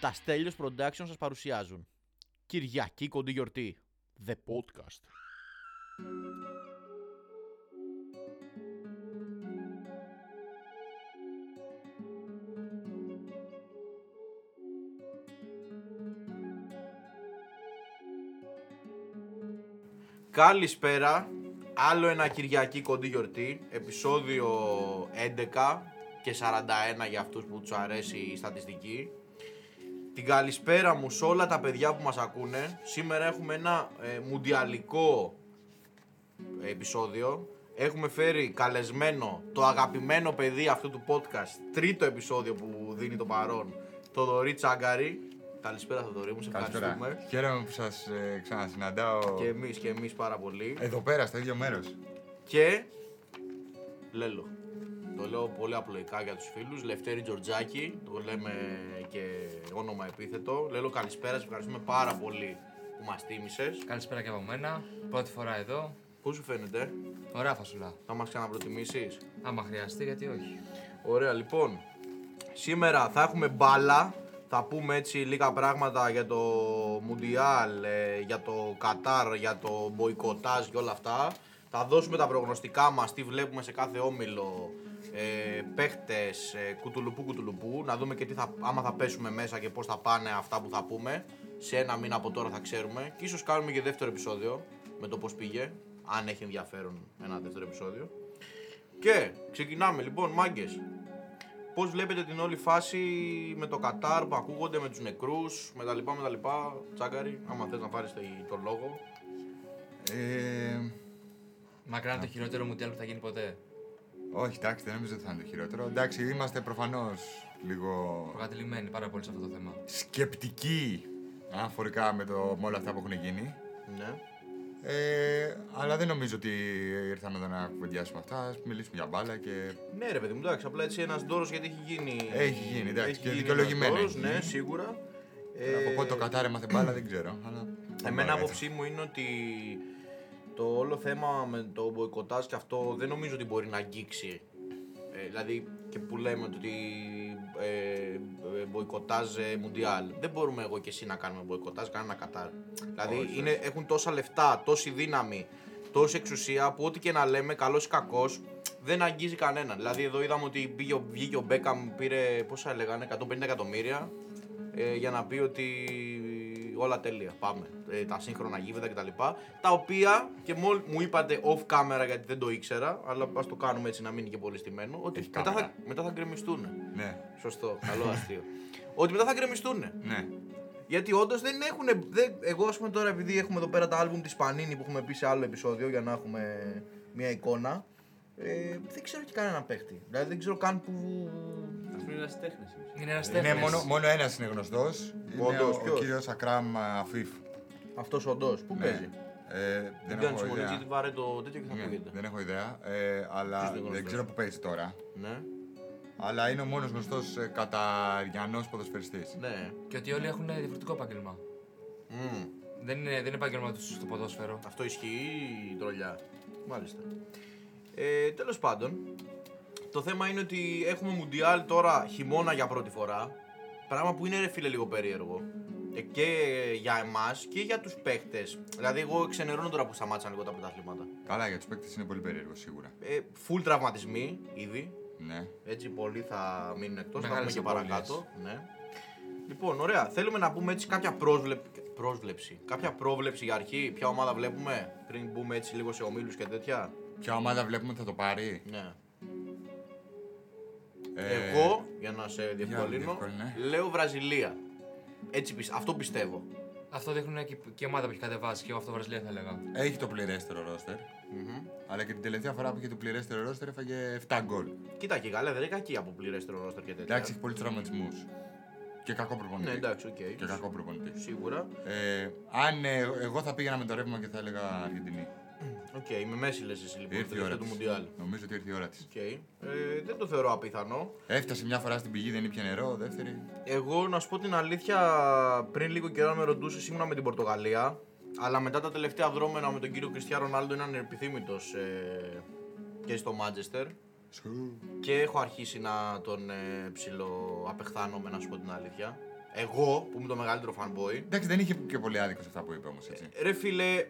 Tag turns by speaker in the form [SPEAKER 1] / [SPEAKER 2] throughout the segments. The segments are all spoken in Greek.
[SPEAKER 1] Τα Στέλιος Production σας παρουσιάζουν Κυριακή κοντή γιορτή The Podcast Καλησπέρα Άλλο ένα Κυριακή κοντή γιορτή Επισόδιο 11 και 41 για αυτούς που τους αρέσει η στατιστική την καλησπέρα μου σε όλα τα παιδιά που μας ακούνε. Σήμερα έχουμε ένα ε, μουντιαλικό ε, επεισόδιο. Έχουμε φέρει καλεσμένο το αγαπημένο παιδί αυτού του podcast, τρίτο επεισόδιο που δίνει το παρόν, το Δωρή Τσάγκαρη. Καλησπέρα Θοδωρή μου, σε
[SPEAKER 2] Καλησπέρα.
[SPEAKER 1] ευχαριστούμε.
[SPEAKER 2] Χαίρομαι που σας ξανασυναντάω
[SPEAKER 1] Και εμείς και εμείς πάρα πολύ.
[SPEAKER 2] εδώ πέρα, στο ίδιο μέρος.
[SPEAKER 1] Και Λέλο. Το λέω πολύ απλοϊκά για τους φίλους. Λευτέρη Τζορτζάκη, το λέμε και όνομα επίθετο. Λέλο καλησπέρα, σε ευχαριστούμε πάρα πολύ που μας τίμησες.
[SPEAKER 3] Καλησπέρα και από μένα. Πρώτη φορά εδώ.
[SPEAKER 1] Πώς σου φαίνεται,
[SPEAKER 3] Ωραία φασουλά.
[SPEAKER 1] θα μας ξαναπροτιμήσεις.
[SPEAKER 3] Άμα χρειαστεί, γιατί όχι.
[SPEAKER 1] Ωραία, λοιπόν. Σήμερα θα έχουμε μπάλα. Θα πούμε έτσι λίγα πράγματα για το Μουντιάλ, ε, για το Κατάρ, για το μποϊκοτάζ και όλα αυτά. Θα δώσουμε τα προγνωστικά μας, τι βλέπουμε σε κάθε όμιλο, ε, παίχτες, ε, κουτουλουπού κουτουλουπού, να δούμε και τι θα, άμα θα πέσουμε μέσα και πώς θα πάνε αυτά που θα πούμε. Σε ένα μήνα από τώρα θα ξέρουμε και ίσως κάνουμε και δεύτερο επεισόδιο με το πώς πήγε, αν έχει ενδιαφέρον ένα δεύτερο επεισόδιο. Και ξεκινάμε λοιπόν, μάγκες. Πώς βλέπετε την όλη φάση με το Κατάρ που ακούγονται με τους νεκρούς, με τα λοιπά, με τα λοιπά. Τσάκαρη, άμα θες να πάρεις τον λόγο.
[SPEAKER 2] Ε,
[SPEAKER 3] Μακριά είναι το χειρότερο μουντιάλ που θα γίνει ποτέ.
[SPEAKER 2] όχι, εντάξει, δεν νομίζω ότι θα είναι το χειρότερο. Εντάξει, είμαστε προφανώς λίγο
[SPEAKER 3] Προκατηλημένοι πάρα πολύ σε αυτό το θέμα.
[SPEAKER 2] σκεπτικοί αναφορικά με, το, με όλα αυτά που έχουν γίνει.
[SPEAKER 1] Ναι.
[SPEAKER 2] Ε, αλλά δεν νομίζω ότι ήρθαμε εδώ να κουβεντιάσουμε αυτά. Ας μιλήσουμε για μπάλα και.
[SPEAKER 1] Ναι, ρε παιδί μου, εντάξει, απλά έτσι ένας δώρος γιατί έχει γίνει.
[SPEAKER 2] Έχει γίνει, εντάξει, και
[SPEAKER 1] γίνει
[SPEAKER 2] δικαιολογημένο
[SPEAKER 1] ένας δώρος,
[SPEAKER 2] έχει γίνει.
[SPEAKER 1] ναι, σίγουρα.
[SPEAKER 2] από πότε το Κατάρ έμαθε μπάλα δεν ξέρω. Αλλά...
[SPEAKER 1] Ε, Εμένα
[SPEAKER 2] Μπάλα,
[SPEAKER 1] άποψή μου είναι ότι το όλο θέμα με το μποϊκοτάζ και αυτό δεν νομίζω ότι μπορεί να αγγίξει. Ε, δηλαδή και που λέμε ότι ε, ε, μποϊκοτάζ ε, μουντιάλ. Δεν μπορούμε εγώ και εσύ να κάνουμε μποϊκοτάζ, κανένα Κατάρ. Δηλαδή είναι, έχουν τόσα λεφτά, τόση δύναμη, τόση εξουσία που ό,τι και να λέμε, καλός ή κακός, δεν αγγίζει κανέναν. Δηλαδή εδώ είδαμε ότι πήγε, ο- βγήκε ο Μπέκαμ, πήρε πόσα λέγανε, 150 εκατομμύρια ε, για να πει ότι όλα τέλεια, πάμε. Ε, τα σύγχρονα γήπεδα κτλ. Τα οποία και μόλι μου είπατε off camera γιατί δεν το ήξερα, αλλά ας το κάνουμε έτσι να μείνει και πολύ στημένο. Ότι
[SPEAKER 2] Έχει
[SPEAKER 1] μετά θα,
[SPEAKER 2] κάμερα.
[SPEAKER 1] μετά θα γκρεμιστούν.
[SPEAKER 2] Ναι,
[SPEAKER 1] Σωστό, καλό αστείο. ότι μετά θα γκρεμιστούν.
[SPEAKER 2] ναι.
[SPEAKER 1] Γιατί όντως δεν έχουν. Δεν, εγώ, ας πούμε, τώρα επειδή έχουμε εδώ πέρα τα άλμπουμ τη Πανίνη που έχουμε πει σε άλλο επεισόδιο για να έχουμε μια εικόνα. Ε, δεν ξέρω και κανένα παίχτη. Δηλαδή δεν ξέρω καν που.
[SPEAKER 3] Είναι ένας τέχνης.
[SPEAKER 2] Είναι Ναι, μόνο, μόνο ένας είναι γνωστός. Είναι
[SPEAKER 1] Όντως,
[SPEAKER 2] ο, ο
[SPEAKER 1] ποιος?
[SPEAKER 2] κύριος Ακράμ Αφίφ.
[SPEAKER 1] Αυτό όντω. Πού παίζει.
[SPEAKER 2] Ε, Ναι.
[SPEAKER 1] Δεν
[SPEAKER 2] δεν, έχω
[SPEAKER 1] κάνει
[SPEAKER 2] ιδέα.
[SPEAKER 1] συμμονή γιατί βάρε το τέτοιο και θα
[SPEAKER 2] Ναι,
[SPEAKER 1] ακούγεται.
[SPEAKER 2] δεν έχω ιδέα, ε, αλλά
[SPEAKER 1] δεν
[SPEAKER 2] δεν,
[SPEAKER 1] γνωρίζεις.
[SPEAKER 2] ξέρω που παίζει τώρα.
[SPEAKER 1] Ναι.
[SPEAKER 2] Αλλά είναι ο μόνος γνωστός ε, καταριανό ποδοσφαιριστής.
[SPEAKER 1] Ναι.
[SPEAKER 3] Και ότι όλοι έχουν διαφορετικό επάγγελμα.
[SPEAKER 1] Μμμ.
[SPEAKER 3] Δεν είναι, δεν είναι επάγγελμα του στο ποδόσφαιρο.
[SPEAKER 1] Αυτό ισχύει η τρολιά. Μάλιστα. Ε, Τέλος πάντων, το θέμα είναι ότι έχουμε Μουντιάλ τώρα χειμώνα για πρώτη φορά. Πράγμα που είναι ρε φίλε λίγο περίεργο. Ε, και για εμάς και για τους παίχτες. Δηλαδή, εγώ εξενερώνω τώρα που σταμάτησαν λίγο τα πρωταθλήματα.
[SPEAKER 2] Καλά, για τους παίκτε είναι πολύ περίεργο σίγουρα.
[SPEAKER 1] Ε, full τραυματισμοί ήδη.
[SPEAKER 2] Ναι.
[SPEAKER 1] Έτσι, πολλοί θα μείνουν εκτός. Θα πούμε
[SPEAKER 3] Μεγάλες
[SPEAKER 1] και
[SPEAKER 3] απώλειες.
[SPEAKER 1] παρακάτω. Ναι. Λοιπόν, ωραία. Θέλουμε να πούμε έτσι κάποια πρόσβλεπ- πρόσβλεψη. Κάποια πρόβλεψη για αρχή. Ποια ομάδα βλέπουμε πριν μπούμε έτσι λίγο σε ομίλους και τέτοια.
[SPEAKER 2] Ποια ομάδα βλέπουμε ότι θα το πάρει.
[SPEAKER 1] Ναι.
[SPEAKER 2] Ε,
[SPEAKER 1] Εγώ, για να σε διευκολύνω,
[SPEAKER 2] διευκολύνε.
[SPEAKER 1] λέω Βραζιλία. Έτσι, πι- αυτό πιστεύω.
[SPEAKER 3] Αυτό δείχνουν και, και η ομάδα που έχει κατεβάσει. Και εγώ αυτό Βραζιλία θα έλεγα.
[SPEAKER 2] Έχει το πληρέστερο ρόστερ. Αλλά και την τελευταία φορά που είχε το πληρέστερο ρόστερ έφαγε 7 γκολ.
[SPEAKER 1] Κοίτα και η Γαλλία δεν είναι κακή από πληρέστερο ρόστερ και τέτοια.
[SPEAKER 2] Εντάξει, έχει πολλούς τραυματισμούς. Και κακό προπονητή.
[SPEAKER 1] Ναι, εντάξει, οκ.
[SPEAKER 2] Και κακό προπονητή.
[SPEAKER 1] Σίγουρα.
[SPEAKER 2] Ε, αν ε, εγώ θα πήγαινα με το ρεύμα και θα έλεγα Αργεντινή.
[SPEAKER 1] Οκ, με μέση λες εσύ λοιπόν,
[SPEAKER 2] Ήρθε η
[SPEAKER 1] τελευταίο
[SPEAKER 2] ώρα
[SPEAKER 1] του
[SPEAKER 2] της.
[SPEAKER 1] Μουντιάλ.
[SPEAKER 2] Νομίζω ότι ήρθε η ώρα της.
[SPEAKER 1] Οκ. Ε, δεν το θεωρώ απίθανο.
[SPEAKER 2] Έφτασε μια φορά στην πηγή, δεν ήπια νερό. Δεύτερη.
[SPEAKER 1] Εγώ να σου πω την αλήθεια, πριν λίγο καιρό αν με ρωτούσες, ήμουνα με την Πορτογαλία. Αλλά μετά τα τελευταία δρόμενα με τον κύριο Κριστιά Ρονάλντο είναι ανεπιθύμητο ε, και στο Μάντζεστερ.
[SPEAKER 2] Σου.
[SPEAKER 1] Και έχω αρχίσει να τον ε, ψιλοαπεχθάνομαι, να σου πω την αλήθεια. εγώ που είμαι το μεγαλύτερο fanboy,
[SPEAKER 2] Εντάξει, δεν είχε και πολύ άδικο σε αυτά που είπε όμως, έτσι.
[SPEAKER 1] ρε φίλε,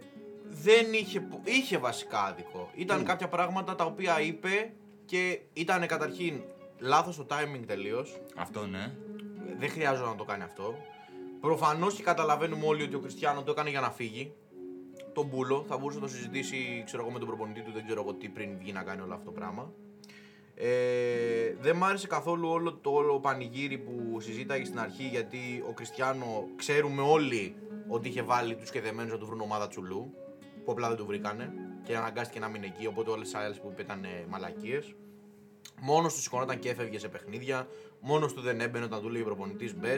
[SPEAKER 1] δεν είχε, πο- είχε βασικά άδικο. Ήταν κάποια πράγματα τα οποία είπε και ήταν καταρχήν λάθος το timing τελείως.
[SPEAKER 2] Αυτό ναι.
[SPEAKER 1] Δεν χρειάζεται να το κάνει αυτό. Προφανώς και καταλαβαίνουμε όλοι ότι ο Κριστιανό το έκανε για να φύγει. Τον Μπούλο θα μπορούσε να το συζητήσει ξέρω εγώ, με τον προπονητή του, δεν ξέρω εγώ τι πριν βγει να κάνει όλο αυτό το πράγμα. Ε, δεν μ' άρεσε καθόλου όλο το όλο πανηγύρι που συζήταγε στην αρχή γιατί ο Κριστιανό ξέρουμε όλοι ότι είχε βάλει τους κεδεμένους να του βρουν ομάδα τσουλού που απλά δεν του βρήκανε και αναγκάστηκε να μείνει εκεί. Οπότε όλες τι άλλες που είπε ήταν μαλακίες. Μόνος του σηκωνόταν και έφευγε σε παιχνίδια. Μόνος του δεν έμπαινε όταν του λέει προπονητής μπες.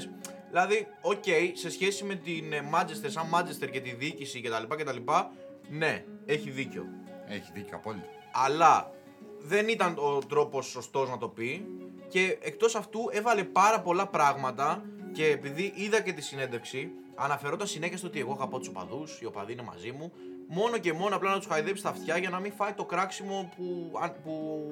[SPEAKER 1] Δηλαδή, οκ, σε σχέση με την ε, Manchester, σαν Manchester και τη διοίκηση κτλ. κτλ ναι, έχει δίκιο.
[SPEAKER 2] Έχει δίκιο απόλυτα.
[SPEAKER 1] Αλλά δεν ήταν ο τρόπος σωστός να το πει. Και εκτός αυτού έβαλε πάρα πολλά πράγματα. Και επειδή είδα και τη συνέντευξη, αναφερόταν συνέχεια στο ότι εγώ αγαπώ του οπαδούς, οι οπαδοί είναι μαζί μου. Μόνο και μόνο απλά να τους χαϊδέψει τα αυτιά για να μην φάει το κράξιμο που, αν- που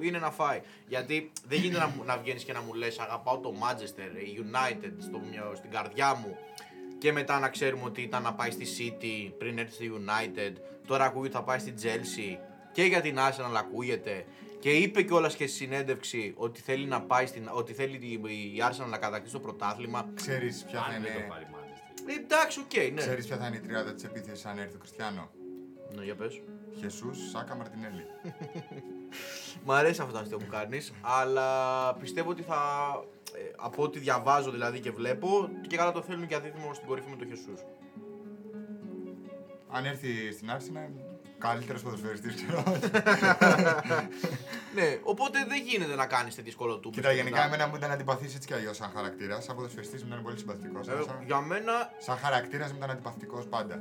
[SPEAKER 1] είναι να φάει. Γιατί δεν γίνεται να, μου- να βγαίνεις και να μου λες: Αγαπάω το Manchester, η United στο μυα- στην καρδιά μου. Και μετά να ξέρουμε ότι ήταν να πάει στη City πριν έρθει στη United. Τώρα ακούγεται ότι θα πάει στη Chelsea. Και για την Arsenal ακούγεται. Και είπε κιόλας και στη συνέντευξη ότι θέλει, να πάει στην, ότι θέλει η η Arsenal να κατακτήσει το πρωτάθλημα.
[SPEAKER 2] Ξέρεις ποια, θα
[SPEAKER 4] Αν δεν το
[SPEAKER 2] είναι...
[SPEAKER 4] πάρει η Manchester.
[SPEAKER 1] Ε, Εντάξει, οκ, ναι.
[SPEAKER 2] ξέρεις ποια θα είναι η τριάδα της επίθεσης αν έρθει ο Κριστιανό.
[SPEAKER 1] Ναι, για πες.
[SPEAKER 2] Χεσούς, Σάκα, Μαρτινέλη.
[SPEAKER 1] Μ' αρέσει αυτό το αστείο που κάνεις, αλλά πιστεύω ότι θα. ε, από ό,τι διαβάζω δηλαδή και βλέπω, και καλά το θέλουν και αντίθετο στην κορυφή με το Χεσούς.
[SPEAKER 2] αν έρθει στην Arsenal, καλύτερος ποδοσφαιριστής, ξέρω.
[SPEAKER 1] Ναι, οπότε δεν γίνεται να κάνεις τέτοιε κολοτούπε.
[SPEAKER 2] Κοίτα, γενικά εμένα μου ήταν αντιπαθής έτσι κι αλλιώς σαν χαρακτήρας. Σαν ποδοσφαιριστής μου ήταν πολύ συμπαθητικός.
[SPEAKER 4] Ε,
[SPEAKER 2] σαν
[SPEAKER 1] Ε, για μένα
[SPEAKER 2] σαν χαρακτήρας μου ήταν αντιπαθητικός πάντα.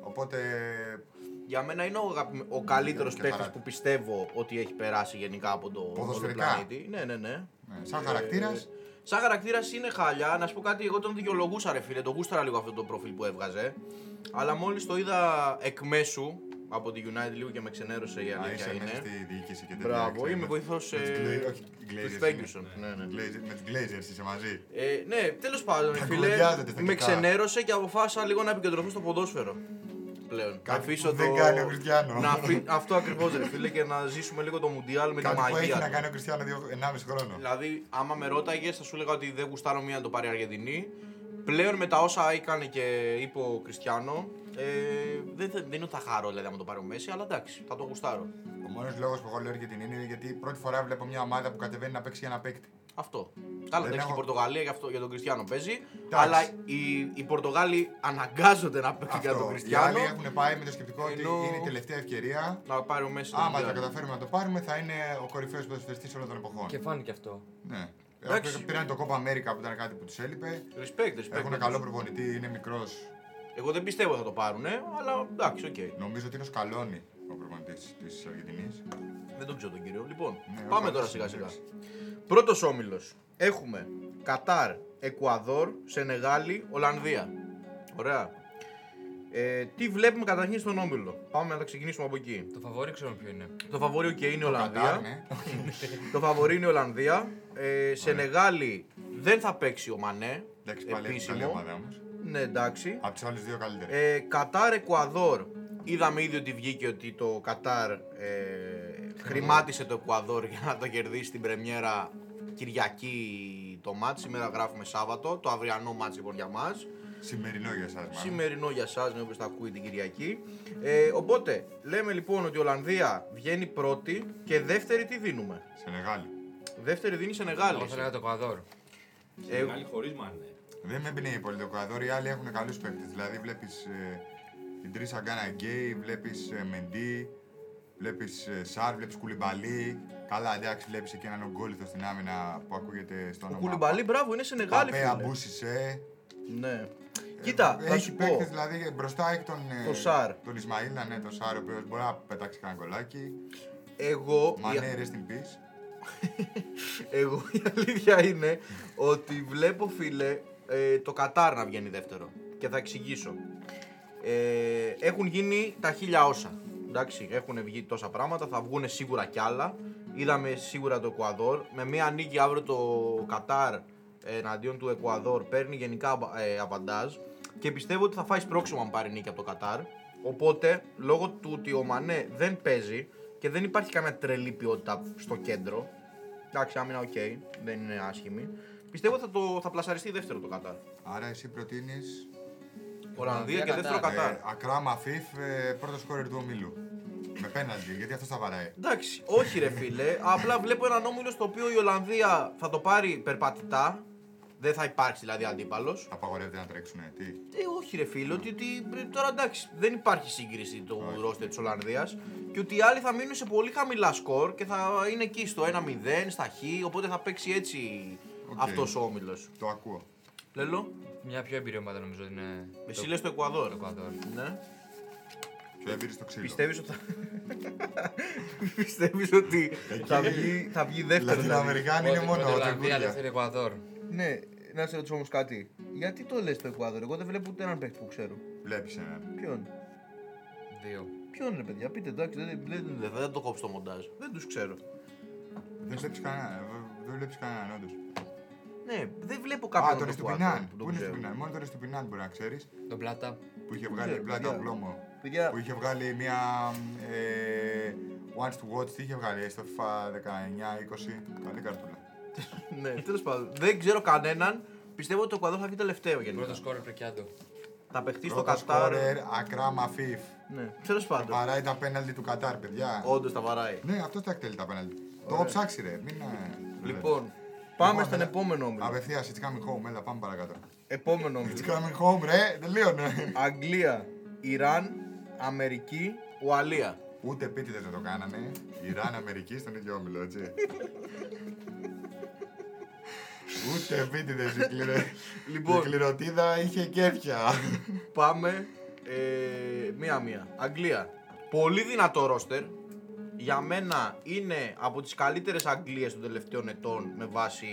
[SPEAKER 2] Οπότε
[SPEAKER 1] Για μένα είναι ο, αγαπη- ο καλύτερος
[SPEAKER 2] Και
[SPEAKER 1] παίκτη
[SPEAKER 2] χαρά.
[SPEAKER 1] που πιστεύω ότι έχει περάσει γενικά από το, από το
[SPEAKER 2] Ποδοσφαιρικά.
[SPEAKER 1] πλανήτη. Ναι, ναι, ναι.
[SPEAKER 2] Ναι, σαν χαρακτήρας.
[SPEAKER 1] Ε, σαν χαρακτήρας είναι χάλια. Να σου πω κάτι, εγώ τον δικαιολογούσα, ρε φίλε. Τον γούσταρα λίγο αυτό το προφίλ που έβγαζε. Αλλά μόλις το είδα εκ μέσου από τη United λίγο και με ξενέρωσε η
[SPEAKER 2] Α,
[SPEAKER 1] αλήθεια
[SPEAKER 2] Ναι, είσαι μέσα
[SPEAKER 1] είναι.
[SPEAKER 2] στη διοίκηση και τέτοια.
[SPEAKER 1] Μπράβο,
[SPEAKER 2] ξέρεις,
[SPEAKER 1] είμαι
[SPEAKER 2] με-
[SPEAKER 1] βοηθός
[SPEAKER 2] με τους Gla- όχι,
[SPEAKER 1] του
[SPEAKER 2] Glazers
[SPEAKER 1] Ferguson.
[SPEAKER 2] είναι.
[SPEAKER 1] Ναι, ναι.
[SPEAKER 2] Glazer- Με του Glazers είσαι μαζί.
[SPEAKER 1] Ε, ναι, τέλος πάντων,
[SPEAKER 2] Τα
[SPEAKER 1] φίλε,
[SPEAKER 2] κουβεντιάζετε στα
[SPEAKER 1] με
[SPEAKER 2] κεφά.
[SPEAKER 1] ξενέρωσε και αποφάσισα λίγο να επικεντρωθώ στο ποδόσφαιρο. Πλέον.
[SPEAKER 2] Κάτι που δεν κάνει ο Κριστιανό.
[SPEAKER 1] Να αφή- Αυτό ακριβώς, ρε φίλε, και να ζήσουμε λίγο το Μουντιάλ με τη
[SPEAKER 2] Κάτι που
[SPEAKER 1] μαγεία.
[SPEAKER 2] έχει να
[SPEAKER 1] του.
[SPEAKER 2] κάνει ο Κριστιανό δύο- 1,5 χρόνο.
[SPEAKER 1] Δηλαδή, άμα με ρώταγες, θα σου έλεγα ότι δεν γουστάρω μία να το πάρει η Αργεντινή. Πλέον με τα όσα έκανε και είπε ο Κριστιανό, ε, δεν, θε- δεν είναι ότι θα χαρώ δηλαδή άμα το πάρει ο Μέση, αλλά εντάξει, θα το γουστάρω.
[SPEAKER 2] Ο μόνος λόγος που εγώ λέω για την είναι γιατί πρώτη φορά βλέπω μια ομάδα που κατεβαίνει να παίξει για ένα παίκτη.
[SPEAKER 1] Αυτό. Καλά,
[SPEAKER 2] Δεν
[SPEAKER 1] εντάξει,
[SPEAKER 2] έχω-
[SPEAKER 1] η Πορτογαλία για, αυτό, για τον Κριστιανό παίζει. Αλλά οι, οι Πορτογάλοι αναγκάζονται να παίξουν για τον
[SPEAKER 2] Αυτό. Οι
[SPEAKER 1] Κριστιανό.
[SPEAKER 2] άλλοι έχουν πάει με το σκεπτικό ότι
[SPEAKER 1] Ενώ-
[SPEAKER 2] είναι η τελευταία ευκαιρία.
[SPEAKER 1] Να πάρει ο Μέση. τον
[SPEAKER 2] Άμα τα
[SPEAKER 1] Mundial.
[SPEAKER 2] καταφέρουμε να το πάρουμε, θα είναι ο κορυφαίος ποδοσφαιριστής όλων των εποχών.
[SPEAKER 3] Και φάνηκε αυτό.
[SPEAKER 2] Ναι.
[SPEAKER 1] Εντάξει.
[SPEAKER 2] Έχουν- Πήραν το Copa America που ήταν κάτι που τους έλειπε.
[SPEAKER 1] Respect, respect.
[SPEAKER 2] Έχουν καλό προπονητή, είναι μικρός.
[SPEAKER 1] Εγώ δεν πιστεύω θα το πάρουν, αλλά εντάξει, οκ.
[SPEAKER 2] Νομίζω ότι είναι ο Σκαλόνι ο προπονητής της Αργεντινής.
[SPEAKER 1] Δεν τον ξέρω τον κύριο. Λοιπόν,
[SPEAKER 2] Ναι,
[SPEAKER 1] πάμε τώρα
[SPEAKER 2] ο Κάρλος
[SPEAKER 1] σιγά σιγά.
[SPEAKER 2] Σιμέωνης.
[SPEAKER 1] Πρώτος όμιλος. Έχουμε Κατάρ, Εκουαδόρ, Σενεγάλη, Ολλανδία. Ωραία. Ε, τι βλέπουμε καταρχήν στον όμιλο. Πάμε να τα ξεκινήσουμε από εκεί.
[SPEAKER 3] Το φαβόρι ξέρουμε ποιο είναι.
[SPEAKER 1] Το φαβορείο και είναι η Ολλανδία.
[SPEAKER 2] Κατάρ, ναι.
[SPEAKER 1] Το φαβορή είναι η Ολλανδία. Ε, Σενεγάλη δεν θα παίξει ο Μανέ.
[SPEAKER 2] Εντάξει, πάλι έχει καλή ομάδα όμως.
[SPEAKER 1] Ναι, εντάξει.
[SPEAKER 2] Από του άλλου δύο καλύτερα.
[SPEAKER 1] Ε, Κατάρ, Εκουαδόρ. Είδαμε ήδη ότι βγήκε ότι το Κατάρ ε, χρημάτισε το Εκουαδόρ για να το κερδίσει την πρεμιέρα Κυριακή το μάτς. Σήμερα γράφουμε Σάββατο, το αυριανό μάτς λοιπόν για μας.
[SPEAKER 2] Σημερινό για εσάς, μάλλον.
[SPEAKER 1] Σημερινό για σας, με όποιος τα ακούει την Κυριακή. Ε, οπότε, λέμε λοιπόν ότι η Ολλανδία βγαίνει πρώτη και δεύτερη τι δίνουμε.
[SPEAKER 2] Σε μεγάλη.
[SPEAKER 1] Δεύτερη δίνει Ε, σε μεγάλη.
[SPEAKER 3] Εγώ θα λέγα το Εκουαδόρ.
[SPEAKER 4] Σε μεγάλη χωρίς Μάνε.
[SPEAKER 2] Δεν με εμπνέει πολύ το Κουαδόρ. Οι άλλοι έχουν καλούς παίκτες. Δηλαδή, βλέπεις ε, την Τρίσα Γκάνα Γκέι, βλέπεις ε, Μεντί, βλέπεις ε, Σάρ, βλέπεις Κουλιμπαλί. Καλά, εντάξει, βλέπεις και έναν ογκόλυθο στην άμυνα που ακούγεται στο
[SPEAKER 1] ο
[SPEAKER 2] όνομα.
[SPEAKER 1] Κουλιμπαλί, μπράβο, είναι σε μεγάλη.
[SPEAKER 2] Παπέ, Αμπούσισε.
[SPEAKER 1] Ναι. Κοίτα, θα
[SPEAKER 2] Ε, έχει
[SPEAKER 1] σου πω.
[SPEAKER 2] παίκτες δηλαδή μπροστά έχει τον, ε,
[SPEAKER 1] Το Σάρ.
[SPEAKER 2] τον Ισμαήλ, ναι, τον Σάρ, ο οποίος μπορεί να πετάξει κανένα γκολάκι.
[SPEAKER 1] Εγώ, η-
[SPEAKER 2] Μανέ, rest in peace.
[SPEAKER 1] Εγώ η αλήθεια είναι ότι βλέπω φίλε ε, το Κατάρ να βγαίνει δεύτερο και θα εξηγήσω. Ε, έχουν γίνει τα χίλια όσα. Εντάξει, έχουν βγει τόσα πράγματα, θα βγουν σίγουρα κι άλλα. Είδαμε σίγουρα το Εκουαδόρ. Με μία νίκη αύριο το Κατάρ εναντίον του Εκουαδόρ παίρνει γενικά ε, αβαντάζ και πιστεύω ότι θα φάει σπρόξιμο αν πάρει νίκη από το Κατάρ. Οπότε, λόγω του ότι ο Μανέ δεν παίζει και δεν υπάρχει καμία τρελή ποιότητα στο κέντρο. Εντάξει, άμυνα, οκ, δεν είναι άσχημη. Πιστεύω ότι θα, το, θα πλασαριστεί δεύτερο το Κατάρ.
[SPEAKER 2] Άρα εσύ προτείνεις
[SPEAKER 1] Ολλανδία και δεύτερο Κατάρ.
[SPEAKER 2] ε, ακράμα φιφ ε, πρώτος σκόρερ του ομίλου. με πέναντι, γιατί αυτό τα βαράει.
[SPEAKER 1] Εντάξει, όχι ρε φίλε. Απλά βλέπω έναν όμιλο στο οποίο η Ολλανδία θα το πάρει περπατητά. Δεν θα υπάρξει δηλαδή αντίπαλος.
[SPEAKER 2] Απαγορεύεται να τρέξουνε. Τι.
[SPEAKER 1] Ε, όχι ρε φίλε, ότι, ότι ε, τώρα εντάξει, δεν υπάρχει σύγκριση του
[SPEAKER 2] Όχι.
[SPEAKER 1] ρόστερ της Ολλανδίας και ότι οι άλλοι θα μείνουν σε πολύ χαμηλά σκορ και θα είναι εκεί στο 1-0, στα χ, οπότε θα παίξει έτσι
[SPEAKER 2] Οκ.
[SPEAKER 1] αυτός ο όμιλος.
[SPEAKER 2] Το ακούω.
[SPEAKER 1] Λέλο,
[SPEAKER 3] Μια πιο εμπειρή ομάδα νομίζω είναι.
[SPEAKER 1] εσύ
[SPEAKER 3] το-
[SPEAKER 1] λες το Εκουαδόρ.
[SPEAKER 3] το Εκουαδόρ.
[SPEAKER 1] Ναι.
[SPEAKER 2] Πιο έμπειρη στο ξύλο.
[SPEAKER 1] Πιστεύεις ότι, θα... Πιστεύεις ότι θα, βγει, θα βγει δεύτερο. δηλαδή.
[SPEAKER 2] Λατινοαμερικάνοι είναι
[SPEAKER 3] Ότι-
[SPEAKER 2] μόνο
[SPEAKER 3] ότι
[SPEAKER 2] τα
[SPEAKER 3] Ολλανδία,
[SPEAKER 2] τσεκούρια.
[SPEAKER 3] δεύτερη Εκουαδόρ.
[SPEAKER 1] Ναι, να σε ρωτήσω όμως κάτι. Γιατί το λες το Εκουαδόρ, εγώ δεν βλέπω ούτε έναν παίκτη που ξέρω.
[SPEAKER 2] Βλέπεις έναν.
[SPEAKER 1] Ποιον.
[SPEAKER 3] Δύο.
[SPEAKER 1] Ποιον ρε παιδιά, πείτε εντάξει, δεν, δεν, δεν, θα το κόψω το μοντάζ. Δεν τους ξέρω.
[SPEAKER 2] Δεν βλέπεις κανέναν. ε, Δεν βλέπεις κανέναν, όντως.
[SPEAKER 1] Ναι, δεν βλέπω
[SPEAKER 2] Α,
[SPEAKER 1] κάποιον
[SPEAKER 2] τον
[SPEAKER 1] από το
[SPEAKER 2] Εστουπινάν.
[SPEAKER 1] Κουάρτερ που
[SPEAKER 2] Πού
[SPEAKER 1] τον
[SPEAKER 2] είναι
[SPEAKER 1] ξέρω.
[SPEAKER 2] Εστουπινάν. Μόνο τον Εστουπινάν μπορεί να ξέρεις.
[SPEAKER 3] Τον Πλάτα.
[SPEAKER 2] Που είχε βγάλει
[SPEAKER 1] ξέρω,
[SPEAKER 2] πλάτα
[SPEAKER 1] παιδιά.
[SPEAKER 2] πλόμο.
[SPEAKER 1] Παιδιά,
[SPEAKER 2] Που είχε βγάλει μια. Ε, once to watch, τι είχε βγάλει ε, στο FIFA 19-20. Καλή καρτούλα.
[SPEAKER 1] ναι, τέλος πάντων. Δεν ξέρω κανέναν. Πιστεύω ότι το Εκουαδόρ θα βγει τελευταίο γενικά.
[SPEAKER 3] Πρώτο σκόρ πρεκιάντο.
[SPEAKER 1] Θα παιχτείς στο
[SPEAKER 2] Πρώτο
[SPEAKER 1] Κατάρ.
[SPEAKER 2] σκόρερ, ακράμα φιφ.
[SPEAKER 1] Ναι, τέλος πάντων.
[SPEAKER 2] Βαράει τα πέναλτι του Κατάρ, παιδιά.
[SPEAKER 1] Όντως τα βαράει.
[SPEAKER 2] Ναι, αυτός τα εκτελεί τα πέναλτι. Το έχω ψάξει, ρε. Μην. ε,
[SPEAKER 1] Λοιπόν, πάμε στον
[SPEAKER 2] έλα.
[SPEAKER 1] επόμενο όμιλο.
[SPEAKER 2] Απευθείας, it's coming home, έλα πάμε παρακάτω.
[SPEAKER 1] Επόμενο
[SPEAKER 2] It's
[SPEAKER 1] όμιλο.
[SPEAKER 2] coming home, ρε, τελείωνε.
[SPEAKER 1] Αγγλία, Ιράν, Αμερική, Ουαλία.
[SPEAKER 2] Ούτε επίτηδε δεν το κάνανε. Ιράν, Αμερική στον ίδιο όμιλο, έτσι. Ούτε επίτηδε η, κληρω...
[SPEAKER 1] Λοιπόν.
[SPEAKER 2] η κληροτίδα είχε κέφια.
[SPEAKER 1] Πάμε ε, μία-μία. Αγγλία. Πολύ δυνατό ρόστερ. Για μένα είναι από τις καλύτερες Αγγλίες των τελευταίων ετών με βάση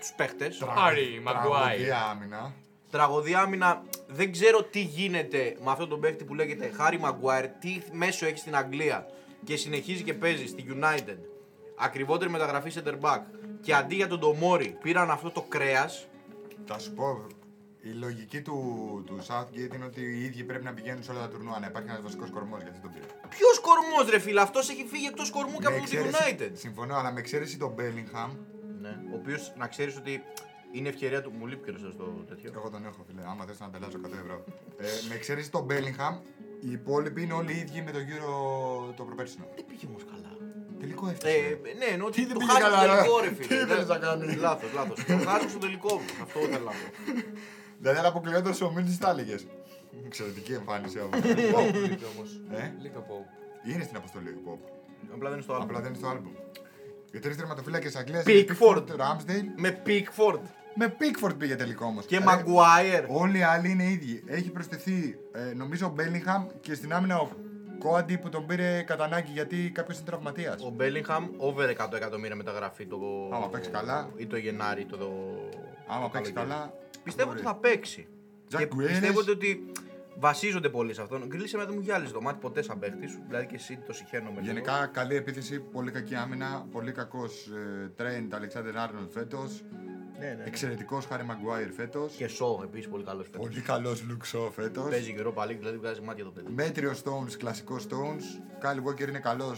[SPEAKER 1] τους παίχτες.
[SPEAKER 3] Άρη, Μαγκουάι.
[SPEAKER 2] Τραγωδία άμυνα.
[SPEAKER 1] Τραγωδία άμυνα. Δεν ξέρω τι γίνεται με αυτόν τον παίκτη που λέγεται Χάρι Μαγκουάιρ. Τι μέσο έχει στην Αγγλία και συνεχίζει και παίζει στη United. Ακριβότερη μεταγραφή center back. Και αντί για τον Ντομόρι πήραν αυτό το κρέας.
[SPEAKER 2] Θα σου πω, η λογική του, του Southgate είναι ότι οι ίδιοι πρέπει να πηγαίνουν σε όλα τα τουρνουά. Να υπάρχει ένας βασικός κορμός γιατί αυτό το πήρε.
[SPEAKER 1] Ποιος κορμός ρε φίλε, αυτός έχει φύγει εκτός κορμού και
[SPEAKER 2] Με
[SPEAKER 1] από τη United.
[SPEAKER 2] εξαίρεση- Συμφωνώ, αλλά με εξαίρεση τον Bellingham,
[SPEAKER 1] Ναι. Ο οποίος να ξέρεις ότι είναι ευκαιρία του. Μου λείπει και το τέτοιο.
[SPEAKER 2] Εγώ τον έχω, φίλε. Άμα θες να πελάσω 100 ευρώ. ε, με εξαίρεση τον Bellingham, οι υπόλοιποι είναι όλοι οι ίδιοι με τον γύρο το προπέρσινο.
[SPEAKER 1] Δεν πήγε όμως καλά.
[SPEAKER 2] Τελικό
[SPEAKER 1] Ε,
[SPEAKER 2] έφτασε.
[SPEAKER 1] ναι, ενώ
[SPEAKER 2] Τι
[SPEAKER 1] ότι
[SPEAKER 2] δεν
[SPEAKER 1] το
[SPEAKER 2] πήγε
[SPEAKER 1] χάσει στο
[SPEAKER 2] καλά, ρε.
[SPEAKER 1] τελικό ρε
[SPEAKER 2] Τι
[SPEAKER 1] φίλε.
[SPEAKER 2] ήθελες να κάνεις.
[SPEAKER 1] Λάθος, λάθος. Το χάσει στο τελικό μου. Αυτό ήθελα να πω.
[SPEAKER 2] Δηλαδή, αν αποκλειόταν ο Μίλτης τα έλεγες. Εξαιρετική εμφάνιση όμως.
[SPEAKER 3] Λείπει όμως.
[SPEAKER 2] ε,
[SPEAKER 3] Λίκα Πόου.
[SPEAKER 2] είναι στην αποστολή του Πόπ.
[SPEAKER 1] Απλά δεν είναι στο άλλο.
[SPEAKER 2] Απλά δεν είναι στο άλμπου. Οι τρεις τερματοφύλακες Αγγλίας.
[SPEAKER 1] Pickford.
[SPEAKER 2] Ramsdale.
[SPEAKER 1] Με Pickford
[SPEAKER 2] Με Pickford πήγε τελικό Ε, όμως.
[SPEAKER 1] και Maguire.
[SPEAKER 2] Όλοι οι άλλοι είναι ίδιοι. Έχει προσθεθεί ε, νομίζω ο Bellingham και στην άμυνα ο Κόαντι που τον πήρε κατά ανάγκη γιατί κάποιος είναι τραυματίας.
[SPEAKER 1] Ο Bellingham over 100 εκατομμύρια μεταγραφή το.
[SPEAKER 2] Άμα παίξει καλά.
[SPEAKER 1] ή το Γενάρη το.
[SPEAKER 2] Άμα
[SPEAKER 1] το καλοκαίρι.
[SPEAKER 2] παίξει καλά.
[SPEAKER 1] Πιστεύω ότι
[SPEAKER 2] μπορεί.
[SPEAKER 1] θα παίξει.
[SPEAKER 2] Jack
[SPEAKER 1] και
[SPEAKER 2] Grealish.
[SPEAKER 1] πιστεύω ότι βασίζονται πολύ σε αυτόν. Γκρίλισε με δεν μου γυάλιζε το μάτι ποτέ σαν παίχτης. Δηλαδή και εσύ το συχαίνομαι. λίγο.
[SPEAKER 2] Γενικά καλή επίθεση, πολύ κακή άμυνα, πολύ κακός ε, Trent Alexander Arnold φέτος.
[SPEAKER 1] Ναι, ναι.
[SPEAKER 2] Εξαιρετικό Χάρη Maguire φέτος.
[SPEAKER 1] Και Σο επίσης πολύ καλός φέτος.
[SPEAKER 2] Πολύ καλός Λουξό φέτος.
[SPEAKER 1] Παίζει και Europa League, δηλαδή βγάζει μάτια το παιδί.
[SPEAKER 2] Μέτριο Stones, κλασικό Stones. Kyle Walker είναι καλός.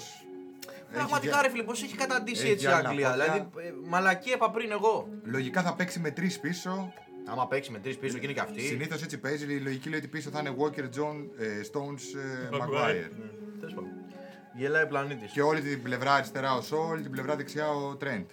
[SPEAKER 1] Πραγματικά ρε φίλε, πώς έχει καταντήσει
[SPEAKER 2] Έχει
[SPEAKER 1] έτσι η
[SPEAKER 2] άλλα
[SPEAKER 1] Αγγλία.
[SPEAKER 2] πόδια.
[SPEAKER 1] Δηλαδή, ε, μαλακή είπα πριν εγώ.
[SPEAKER 2] Λογικά θα παίξει με τρεις πίσω.
[SPEAKER 1] Άμα παίξει με τρεις πίσω και είναι και αυτή.
[SPEAKER 2] Συνήθως έτσι παίζει. Η λογική λέει ότι πίσω θα είναι Walker, John, ε, Stones, ε,
[SPEAKER 3] Ναι. Maguire. Ναι.
[SPEAKER 2] Maguire.
[SPEAKER 1] Τέλος πάντων. Γελάει ο πλανήτης.
[SPEAKER 2] Και όλη την πλευρά αριστερά ο Σόλ, την πλευρά δεξιά ο Ναι. Trent.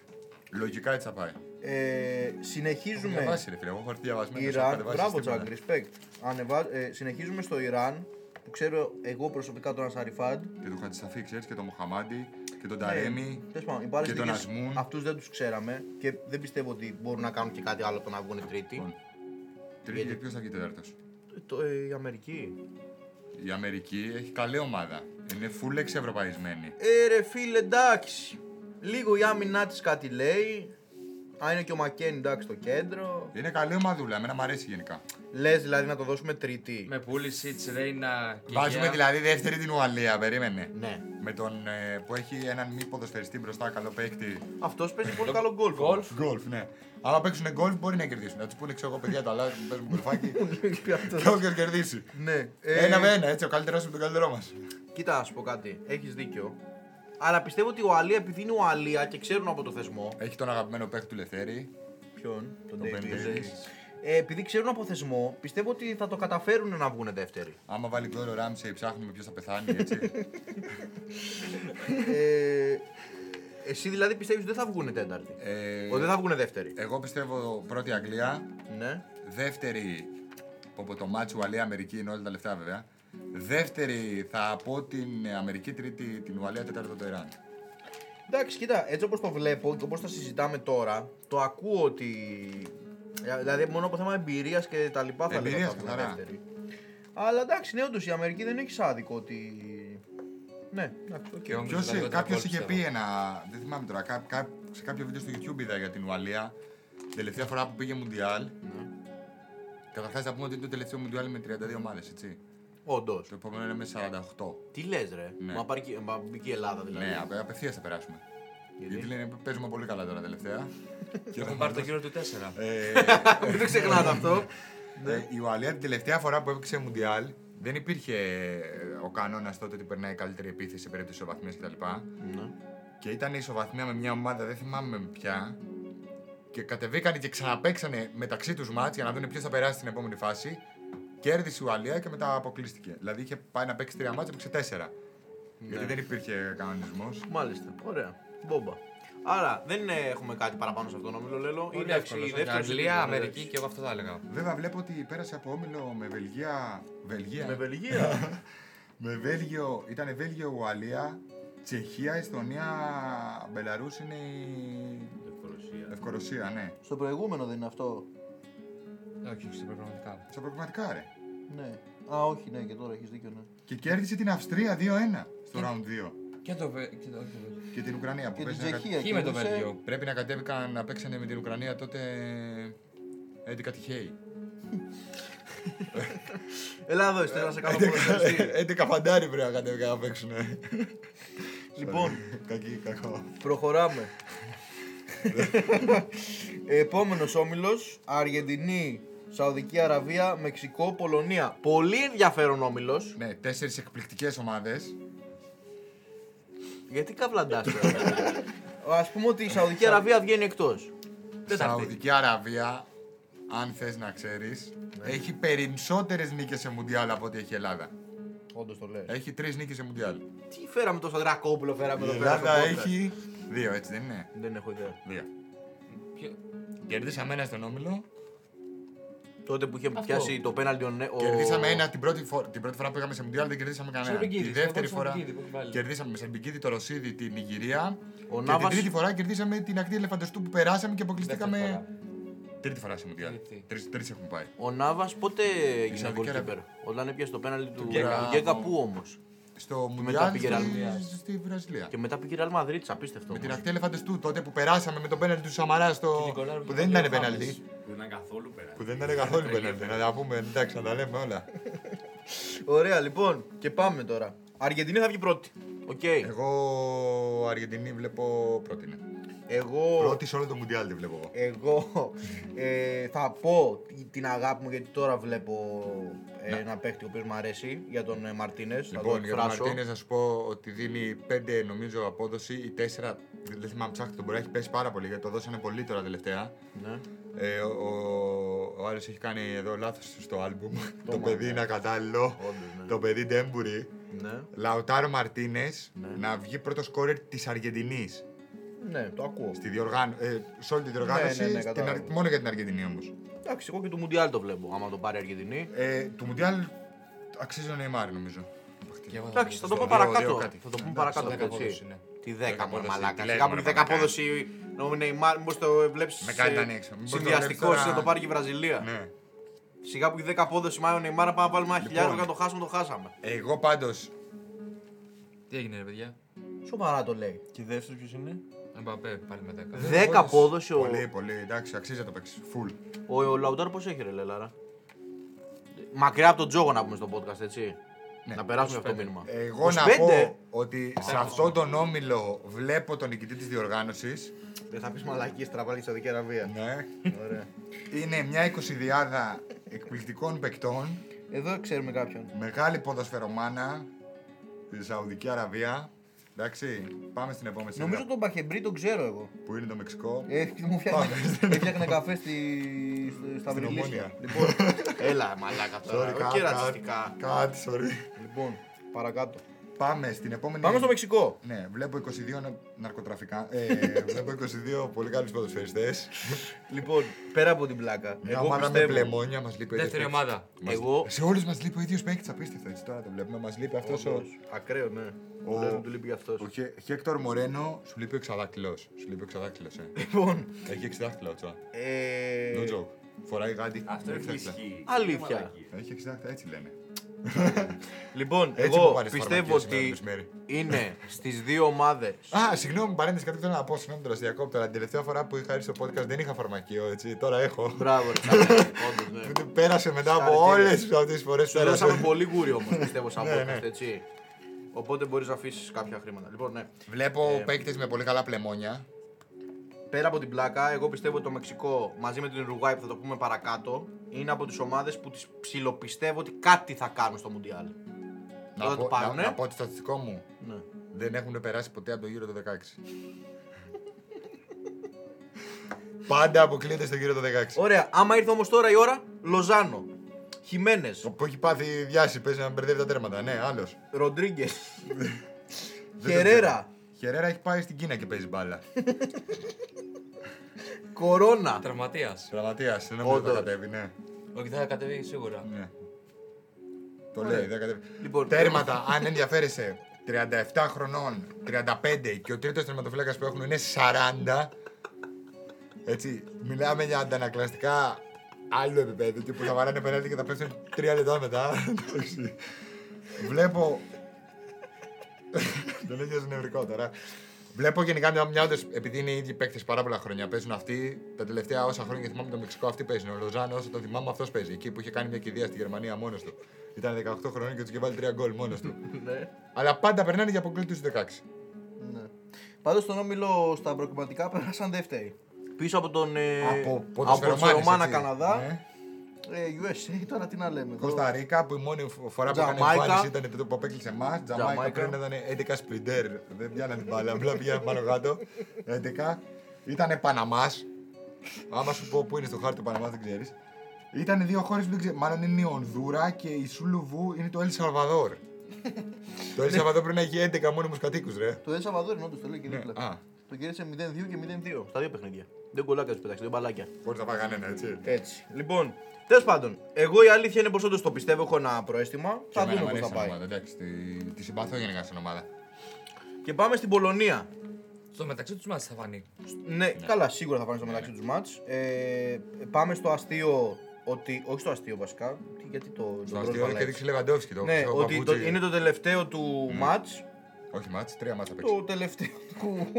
[SPEAKER 2] Λογικά έτσι θα πάει.
[SPEAKER 1] Ε,
[SPEAKER 2] Έχουμε
[SPEAKER 1] συνεχίζουμε.
[SPEAKER 2] διαβάσει, ρε φίλε. Εγώ έχω έρθει διαβασμένος, έχω
[SPEAKER 1] Ιράν.
[SPEAKER 2] κατεβάσει
[SPEAKER 1] Μπράβο,
[SPEAKER 2] συστήματα.
[SPEAKER 1] Τζακ, respect. Ανεβα... Ε, συνεχίζουμε στο Ιράν που ξέρω εγώ προσωπικά τον Ασαριφάντ.
[SPEAKER 2] Και τον Χατζησαφή, ξέρεις και τον Μοχαμάντη και τον Ταρέμι.
[SPEAKER 1] Τέλο Ε, πάντων, οι Πάλες
[SPEAKER 2] Και τον
[SPEAKER 1] Νίκες,
[SPEAKER 2] Ασμούν.
[SPEAKER 1] Αυτούς δεν τους ξέραμε και δεν πιστεύω ότι μπορούν να κάνουν και κάτι άλλο από το να βγουν τρίτη.
[SPEAKER 2] Λοιπόν, Τρίτη και ποιος θα βγει τέταρτος.
[SPEAKER 1] Το, ε, η Αμερική.
[SPEAKER 2] Η Αμερική έχει καλή ομάδα. Είναι full εξευρωπαϊσμένη.
[SPEAKER 1] Ε, ρε φίλε, εντάξει. Λίγο η άμυνά της κάτι λέει. Αν είναι και ο Μακέν, εντάξει, στο κέντρο.
[SPEAKER 2] Είναι καλή ομαδούλα, εμένα μου αρέσει γενικά.
[SPEAKER 1] Λες δηλαδή να το δώσουμε τρίτη.
[SPEAKER 3] Με πούληση, Ρέινα και
[SPEAKER 2] Βάζουμε
[SPEAKER 3] Γεά.
[SPEAKER 2] δηλαδή δεύτερη την Ουαλία, περίμενε.
[SPEAKER 1] Ναι.
[SPEAKER 2] Με τον ε, που έχει έναν μη ποδοσφαιριστή μπροστά, καλό παίκτη.
[SPEAKER 1] Αυτός παίζει πολύ καλό γκολφ.
[SPEAKER 3] Γκολφ.
[SPEAKER 2] Γκολφ, ναι. Άμα παίξουν γκολφ μπορεί να κερδίσουν. Να τους πούνε ξέρω εγώ παιδιά το αλλάζουν, παίζουν γκολφάκι.
[SPEAKER 1] Αυτός.
[SPEAKER 2] και όποιος κερδίσει.
[SPEAKER 1] ναι. ε,
[SPEAKER 2] Ένα με ένα, έτσι ο καλύτερος με τον καλύτερό μας.
[SPEAKER 1] Κοίτα, να σου πω κάτι. Έχεις δίκιο. Αλλά πιστεύω ότι η Ουαλία, επειδή είναι Ουαλία και ξέρουν από το θεσμό.
[SPEAKER 2] Έχει τον αγαπημένο παίκτη του Λεθέρη.
[SPEAKER 1] Ποιον, τον
[SPEAKER 2] Τον
[SPEAKER 1] Davis.
[SPEAKER 2] Ben Davis.
[SPEAKER 1] Ε, επειδή ξέρουν από θεσμό, πιστεύω ότι θα το καταφέρουν να βγουν δεύτεροι.
[SPEAKER 2] Άμα βάλει γκολ ο Ράμσεϊ, ψάχνουμε ποιος θα πεθάνει, έτσι.
[SPEAKER 1] ε, εσύ δηλαδή πιστεύεις ότι δεν θα βγουν τέταρτοι.
[SPEAKER 2] Ε,
[SPEAKER 1] Ότι δεν θα βγουν δεύτεροι.
[SPEAKER 2] Εγώ πιστεύω πρώτη Αγγλία,
[SPEAKER 1] ναι.
[SPEAKER 2] δεύτερη. Όπου το μάτσο Ουαλία Αμερική είναι όλα τα λεφτά βέβαια. Δεύτερη θα πω την Αμερική, τρίτη την Ουαλία, τέταρτη το Ιράν.
[SPEAKER 1] Εντάξει, κοίτα, έτσι όπως το βλέπω και όπως τα συζητάμε τώρα, το ακούω ότι. ε, Δηλαδή, μόνο από θέμα εμπειρίας και τα λοιπά θα λέγαμε
[SPEAKER 2] Εμπειρίας,
[SPEAKER 1] ότι θα
[SPEAKER 2] καθαρά.
[SPEAKER 1] βγουν δεύτεροι. Αλλά εντάξει, ναι, όντως η Αμερική δεν έχει άδικο ότι. Ναι, εντάξει, οκ.
[SPEAKER 3] Και ο- Νομίζω
[SPEAKER 2] Ποιος,
[SPEAKER 3] θα
[SPEAKER 2] κάποιος
[SPEAKER 3] δω τα
[SPEAKER 2] είχε
[SPEAKER 3] γκολ,
[SPEAKER 2] πει ένα, δεν θυμάμαι τώρα, κά, κά- σε κάποιο βίντεο στο YouTube είδα για την Ουαλία, την τελευταία φορά που πήγε Μουντιάλ.
[SPEAKER 3] Ναι.
[SPEAKER 2] Καταρχάς θα πούμε ότι είναι το τελευταίο Μουντιάλ με 32 ομάδες, έτσι.
[SPEAKER 1] Όντως.
[SPEAKER 2] Το επόμενο είναι με 48.
[SPEAKER 1] Τι λες, ρε.
[SPEAKER 2] Ναι.
[SPEAKER 1] Μα πάρει και- μα μπήκε η Ελλάδα δηλαδή.
[SPEAKER 2] Ναι, απε- απευθείας θα περάσουμε.
[SPEAKER 1] Γιατί?
[SPEAKER 2] Γιατί, λένε παίζουμε πολύ καλά τώρα τελευταία.
[SPEAKER 3] Και έχουν πάρει το γύρο του 4.
[SPEAKER 2] Ε,
[SPEAKER 1] Μην το ξεχνάτε αυτό. Ναι.
[SPEAKER 2] ε, η Ουαλία την τελευταία φορά που έπαιξε Μουντιάλ δεν υπήρχε ε, ο κανόνας τότε ότι περνάει η καλύτερη επίθεση σε περίπτωση ισοβαθμίας κτλ.
[SPEAKER 1] Ναι.
[SPEAKER 2] Και ήταν η ισοβαθμία με μια ομάδα, δεν θυμάμαι πια. Και κατεβήκανε και ξαναπέξανε μεταξύ τους μάτς για να δουν ποιος θα περάσει στην επόμενη φάση. Κέρδισε η Ουαλία και μετά αποκλείστηκε. Δηλαδή είχε πάει να παίξει τρία μάτια, έπαιξε τέσσερα. Γιατί
[SPEAKER 1] Ναι.
[SPEAKER 2] δεν υπήρχε κανονισμός.
[SPEAKER 1] Μάλιστα. Ωραία. Μπόμπα. Άρα δεν είναι- έχουμε κάτι παραπάνω σε αυτό το όμιλο, Λέλο.
[SPEAKER 3] Πολύ
[SPEAKER 1] Εντάξει,
[SPEAKER 3] εύκολο.
[SPEAKER 1] η δεύτερη
[SPEAKER 3] Αγγλία,
[SPEAKER 1] συνεχίζεται.
[SPEAKER 3] Αμερική και εγώ αυτό θα έλεγα.
[SPEAKER 2] Βέβαια βλέπω ότι πέρασε από όμιλο με Βελγία. Βελγία.
[SPEAKER 1] Με Βελγία.
[SPEAKER 2] με Βέλγιο. Ήταν Βέλγιο, Ουαλία, Τσεχία, Εστονία, Μπελαρούς είναι η.
[SPEAKER 4] Ευκολοσία.
[SPEAKER 2] Ευκορωσία, ναι.
[SPEAKER 1] Στο προηγούμενο δεν είναι αυτό.
[SPEAKER 3] Όχι, όχι, πραγματικά.
[SPEAKER 2] Στα προβληματικά, ρε.
[SPEAKER 1] Ναι. Α, όχι, ναι, και τώρα έχεις δίκιο, ναι.
[SPEAKER 2] Και κέρδισε την Αυστρία 2-1 στο round 2.
[SPEAKER 3] Και το. βε- και το- όχι, το βε-
[SPEAKER 2] Και την Ουκρανία που
[SPEAKER 1] Και την
[SPEAKER 2] παίζει να κατ-
[SPEAKER 1] Τσεχία.
[SPEAKER 3] Χ με Ε, το
[SPEAKER 1] κέρδισε.
[SPEAKER 3] Βέλγιο.
[SPEAKER 2] Πρέπει να κατέβηκαν να παίξανε με την Ουκρανία τότε. ε, 11 τυχαίοι.
[SPEAKER 1] Έλα εδώ, Ιστέρα, να σε
[SPEAKER 2] Ε, ναι,
[SPEAKER 1] κάνω ποδοσφαιριστή.
[SPEAKER 2] 11 φαντάρι πρέπει να κατέβηκαν να παίξουν.
[SPEAKER 1] Λοιπόν.
[SPEAKER 2] Κακή, κακό.
[SPEAKER 1] Προχωράμε. Επόμενος όμιλος. Αργεντινή, Σαουδική Αραβία, Μεξικό, Πολωνία. Πολύ ενδιαφέρον όμιλος.
[SPEAKER 2] Ναι, τέσσερις εκπληκτικές ομάδες.
[SPEAKER 1] Γιατί καβλαντάς Ας πούμε ότι η Σαουδική Αραβία βγαίνει εκτός.
[SPEAKER 2] Σαουδική Αραβία, αν θες να ξέρεις, έχει περισσότερες νίκες σε Μουντιάλ από ό,τι έχει η Ελλάδα.
[SPEAKER 1] Όντως το λέω.
[SPEAKER 2] Έχει τρεις νίκες σε Μουντιάλ.
[SPEAKER 1] Τι φέραμε το Σαντρακόπουλο, φέραμε
[SPEAKER 2] Η
[SPEAKER 1] εδώ πέρα. στο
[SPEAKER 2] Ελλάδα
[SPEAKER 1] podcast.
[SPEAKER 2] έχει. Δύο, έτσι δεν είναι.
[SPEAKER 1] Δεν έχω ιδέα.
[SPEAKER 2] Δύο.
[SPEAKER 3] Ποιο-
[SPEAKER 2] Κερδίσαμε ένα στον όμιλο.
[SPEAKER 1] Τότε που είχε πιάσει το πέναλτι ο Νέ- ο-
[SPEAKER 2] Κερδίσαμε ένα την πρώτη, φο- την πρώτη φορά που πήγαμε σε Μουντιάλ, δεν κερδίσαμε κανένα.
[SPEAKER 3] Σερμπικίδη,
[SPEAKER 2] Τη
[SPEAKER 3] στον
[SPEAKER 2] δεύτερη
[SPEAKER 3] πρώτο
[SPEAKER 2] φορά
[SPEAKER 3] Σερμπικίδη που έχει βάλει.
[SPEAKER 2] κερδίσαμε με Σερμπικίδη, το Ρωσίδη, την Νιγηρία. και
[SPEAKER 1] Νάβας-
[SPEAKER 2] την τρίτη φορά κερδίσαμε την ακτή ελεφαντοστού που περάσαμε και αποκλειστήκαμε.
[SPEAKER 3] Δεύτερη
[SPEAKER 2] Τρίτη φορά σε Μουντιάλ.
[SPEAKER 3] Τρίτη.
[SPEAKER 2] Τρεις έχουμε πάει.
[SPEAKER 1] Ο Νάβα πότε έγινε
[SPEAKER 2] Σαουδική
[SPEAKER 1] goalkeeper.
[SPEAKER 2] Αραβία.
[SPEAKER 1] Όταν έπιασε το πέναλτι του
[SPEAKER 2] Γκέκα.
[SPEAKER 1] Γκέκα, πού όμως.
[SPEAKER 2] Στο
[SPEAKER 1] μετά
[SPEAKER 2] Μουντιάλ
[SPEAKER 1] πήγε Ραλ.
[SPEAKER 2] στη, στη Βραζιλία.
[SPEAKER 1] Και μετά πήγε η Real Madrid, απίστευτο.
[SPEAKER 2] Με την
[SPEAKER 1] όμως.
[SPEAKER 2] ακτή ελεφαντοστού τότε που περάσαμε με τον πέναλτι του Σαμαρά στο.
[SPEAKER 3] την κολλάρουμε
[SPEAKER 2] που
[SPEAKER 3] με
[SPEAKER 2] δεν
[SPEAKER 3] τον
[SPEAKER 2] ήταν
[SPEAKER 3] Λεωφάνες.
[SPEAKER 2] πέναλτι.
[SPEAKER 4] Που δεν ήταν καθόλου
[SPEAKER 2] Που
[SPEAKER 4] πέρα.
[SPEAKER 2] δεν ήταν καθόλου πέναλτι. Να τα πούμε εντάξει, να τα λέμε όλα.
[SPEAKER 1] Ωραία, λοιπόν, και πάμε τώρα. Αργεντινή θα βγει πρώτη. Οκ.
[SPEAKER 2] Εγώ Αργεντινή βλέπω πρώτη. ναι.
[SPEAKER 1] Εγώ.
[SPEAKER 2] Πρώτη σε όλο το Μουντιάλ τη βλέπω εγώ.
[SPEAKER 1] Εγώ ε, θα πω την αγάπη μου γιατί τώρα βλέπω ε, ένα παίχτη ο οποίος μου αρέσει για τον ε, Μαρτίνες. θα τον
[SPEAKER 2] Λοιπόν, για τον
[SPEAKER 1] εκφράσω.
[SPEAKER 2] Μαρτίνες να σου πω ότι δίνει 5 νομίζω απόδοση ή 4. Δεν θυμάμαι, ψάχτε τον μπορεί να έχει πέσει πάρα πολύ γιατί το δώσανε πολύ τώρα τελευταία.
[SPEAKER 1] Ναι.
[SPEAKER 2] Ε, ο, ο, ο Άρης έχει κάνει εδώ λάθος στο άλμπουμ. το,
[SPEAKER 1] μάνα.
[SPEAKER 2] παιδί είναι ακατάλληλο.
[SPEAKER 1] Όντως, ναι.
[SPEAKER 2] Το παιδί ντέμπουρι.
[SPEAKER 1] ναι.
[SPEAKER 2] Λαουτάρο Μαρτίνε να βγει πρώτος σκόρερ της Αργεντινής.
[SPEAKER 1] Ναι, το ακούω.
[SPEAKER 2] Στη διοργάνω, ε, σε όλη τη διοργάνωση.
[SPEAKER 1] Ναι, ναι, ναι,
[SPEAKER 2] στην
[SPEAKER 1] κατάλαβα.
[SPEAKER 2] Αρ- μόνο για την Αργεντινή όμως.
[SPEAKER 1] Εντάξει, εγώ και το Μουντιάλ το βλέπω άμα το πάρει η Αργεντινή.
[SPEAKER 2] Ε, το Μουντιάλ αξίζει ο Νεϊμάρ νομίζω.
[SPEAKER 3] Και εγώ θα
[SPEAKER 1] Εντάξει, θα το
[SPEAKER 3] πω.
[SPEAKER 1] πω
[SPEAKER 2] δύο-
[SPEAKER 1] παρακάτω.
[SPEAKER 2] δύο κάτι.
[SPEAKER 1] Θα το πούμε
[SPEAKER 2] Εντάξει,
[SPEAKER 1] παρακάτω.
[SPEAKER 3] στο δέκα
[SPEAKER 1] έτσι.
[SPEAKER 3] πόδοση, ναι.
[SPEAKER 1] Τη
[SPEAKER 2] Δέκα
[SPEAKER 1] 10 μόνο
[SPEAKER 2] πόδοση,
[SPEAKER 1] μαλάκα.
[SPEAKER 2] τι
[SPEAKER 1] Σιγά
[SPEAKER 2] λέμε,
[SPEAKER 1] που
[SPEAKER 2] ρε,
[SPEAKER 1] 10
[SPEAKER 2] μαλάκα.
[SPEAKER 1] πόδοση. Μήπω το βλέπεις.
[SPEAKER 2] Με κάνει να ανοίξω. Μήπως το
[SPEAKER 1] Συνδυαστικό
[SPEAKER 2] βλέπεις
[SPEAKER 1] να
[SPEAKER 2] τώρα-
[SPEAKER 1] το πάρει και η Βραζιλία.
[SPEAKER 2] Ναι.
[SPEAKER 1] Σιγά που η 10 απόδοση μάλλον η Μάρα πάμε να βάλουμε ένα
[SPEAKER 2] Λοιπόν.
[SPEAKER 1] χιλιάρικο και να το χάσουμε, το χάσαμε.
[SPEAKER 2] Εγώ πάντως
[SPEAKER 3] Τι έγινε, ρε παιδιά.
[SPEAKER 1] Σοβαρά το λέει.
[SPEAKER 5] Και δεύτερο ποιος είναι.
[SPEAKER 3] Εμπαπέ πάλι με 10.
[SPEAKER 1] 10
[SPEAKER 2] Πολύ,
[SPEAKER 1] απόδοση ο,
[SPEAKER 2] Πολύ, πολύ. Εντάξει, αξίζει να το παίξεις. Φουλ.
[SPEAKER 1] ο, ο Λαουντάρο πώς έχει ρε Λελάρα. Μακριά από τον Τζόγο να πούμε στο podcast, έτσι. να περάσουμε αυτό το
[SPEAKER 3] 25.
[SPEAKER 1] μήνυμα.
[SPEAKER 2] Ναι, Εγώ να
[SPEAKER 1] 25.
[SPEAKER 2] πω ότι σε αυτόν τον όμιλο βλέπω τον νικητή της διοργάνωσης.
[SPEAKER 1] Δεν θα πεις μαλακή τραβάλεις στη Σαουδική Αραβία.
[SPEAKER 2] Ναι.
[SPEAKER 1] Ωραία.
[SPEAKER 2] Είναι μια εικοσιδιάδα εκπληκτικών παικτών.
[SPEAKER 1] Εδώ ξέρουμε κάποιον.
[SPEAKER 2] Μεγάλη ποδοσφαιρομάνα στη Σαουδική Αραβία. Εντάξει, πάμε στην επόμενη σελίδα
[SPEAKER 5] Νομίζω τον Μπαχεμπρί τον ξέρω εγώ.
[SPEAKER 2] που είναι το Μεξικό.
[SPEAKER 5] Ε, μου φτιάχνε-
[SPEAKER 2] Πάμε.
[SPEAKER 5] έφτιαχνε καφέ στη, στο- στα
[SPEAKER 2] Στην
[SPEAKER 5] βρυλίσια.
[SPEAKER 2] Ομόνια.
[SPEAKER 5] Λοιπόν,
[SPEAKER 1] Έλα, μαλάκα
[SPEAKER 2] Sorry,
[SPEAKER 1] τώρα.
[SPEAKER 2] cut,
[SPEAKER 1] Ε, Όχι
[SPEAKER 2] cut,
[SPEAKER 1] ρατσιστικά.
[SPEAKER 2] cut, sorry.
[SPEAKER 5] λοιπόν, παρακάτω.
[SPEAKER 2] Πάμε στην επόμενη.
[SPEAKER 1] Πάμε στο Μεξικό.
[SPEAKER 2] Ναι, βλέπω 22 να- ναρκωτραφικά. Ε, βλέπω 22 πολύ καλούς ποδοσφαιριστές.
[SPEAKER 1] Λοιπόν, πέρα από την πλάκα.
[SPEAKER 2] Μια
[SPEAKER 1] Εγώ
[SPEAKER 2] ομάδα με
[SPEAKER 1] πιστεύω.
[SPEAKER 2] πλεμόνια μας λείπει ο ίδιος
[SPEAKER 3] Δεύτερη
[SPEAKER 2] παίκτης.
[SPEAKER 3] ομάδα.
[SPEAKER 2] Μας-
[SPEAKER 1] Εγώ-
[SPEAKER 2] Σε όλους μας λείπει ο ίδιος παίκτης, απίστευτο έτσι τώρα το βλέπουμε. Μας λείπει αυτός ο.
[SPEAKER 1] Όντως, Ακραίο, ναι.
[SPEAKER 2] Ο-
[SPEAKER 1] Ο Λες του λείπει αυτός.
[SPEAKER 2] Ο Χέ- Χέκτορ Μορένο σου λείπει ο εξαδάκτυλος. Σου λείπει ο εξαδάκτυλος, ε.
[SPEAKER 1] Λοιπόν,
[SPEAKER 2] Έχει εξαδάκτυλο, τσο.
[SPEAKER 1] ε,
[SPEAKER 2] No joke. Φοράει γάντι. ε.
[SPEAKER 4] Αυτό έχει
[SPEAKER 2] εξαδάκτυλα.
[SPEAKER 4] ισχύει.
[SPEAKER 1] Αλήθεια.
[SPEAKER 4] Είναι μαλακία.
[SPEAKER 2] Έχει εξαδάκτυλα, έτσι λένε.
[SPEAKER 1] Λοιπόν,
[SPEAKER 2] Έτσι μου
[SPEAKER 1] εγώ
[SPEAKER 2] πάρεις
[SPEAKER 1] πιστεύω
[SPEAKER 2] φαρμακείο σήμερα
[SPEAKER 1] ότι
[SPEAKER 2] το μεσημέρι.
[SPEAKER 1] είναι στις δύο ομάδες.
[SPEAKER 2] Α, συγγνώμη, παρένθεση κάτι που θέλω να πω. Συγγνώμη, τώρα διακόπτω. αλλά Την τελευταία φορά που είχα έρθει στο podcast δεν είχα φαρμακείο, έτσι. Τώρα έχω.
[SPEAKER 1] Μπράβο, ρε, τσάμπα, όντως, ναι.
[SPEAKER 2] Ούτε Πέρασε μετά από όλε
[SPEAKER 1] Συγχαρητήρια.
[SPEAKER 2] αυτές τις φορές.
[SPEAKER 1] Σου δώσαμε πολύ γούρι όμως, πιστεύω, σαν
[SPEAKER 2] Ναι, ναι.
[SPEAKER 1] podcast, έτσι. Οπότε μπορείς να αφήσεις κάποια χρήματα. Λοιπόν, ναι.
[SPEAKER 2] Βλέπω παίκτες με πολύ καλά πλεμόνια.
[SPEAKER 1] Πέρα από την πλάκα, εγώ πιστεύω ότι το Μεξικό μαζί με την Ουρουγάη που θα το πούμε παρακάτω είναι από τις ομάδες που τις ψιλοπιστεύω ότι κάτι θα κάνουν στο Μουντιάλ.
[SPEAKER 2] Να
[SPEAKER 1] θα το
[SPEAKER 2] πω, να,
[SPEAKER 1] πάρουνε.
[SPEAKER 2] να πω ότι στατιστικό μου
[SPEAKER 1] Ναι.
[SPEAKER 2] δεν έχουν περάσει ποτέ από το γύρο του 16. Πάντα αποκλείεται στο γύρο του 16.
[SPEAKER 1] Ωραία, άμα ήρθε όμως τώρα η ώρα, Λοζάνο. Χιμένες.
[SPEAKER 2] Που έχει πάθει διάσης, παίζει να μπερδεύει τα τέρματα. Ναι, άλλος.
[SPEAKER 1] Ροντρίγκες. Χερέρα.
[SPEAKER 2] Χερέρα έχει πάει στην Κίνα και παίζει μπάλα.
[SPEAKER 1] Κορώνα.
[SPEAKER 3] Τραυματίας.
[SPEAKER 2] Τραυματίας, δεν νομίζω ότι θα
[SPEAKER 1] Όντως.
[SPEAKER 2] κατέβει, ναι.
[SPEAKER 3] Όχι, θα κατεβεί σίγουρα.
[SPEAKER 2] ναι. Το λέει, δεν κατέβει.
[SPEAKER 1] Λοιπόν,
[SPEAKER 2] Τέρματα, αν ενδιαφέρεσαι, 37 χρονών, 35 και ο τρίτος τερματοφύλακας που έχουν είναι 40. Έτσι, μιλάμε για αντανακλαστικά άλλου επίπεδου. Τι που θα βαράνε πέναλτι και θα πέφτουν 3 λεπτά μετά. Εντάξει. Βλέπω. Δεν έγινε νευρικό τώρα. Βλέπω γενικά μια, μια όντως, επειδή είναι οι ίδιοι παίκτες πάρα πολλά χρόνια. Παίζουν αυτοί τα τελευταία όσα χρόνια θυμάμαι το Μεξικό αυτοί παίζουν. Ο Λοζάνο, όσο το θυμάμαι, αυτός παίζει. Εκεί που είχε κάνει μια κηδεία στη Γερμανία μόνος του. Ήταν 18 χρόνια και τους είχε βάλει 3 γκολ μόνος του.
[SPEAKER 1] Ναι.
[SPEAKER 2] Αλλά πάντα περνάνε για αποκλείτους τους 16.
[SPEAKER 5] Ναι. Πάντως στον όμιλο στα προκριματικά πέρασαν δεύτεροι.
[SPEAKER 1] Πίσω από τον. ε,
[SPEAKER 2] από
[SPEAKER 1] από
[SPEAKER 2] ποδοσφαιρομάνες,
[SPEAKER 1] Ρωμάνα
[SPEAKER 2] έτσι.
[SPEAKER 1] Καναδά.
[SPEAKER 2] Ναι.
[SPEAKER 5] Ε, USA τώρα τι να λέμε. εδώ.
[SPEAKER 2] Κωνσταντίνα που η μόνη φορά που έκανε
[SPEAKER 1] Τζαμάικα.
[SPEAKER 2] εμφάνιση ήταν τότε που απέκλεισε εμάς. Τζαμάικα
[SPEAKER 1] Τζαμάικα.
[SPEAKER 2] πριν ήταν 11 σπριντέρ. Δεν πιάνανε την μπάλα, απλά πήγαιναν πάνω κάτω. 11. Ήταν Παναμάς. Άμα σου πω πού είναι στο χάρτη ο Παναμάς, δεν ξέρεις. Ήταν δύο χώρες που δεν ξέρει. Μάλλον είναι η Ονδούρα και η Σουλουβού είναι το Ελ Σαλβαδόρ. το Ελ Σαλβαδόρ πρέπει να έχει 11 μόνιμους κατοίκους, ρε.
[SPEAKER 5] Το El Salvador είναι όντως το λέει και
[SPEAKER 2] Ναι, α.
[SPEAKER 5] δίπλα. Το κέρδισε 0-2 και 0-2.
[SPEAKER 1] Στα δύο παιχνίδια. Δεν κολλάκια τους πετάξεις, δεν μπαλάκια.
[SPEAKER 2] Χωρίς να πάει κανένα,
[SPEAKER 1] Ε,
[SPEAKER 2] έτσι.
[SPEAKER 1] Έτσι. Λοιπόν, τέλος πάντων, εγώ η αλήθεια είναι πως όντως το πιστεύω. Έχω ένα προέστημα.
[SPEAKER 2] Και
[SPEAKER 1] θα
[SPEAKER 2] εμένα
[SPEAKER 1] δούμε
[SPEAKER 2] μ'
[SPEAKER 1] πώς θα
[SPEAKER 2] αρέσει η
[SPEAKER 1] πάει.
[SPEAKER 2] ομάδα, Εντάξει, τη, τη συμπαθώ γενικά στην ομάδα.
[SPEAKER 1] Και πάμε στην Πολωνία.
[SPEAKER 3] Στο μεταξύ τους μα θα φανεί.
[SPEAKER 1] Ναι, καλά, σίγουρα θα φάνε στο μεταξύ τους μάτ. Ε, πάμε στο αστείο. Ότι, όχι στο αστείο βασικά. τι- Γιατί το. τον
[SPEAKER 2] Στο
[SPEAKER 1] Μπρος
[SPEAKER 2] αστείο
[SPEAKER 1] Βαλέξη.
[SPEAKER 2] και δείξει Λεβαντόφσκι το
[SPEAKER 1] Ναι,
[SPEAKER 2] το
[SPEAKER 1] ότι το,
[SPEAKER 2] παπούτσι. Ναι.
[SPEAKER 1] είναι το τελευταίο του μάτς,
[SPEAKER 2] Όχι μάτς, τρία μάτς θα παίξεις.
[SPEAKER 5] Το τελευταίο του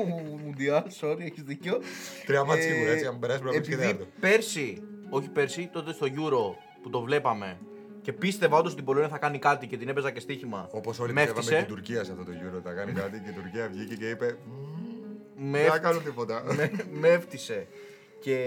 [SPEAKER 5] Μουντιάλ, sorry, έχεις δίκιο.
[SPEAKER 2] Τρία μάτς σίγουρα, έτσι, αν περάσει πρέπει να παίξεις και
[SPEAKER 1] Ε, Επειδή
[SPEAKER 2] τέταρτο.
[SPEAKER 1] πέρσι, όχι πέρσι, τότε στο Euro που το βλέπαμε και πίστευα όντως ότι η Πολωνία θα κάνει κάτι και την έπαιζα και στοίχημα.
[SPEAKER 2] Όπως όλοι
[SPEAKER 1] με
[SPEAKER 2] πιστεύαμε
[SPEAKER 1] έφτιασε.
[SPEAKER 2] την Τουρκία σε αυτό το Euro, τα κάνει κάτι και η Τουρκία βγήκε και είπε «Μμμ,
[SPEAKER 1] Με
[SPEAKER 2] Δεν θα
[SPEAKER 1] έφτιασε.
[SPEAKER 2] κάνω τίποτα.
[SPEAKER 1] με, με έφτιασε. Και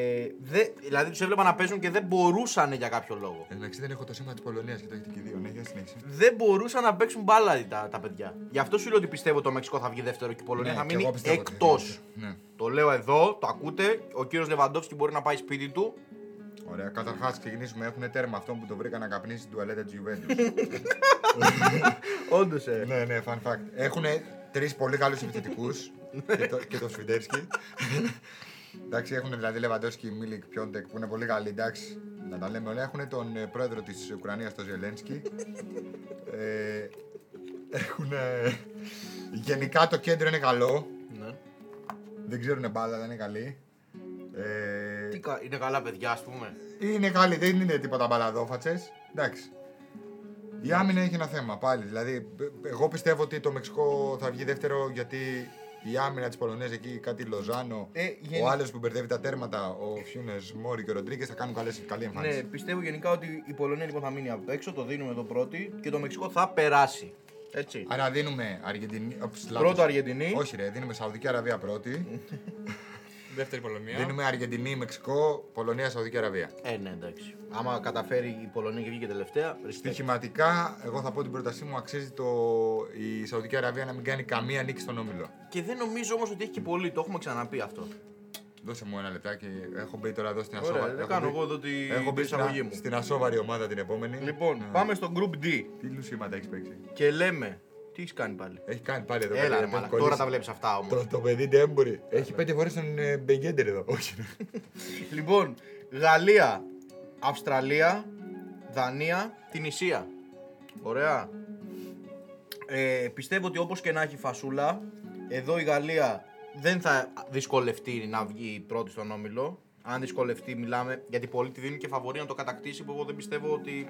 [SPEAKER 1] δεν- δηλαδή τους έβλεπα να παίζουν και δεν μπορούσαν για κάποιο λόγο.
[SPEAKER 2] Εν τω μεταξύ Ε, δεν έχω το σήμα της Πολωνίας και το έχετε και οι δύο, ναι, για συνέχιση.
[SPEAKER 1] Δεν μπορούσαν να παίξουν μπάλα τα, τα παιδιά. Γι' αυτό σου λέω ότι πιστεύω το Μεξικό θα βγει δεύτερο και η Πολωνία
[SPEAKER 2] Ναι,
[SPEAKER 1] θα
[SPEAKER 2] και εγώ
[SPEAKER 1] μείνει
[SPEAKER 2] πιστεύω ότι θα
[SPEAKER 1] εκτός.
[SPEAKER 2] γίνει. Ναι.
[SPEAKER 1] Το λέω εδώ, το ακούτε. Ο κύριος Λεβαντόφσκι μπορεί να πάει σπίτι του.
[SPEAKER 2] Ωραία, καταρχάς ξεκινήσουμε. Έχουν τέρμα αυτόν που τον βρήκα να καπνίσει την τουαλέτα της Juventus.
[SPEAKER 1] Όντως, ε.
[SPEAKER 2] ναι, ναι, fun fact. Έχουν τρεις πολύ καλούς επιθετικούς και, το, και το Σφιντέρσκι. εντάξει, έχουν δηλαδή Λεβαντόσκι, Μίλικ, Πιόντεκ που είναι πολύ καλοί. Εντάξει, να τα λέμε όλα. Έχουν τον ε, πρόεδρο της Ουκρανίας, τον Ζελένσκι. ε, έχουν. γενικά το κέντρο είναι καλό.
[SPEAKER 1] Ναι.
[SPEAKER 2] Δεν ξέρουν μπάλα, δεν είναι καλοί. Ε,
[SPEAKER 1] Τι κα- είναι καλά παιδιά, ας πούμε.
[SPEAKER 2] είναι καλή, δεν είναι τίποτα μπαλαδόφατσες. Εντάξει. Η άμυνα έχει ένα θέμα πάλι. Δηλαδή, ε, εγώ πιστεύω ότι το Μεξικό θα βγει δεύτερο γιατί η άμυνα της Πολωνέζα εκεί, κάτι Λοζάνο.
[SPEAKER 5] Ε, γενι-
[SPEAKER 2] Ο άλλος που μπερδεύει τα τέρματα, ο Φιούνες Μόρι και ο Ροντρίγκες θα κάνουν καλές, καλή εμφάνιση.
[SPEAKER 5] Ναι, πιστεύω γενικά ότι η Πολωνία λοιπόν θα μείνει απ' έξω, το δίνουμε το πρώτη και το Μεξικό θα περάσει. Έτσι.
[SPEAKER 2] Άρα δίνουμε Αργεντινή. Οπς, λάθος.
[SPEAKER 5] Πρώτο Αργεντινή. Ναι.
[SPEAKER 2] Όχι, ρε, δίνουμε Σαουδική Αραβία πρώτη.
[SPEAKER 3] Δεύτερη Πολωνία.
[SPEAKER 2] δίνουμε Αργεντινή, Μεξικό, Πολωνία, Σαουδική Αραβία.
[SPEAKER 5] Ε, ναι, εντάξει. Άμα καταφέρει η Πολωνία και βγει και τελευταία, ε, respect.
[SPEAKER 2] Στοιχηματικά, εγώ θα πω την πρότασή μου αξίζει το... η Σαουδική Αραβία να μην κάνει καμία νίκη στον όμιλο.
[SPEAKER 5] Και δεν νομίζω όμως ότι έχει και πολύ, το έχουμε ξαναπεί αυτό.
[SPEAKER 2] Δώσε μου ένα λεπτάκι. Έχω μπει τώρα εδώ στην
[SPEAKER 5] Ωραία,
[SPEAKER 2] ασόβαρη.
[SPEAKER 5] δεν
[SPEAKER 2] έχω
[SPEAKER 5] κάνω
[SPEAKER 2] μπει-
[SPEAKER 5] εγώ εδώ τη-
[SPEAKER 2] Έχω
[SPEAKER 5] την
[SPEAKER 2] μπει στην, α-
[SPEAKER 5] εισαγωγή μου.
[SPEAKER 2] στην ασόβαρη ομάδα την επόμενη.
[SPEAKER 5] Λοιπόν,
[SPEAKER 2] Ε,
[SPEAKER 5] πάμε στο Group D
[SPEAKER 2] Τι λουσίματα έχεις παίξει.
[SPEAKER 5] και λέμε. Τι έχεις κάνει πάλι.
[SPEAKER 2] Έχει κάνει πάλι εδώ
[SPEAKER 1] Έλα,
[SPEAKER 2] κάτι,
[SPEAKER 1] ρε,
[SPEAKER 2] το έχει
[SPEAKER 1] μαλάκα. Τώρα
[SPEAKER 2] κολλήσει.
[SPEAKER 1] τα βλέπεις αυτά όμως.
[SPEAKER 2] Το, το παιδί είναι έμπορη. Έχει πέντε φορές τον ε, Μπεγκέντερ εδώ. Όχι. ρε.
[SPEAKER 5] λοιπόν, Γαλλία, Αυστραλία, Δανία, την Ισία. Ωραία. Ε, πιστεύω ότι όπως και να έχει η φασούλα, εδώ η Γαλλία δεν θα δυσκολευτεί να βγει πρώτη στον όμιλο. Αν δυσκολευτεί, μιλάμε γιατί πολλοί τη δίνουν και φαβορή να το κατακτήσει που εγώ δεν πιστεύω ότι.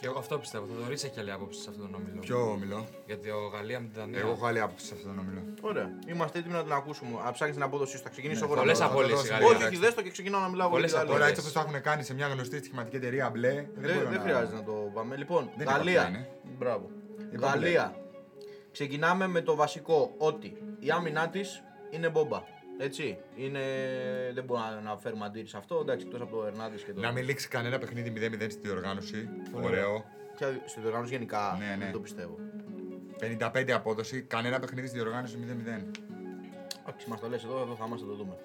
[SPEAKER 3] Και εγώ αυτό πιστεύω. Θα το ρίξει και άλλη άποψη σε αυτόν τον όμιλο.
[SPEAKER 2] Ποιο όμιλο.
[SPEAKER 3] Γιατί ο Γαλλία με την Δανία.
[SPEAKER 2] Ε, Εγώ έχω άλλη άποψη σε αυτόν τον όμιλο.
[SPEAKER 5] Ωραία. Είμαστε έτοιμοι να την ακούσουμε. Α ψάχνει την απόδοση σου. Θα
[SPEAKER 1] Ε,
[SPEAKER 5] ξεκινήσω εγώ να
[SPEAKER 3] πολλές
[SPEAKER 5] μιλάω.
[SPEAKER 2] Θα Ναι, το
[SPEAKER 3] απόλυση,
[SPEAKER 2] δώσουμε.
[SPEAKER 3] Γαλλία.
[SPEAKER 5] Όχι, όχι, δες το και ξεκινάω να μιλάω. εγώ
[SPEAKER 3] Πολλές
[SPEAKER 5] για τη Γαλλία.
[SPEAKER 2] Τώρα έτσι όπως το έχουν κάνει σε μια γνωστή στοιχηματική εταιρεία μπλε.
[SPEAKER 5] Δεν,
[SPEAKER 2] μπορώ
[SPEAKER 5] δεν
[SPEAKER 2] να-
[SPEAKER 5] χρειάζεται να το πάμε. Λοιπόν,
[SPEAKER 2] Δεν
[SPEAKER 5] Γαλλία.
[SPEAKER 2] είπα ποια είναι.
[SPEAKER 5] Μπράβο.
[SPEAKER 2] Είπα
[SPEAKER 5] Γαλλία. Ξεκινάμε με το βασικό ότι η άμυνά της είναι μπόμπα. Έτσι. Είναι... Δεν μπορούμε να φέρουμε αντίρρηση σε αυτό. Εντάξει, εκτός από το Ερνάντες και το.
[SPEAKER 2] Να μην λήξει κανένα παιχνίδι 0-0 στη διοργάνωση. Ωραίο.
[SPEAKER 5] Ποια- Στην διοργάνωση γενικά
[SPEAKER 2] Ναι, ναι.
[SPEAKER 5] δεν το πιστεύω.
[SPEAKER 2] 55 απόδοση. Κανένα παιχνίδι στη διοργάνωση 0-0.
[SPEAKER 5] Εντάξει, μας το λες εδώ, εδώ θα είμαστε, το δούμε.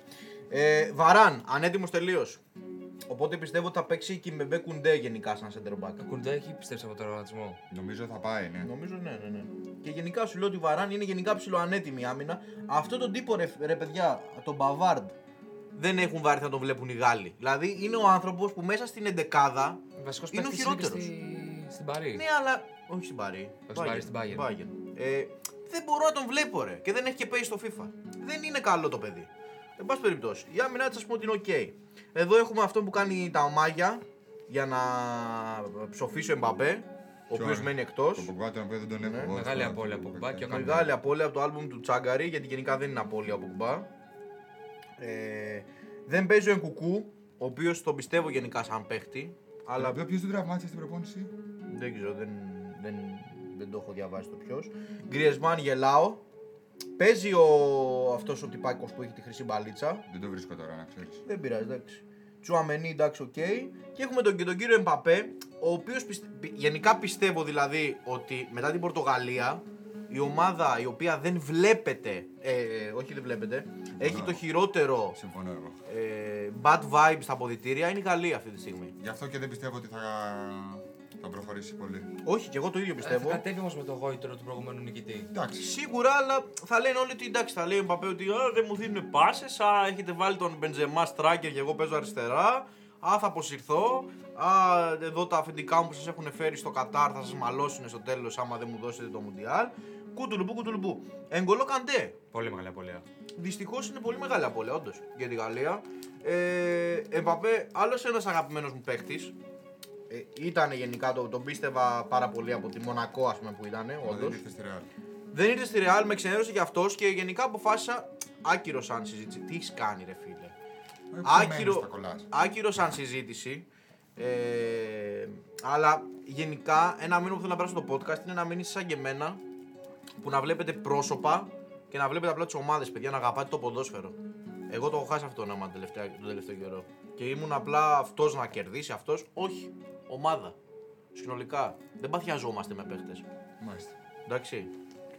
[SPEAKER 5] Ε, Βαράν, ανέτοιμος τελείως. Οπότε πιστεύω ότι θα παίξει και η Μπεμπέ Κουντέ γενικά σαν center back.
[SPEAKER 3] Ο Κουντέ έχει πιστέψει από τον οργανισμό.
[SPEAKER 2] Νομίζω θα πάει, ναι.
[SPEAKER 5] Νομίζω ναι, ναι, ναι. Και γενικά σου λέω ότι η Βαράν είναι γενικά ψηλοανέτοιμη η άμυνα. Αυτό τον τύπο ρε, ρε παιδιά, τον Μπαβάρντ,
[SPEAKER 1] Δεν έχουν βάρη να τον βλέπουν οι Γάλλοι. Δηλαδή είναι ο άνθρωπος που μέσα στην εντεκάδα
[SPEAKER 3] Βασικός
[SPEAKER 1] είναι ο χειρότερο.
[SPEAKER 3] Στην Παρή.
[SPEAKER 1] Ναι, αλλά. Όχι στην Παρή.
[SPEAKER 3] στην Παρή, στην Bayern.
[SPEAKER 1] Ε, δεν μπορώ να τον βλέπω, ρε. Και δεν έχει και παίει στο FIFA. Δεν είναι καλό το παιδί. Εν πάση περιπτώσει, η άμυνα της, ας πούμε ότι είναι οκ. Εδώ έχουμε αυτό που κάνει τα ομάγια για να ψοφίσει ο Εμπαπέ, ο
[SPEAKER 2] Ποιο
[SPEAKER 1] οποίος
[SPEAKER 2] είναι?
[SPEAKER 1] μένει εκτός.
[SPEAKER 2] Το Πογκουά τον οποίο δεν τον έχω. εγώ,
[SPEAKER 3] Μεγάλη
[SPEAKER 2] τώρα,
[SPEAKER 3] απώλεια από
[SPEAKER 2] τον
[SPEAKER 3] Πογκμπά και ο
[SPEAKER 2] Πογκμπά.
[SPEAKER 5] Μεγάλη απώλεια από το άλμπουμ του Τσάγκαρη, γιατί γενικά δεν είναι απώλεια από κουμπά. Ε, δεν παίζει ο Ενκουκού, ο οποίος τον πιστεύω γενικά σαν παίχτη. Αλλά
[SPEAKER 2] Ποιο τον τραυμάτισε στην προπόνηση.
[SPEAKER 5] δεν ξέρω, δεν, δεν, δεν το έχω διαβάσει το ποιος. Γκριεσμάν γελάω. Παίζει ο, αυτός ο τυπάκος που έχει τη χρυσή μπαλίτσα.
[SPEAKER 2] Δεν το βρίσκω τώρα, να ξέρεις.
[SPEAKER 5] Δεν πειράζει, εντάξει. Τσουαμενί, εντάξει, οκ. Και έχουμε τον, και τον κύριο Εμπαπέ, ο οποίος γενικά πιστεύω δηλαδή ότι μετά την Πορτογαλία η ομάδα η οποία δεν βλέπετε, ε, ε, όχι δεν βλέπετε,
[SPEAKER 3] Ναι.
[SPEAKER 5] έχει το χειρότερο
[SPEAKER 2] Συμφωνώ εγώ.
[SPEAKER 5] ε, bad vibe στα αποδητήρια είναι η Γαλλία αυτή τη στιγμή.
[SPEAKER 2] Γι' αυτό και δεν πιστεύω ότι θα, θα προχωρήσει πολύ.
[SPEAKER 5] Όχι, και εγώ το ίδιο
[SPEAKER 3] Ε, Θα
[SPEAKER 5] πιστεύω.
[SPEAKER 3] κατέβει όμως με το γόητρο του προηγούμενου νικητή.
[SPEAKER 2] Εντάξει.
[SPEAKER 1] Σίγουρα, αλλά θα λένε όλοι ότι εντάξει, θα λέει ο Μπαπέ ότι «Α, δεν μου δίνουν πάσες. Α, έχετε βάλει τον Μπεντζεμά στράκερ και εγώ παίζω αριστερά. Α, θα αποσυρθώ. Α, εδώ τα αφεντικά μου που σας έχουν φέρει στο Κατάρ θα σας μαλώσουν στο τέλος άμα δεν μου δώσετε το Μουντιάλ. Κουτουλουμπού, κουτουλουμπού. Εγκολό καντέ.
[SPEAKER 3] Πολύ μεγάλη απώλεια.
[SPEAKER 1] Δυστυχώς είναι πολύ μεγάλη απώλεια, όντως, για τη Γαλλία. Ε, Εμπαπέ, άλλος ένας αγαπημένος μου παίχτη.
[SPEAKER 5] Ε, ήταν γενικά, το, τον πίστευα πάρα πολύ από τη Μονακό, ας πούμε που ήταν,
[SPEAKER 2] Εγώ
[SPEAKER 5] όντω.
[SPEAKER 2] Δεν ήρθε στη Ρεάλ.
[SPEAKER 1] Δεν ήρθε στη Ρεάλ, με ξενέρωσε και αυτός και γενικά αποφάσισα. Άκυρος σαν συζήτηση. Τι έχεις κάνει, ρε φίλε.
[SPEAKER 2] Ε,
[SPEAKER 1] Άκυρο,
[SPEAKER 2] τα κολλάς.
[SPEAKER 1] άκυρο σαν συζήτηση. Ε, αλλά γενικά ένα μήνυμα που θέλω να περάσω στο podcast είναι να μην είσαι σαν και εμένα που να βλέπετε πρόσωπα και να βλέπετε απλά τις ομάδες, παιδιά, να αγαπάτε το ποδόσφαιρο. Εγώ το έχω χάσει αυτό το όνομα τον τελευταίο, τον τελευταίο καιρό. Και ήμουν απλά αυτός να κερδίσει, αυτός. Όχι. Ομάδα. Συνολικά. Δεν παθιαζόμαστε με παίχτες.
[SPEAKER 2] Μάλιστα.
[SPEAKER 1] Εντάξει.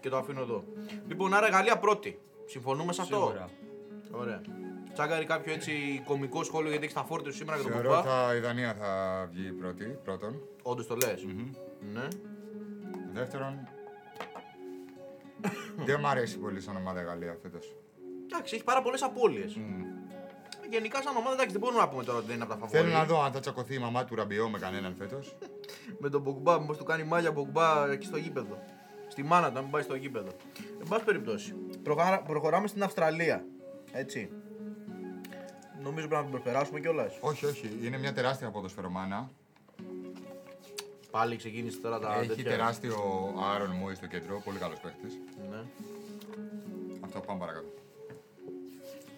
[SPEAKER 1] Και το αφήνω εδώ. Λοιπόν, άρα Γαλλία πρώτη. Συμφωνούμε σε αυτό.
[SPEAKER 3] Σίγουρα.
[SPEAKER 1] Ωραία. Τσάγκαρη κάποιο έτσι κωμικό σχόλιο γιατί έχεις τα φόρτια σου σήμερα για τον
[SPEAKER 2] Θεωρώ
[SPEAKER 1] Παπά.
[SPEAKER 2] θα η Δανία θα βγει πρώτη, πρώτον.
[SPEAKER 1] Όντως το λες. Ναι.
[SPEAKER 2] Δεύτερον, δεν μ' αρέσει πολύ σαν ομάδα η Γαλλία φέτος.
[SPEAKER 1] Εντάξει, έχει πάρα πολλές απώλειες. Γενικά, σαν ομάδα, εντάξει, δεν μπορούμε να πούμε τώρα ότι δεν είναι από τα
[SPEAKER 2] Θέλω
[SPEAKER 1] φαβόρια.
[SPEAKER 2] να δω αν θα τσακωθεί η μαμά του Ραμπιό με κανέναν φέτος.
[SPEAKER 1] Με τον Μπογκμπά, μήπως του κάνει μάλια Μπογκμπά εκεί στο γήπεδο. Στη μάνα του, να μην πάει στο γήπεδο.
[SPEAKER 5] Εν πάση περιπτώσει, προχωρα- προχωράμε στην Αυστραλία. Έτσι. Νομίζω πρέπει να την προσπεράσουμε κιόλας.
[SPEAKER 2] όχι, όχι, είναι μια τεράστια ποδοσφαιρομάνα.
[SPEAKER 1] Πάλι ξεκίνησε τώρα τα
[SPEAKER 2] Έχει
[SPEAKER 1] τέτοια.
[SPEAKER 2] τεράστιο Άρον Μόη στο κέντρο, πολύ καλός παίχτη.
[SPEAKER 1] Ναι.
[SPEAKER 2] Θα πάμε παρακάτω.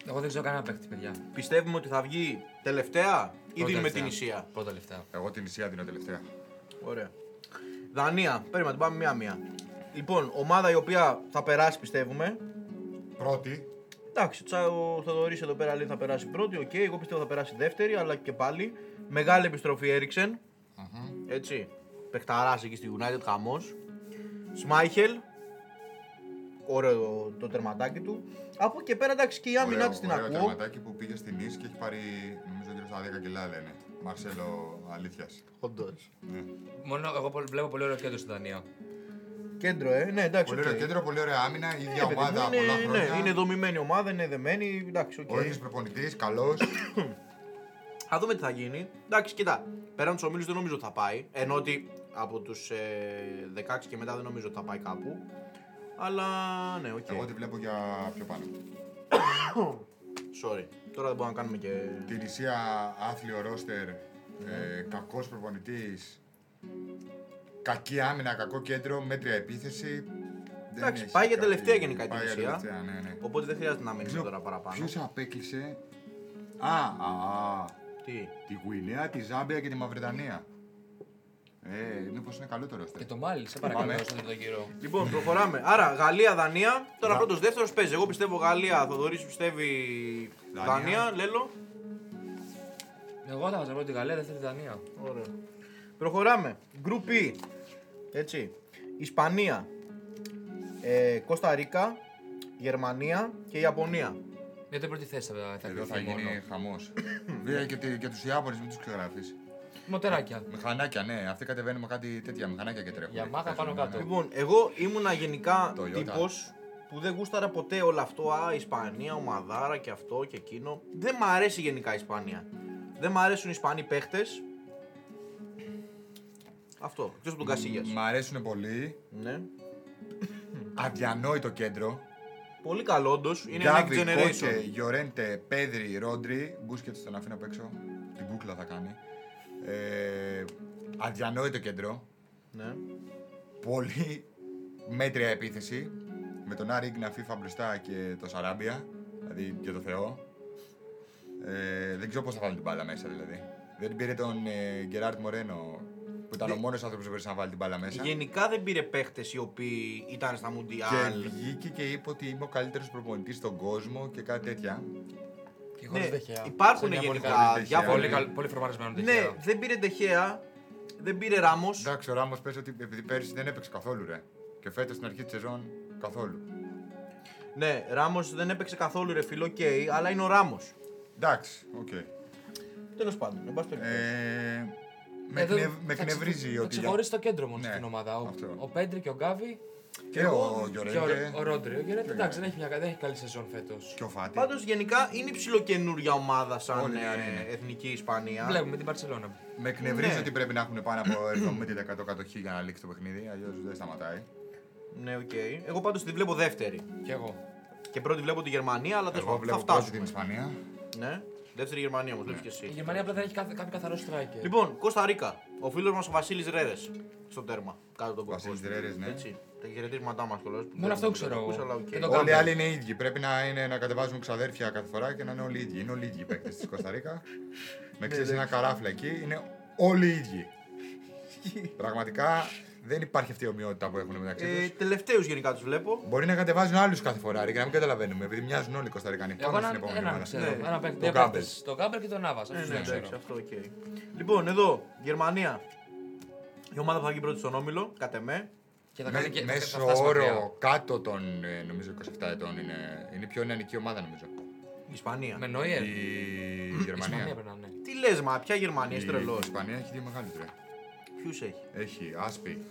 [SPEAKER 3] Εγώ δεν ξέρω κανένα παίκτη, παιδιά.
[SPEAKER 1] Πιστεύουμε ότι θα βγει τελευταία ή
[SPEAKER 3] Πρώτα
[SPEAKER 1] δίνουμε
[SPEAKER 3] λεφτά.
[SPEAKER 1] την Ισία.
[SPEAKER 3] Πρώτα λεφτά.
[SPEAKER 2] Εγώ την Ισία δίνω τελευταία.
[SPEAKER 1] Ωραία. Δανία. Περίμενα, την πάμε μία-μία. Λοιπόν, ομάδα η οποία θα περάσει πιστεύουμε.
[SPEAKER 2] Πρώτη.
[SPEAKER 1] Εντάξει, τσα- ο Θεοδωρή εδώ πέρα λέει θα περάσει πρώτη. Οκ, εγώ πιστεύω θα περάσει δεύτερη, αλλά και πάλι. Μεγάλη επιστροφή Έριξεν. Έτσι. Πεχταρά εκεί στη United, χαμός. Σμάιχελ. Ωραίο το, το τερματάκι του. Από εκεί και πέρα εντάξει και η άμυνά της την
[SPEAKER 2] ωραίο
[SPEAKER 1] ακούω.
[SPEAKER 2] τερματάκι που πήγε στην Ισ και έχει πάρει νομίζω γύρω στα 10 κιλά λένε. Μαρσέλο αλήθειας.
[SPEAKER 1] Όντως.
[SPEAKER 2] Ναι.
[SPEAKER 3] Μόνο εγώ πολ- βλέπω πολύ ωραίο κέντρο στην Δανία.
[SPEAKER 1] Κέντρο, ε. Ναι, εντάξει.
[SPEAKER 2] Πολύ ωραίο
[SPEAKER 1] οκ.
[SPEAKER 2] κέντρο, πολύ ωραία άμυνα, η
[SPEAKER 1] Ε,
[SPEAKER 2] ίδια
[SPEAKER 1] παιδί μου,
[SPEAKER 2] ομάδα
[SPEAKER 1] είναι,
[SPEAKER 2] πολλά
[SPEAKER 1] ναι,
[SPEAKER 2] χρόνια.
[SPEAKER 1] είναι δομημένη ομάδα, είναι δεμένη. Εντάξει, οκ.
[SPEAKER 2] Ο ίδιο προπονητής, καλός.
[SPEAKER 1] Ναι. Θα δούμε τι θα γίνει. Εντάξει, κοιτά. Πέραν τους ομίλους δεν νομίζω ότι θα πάει. Ενώ ότι από τους 16 και μετά δεν νομίζω ότι θα πάει κάπου. Αλλά ναι, οκ.
[SPEAKER 2] Εγώ τη βλέπω για πιο πάνω.
[SPEAKER 1] Sorry. Τώρα δεν μπορούμε να κάνουμε και.
[SPEAKER 2] Την Ισία, άθλιο ρόστερ, ε, κακός προπονητής. Κακή άμυνα, κακό κέντρο, μέτρια επίθεση. Δεν
[SPEAKER 1] Εντάξει,
[SPEAKER 2] έχει
[SPEAKER 1] πάει για
[SPEAKER 2] κάτι-
[SPEAKER 1] τελευταία γενικά η
[SPEAKER 2] πάει για
[SPEAKER 1] Τινησία.
[SPEAKER 2] τελευταία, Ναι, ναι.
[SPEAKER 1] Οπότε δεν χρειάζεται να μείνουμε τώρα παραπάνω.
[SPEAKER 2] Ποιος απέκλεισε. Α, α, α,
[SPEAKER 1] Τι.
[SPEAKER 2] τη Γουινέα, τη Ζάμπια και τη Μαυρετανία. Ε, μήπω είναι καλό το ρόστερ.
[SPEAKER 3] Και το Μάλι, σε παρακαλώ,
[SPEAKER 2] Πάμε.
[SPEAKER 3] στον τρίτο γύρο.
[SPEAKER 1] Λοιπόν, προχωράμε. Άρα, Γαλλία-Δανία. Τώρα
[SPEAKER 2] Δα-
[SPEAKER 1] πρώτος δεύτερος παίζει. Εγώ πιστεύω Γαλλία, Θοδωρής πιστεύει
[SPEAKER 2] Δανία.
[SPEAKER 1] Δανία. Λέλο.
[SPEAKER 3] Εγώ θα βάζω πρώτη Γαλλία, δεύτερη Δανία.
[SPEAKER 1] Ωραία. Προχωράμε. Group E. Έτσι. Ισπανία. Ε, Κώστα Ρίκα. Γερμανία και Ιαπωνία.
[SPEAKER 3] Για την πρώτη θέση θα θα
[SPEAKER 2] Εδώ
[SPEAKER 3] κρυφθεί
[SPEAKER 2] θα γίνει
[SPEAKER 3] μόνο.
[SPEAKER 2] χαμός. Βέβαια και, τη- και τους Ιάπωνες, μην τους ξεγράφεις.
[SPEAKER 3] Μοτεράκια.
[SPEAKER 2] Μηχανάκια, ναι, αυτοί κατεβαίνουν με κάτι τέτοια μηχανάκια και τρέχουν.
[SPEAKER 3] Για μάχα πάνω
[SPEAKER 2] Παίζουν,
[SPEAKER 3] κάτω.
[SPEAKER 2] ναι.
[SPEAKER 1] Λοιπόν, εγώ ήμουνα γενικά
[SPEAKER 2] Το Ιώτα.
[SPEAKER 1] τύπος που δεν γούσταρα ποτέ όλο αυτό. Α, Ισπανία, ομαδάρα και αυτό και εκείνο. Δεν μ' αρέσει γενικά η Ισπανία. Δεν μ' αρέσουν οι Ισπανοί παίχτες. Αυτό. Εκτός από τον Κασίγια.
[SPEAKER 2] Μ' αρέσουν πολύ.
[SPEAKER 1] Ναι.
[SPEAKER 2] Αδιανόητο κέντρο. ε,
[SPEAKER 1] Πολύ καλό όντως. Είναι
[SPEAKER 2] Γκάβι,
[SPEAKER 1] next generation.
[SPEAKER 2] Κότσε, Γιορέντε, Πέδρη, Ρόντρι. Μπούσκετ τον αφήνω απ' έξω. Την κούκλα θα κάνει. Ε, αδιανόητο κέντρο.
[SPEAKER 1] Ναι.
[SPEAKER 2] Πολύ μέτρια επίθεση. Με τον Άρη Γκνα Φίφα μπροστά και το Σαράμπια. Δηλαδή και το Θεό. Ε, δεν ξέρω πώς θα βάλει την μπάλα μέσα δηλαδή. Δεν πήρε τον ε, Γκεράρτ Μορένο που ήταν ο μόνος άνθρωπος που μπορούσε να βάλει την μπάλα μέσα.
[SPEAKER 1] Γενικά δεν πήρε παίχτες οι οποίοι ήταν στα Μουντιάλ. Ναι,
[SPEAKER 2] Και βγήκε και είπε ότι είμαι ο καλύτερος προπονητής στον κόσμο και κάτι τέτοια.
[SPEAKER 3] Και
[SPEAKER 1] Ναι,
[SPEAKER 3] χωρίς δεχεία.
[SPEAKER 1] υπάρχουν
[SPEAKER 3] Είναι μια πολύ
[SPEAKER 1] γενικά
[SPEAKER 3] καλή-
[SPEAKER 1] διάφορα-
[SPEAKER 3] Πολύ, καλ- πολύ φορμαρισμένο
[SPEAKER 1] Ναι,
[SPEAKER 3] δεχεία.
[SPEAKER 1] δεν πήρε Ντεχέα, δεν πήρε Ράμος.
[SPEAKER 2] Εντάξει, ο Ράμος πες ότι επειδή πέρυσι δεν έπαιξε καθόλου ρε. Και φέτος στην αρχή της σεζόν καθόλου.
[SPEAKER 1] Ναι, Ράμος δεν έπαιξε καθόλου ρε φιλό, okay, αλλά είναι ο Ράμος.
[SPEAKER 2] Εντάξει, οκ.
[SPEAKER 1] Τέλος πάντων, εν πάση περιπτώσει.
[SPEAKER 2] Ε, με,
[SPEAKER 3] Εδώ
[SPEAKER 2] εκνευ- με
[SPEAKER 3] θα ξε-
[SPEAKER 2] εκνευρίζει
[SPEAKER 3] θα
[SPEAKER 2] ότι.
[SPEAKER 3] ξεχωρίσει το κέντρο μόνο
[SPEAKER 2] Ναι,
[SPEAKER 3] στην ομάδα. Ο,
[SPEAKER 2] αυτό.
[SPEAKER 3] ο Πέντρη και ο Γκάβι.
[SPEAKER 2] Και ο
[SPEAKER 3] Και ο,
[SPEAKER 2] Γιωρέντε.
[SPEAKER 3] ο Ρόντρι. Ο Γερέντε, εντάξει, δεν έχει, μια, δεν έχει καλή σεζόν φέτος.
[SPEAKER 2] Και ο Φάτι.
[SPEAKER 1] Πάντως γενικά είναι ψηλοκαινούργια ομάδα σαν
[SPEAKER 2] Όλοι,
[SPEAKER 1] ε,
[SPEAKER 2] ναι, ναι.
[SPEAKER 1] εθνική Ισπανία.
[SPEAKER 3] Βλέπουμε την Παρσελόνα.
[SPEAKER 2] Με εκνευρίζει
[SPEAKER 1] ναι.
[SPEAKER 2] ότι πρέπει να έχουν πάνω από 70% κατοχή για να λήξει το παιχνίδι. Αλλιώς δεν σταματάει.
[SPEAKER 1] Ναι, οκ. Εγώ πάντως τη βλέπω δεύτερη.
[SPEAKER 3] Κι εγώ.
[SPEAKER 1] Και πρώτη βλέπω τη Γερμανία, αλλά τέλος
[SPEAKER 2] Εγώ
[SPEAKER 1] πάντων θα
[SPEAKER 2] βλέπω πρώτη την
[SPEAKER 1] φτάσουμε.
[SPEAKER 2] Ισπανία.
[SPEAKER 1] Ναι, δεύτερη Γερμανία όμω, βλέπει και
[SPEAKER 3] Η
[SPEAKER 1] εσύ.
[SPEAKER 3] Γερμανία απλά δεν έχει καθ- κάποιο καθαρό
[SPEAKER 2] Ε.
[SPEAKER 3] στράικερ.
[SPEAKER 1] Λοιπόν, Κώστα Ρίκα. Ο φίλος μας ο Βασίλης Ρέρε. Στο τέρμα. Κάτω τον
[SPEAKER 2] Βασίλης Ρέρες, ναι.
[SPEAKER 1] Έτσι. Τα χαιρετίσματά μας κιόλας.
[SPEAKER 3] Μόνο αυτό ξέρω εγώ. Και το
[SPEAKER 2] Όλοι οι
[SPEAKER 3] Κάμπελ.
[SPEAKER 2] άλλοι είναι οι ίδιοι. Πρέπει να, είναι, να κατεβάζουμε ξαδέρφια κάθε φορά και να είναι όλοι οι ίδιοι. Είναι όλοι οι ίδιοι παίκτες της Κωνσταντίνα.
[SPEAKER 1] Ναι,
[SPEAKER 2] Με ξέρει ένα καράφλα εκεί, είναι όλοι οι ίδιοι. Πραγματικά δεν υπάρχει αυτή η ομοιότητα που έχουν μεταξύ
[SPEAKER 1] Ε,
[SPEAKER 2] τους.
[SPEAKER 1] Τελευταίους γενικά τους βλέπω.
[SPEAKER 2] Μπορεί να κατεβάζουν άλλους κάθε φορά ρε, και να μην καταλαβαίνουμε επειδή μοιάζουν όλοι οι Κωνσταντινοί.
[SPEAKER 3] Εγώ
[SPEAKER 2] Πάμε στην
[SPEAKER 3] έναν
[SPEAKER 2] επόμενη
[SPEAKER 3] έναν
[SPEAKER 2] ομάδα.
[SPEAKER 3] ξέρω.
[SPEAKER 1] Ναι.
[SPEAKER 3] Ένα παίκτη.
[SPEAKER 2] Το
[SPEAKER 3] δύο
[SPEAKER 2] Κάμπελ.
[SPEAKER 3] παίκτες. Το Κάμπελ και τον Νάβα. Αυτούς
[SPEAKER 1] Ναι,
[SPEAKER 3] δεν
[SPEAKER 1] εντάξει,
[SPEAKER 3] ξέρω.
[SPEAKER 1] αυτό οκ. Λοιπόν, εδώ, Γερμανία. Η ομάδα που θα βγει πρώτη στον όμιλο, κατ' εμέ.
[SPEAKER 3] Και θα
[SPEAKER 2] Με-
[SPEAKER 3] κάνει και θα- θα
[SPEAKER 2] Μέσο
[SPEAKER 3] φτάσει μακριά.
[SPEAKER 2] όρο κάτω των ε, νομίζω 27 ετών είναι, είναι η πιο νεανική ομάδα νομίζω.
[SPEAKER 1] Η Ισπανία.
[SPEAKER 3] Με Νόιερ.
[SPEAKER 2] Η
[SPEAKER 3] Η Ισπανία
[SPEAKER 2] Γερμανία.
[SPEAKER 3] πρέπει να είναι.
[SPEAKER 1] Τι λες, μα ποια Γερμανία, είσαι
[SPEAKER 2] Η
[SPEAKER 1] τρελός.
[SPEAKER 2] Ισπανία έχει δύο μεγάλους ρε.
[SPEAKER 1] Ποιους έχει.
[SPEAKER 2] Έχει Άσπη,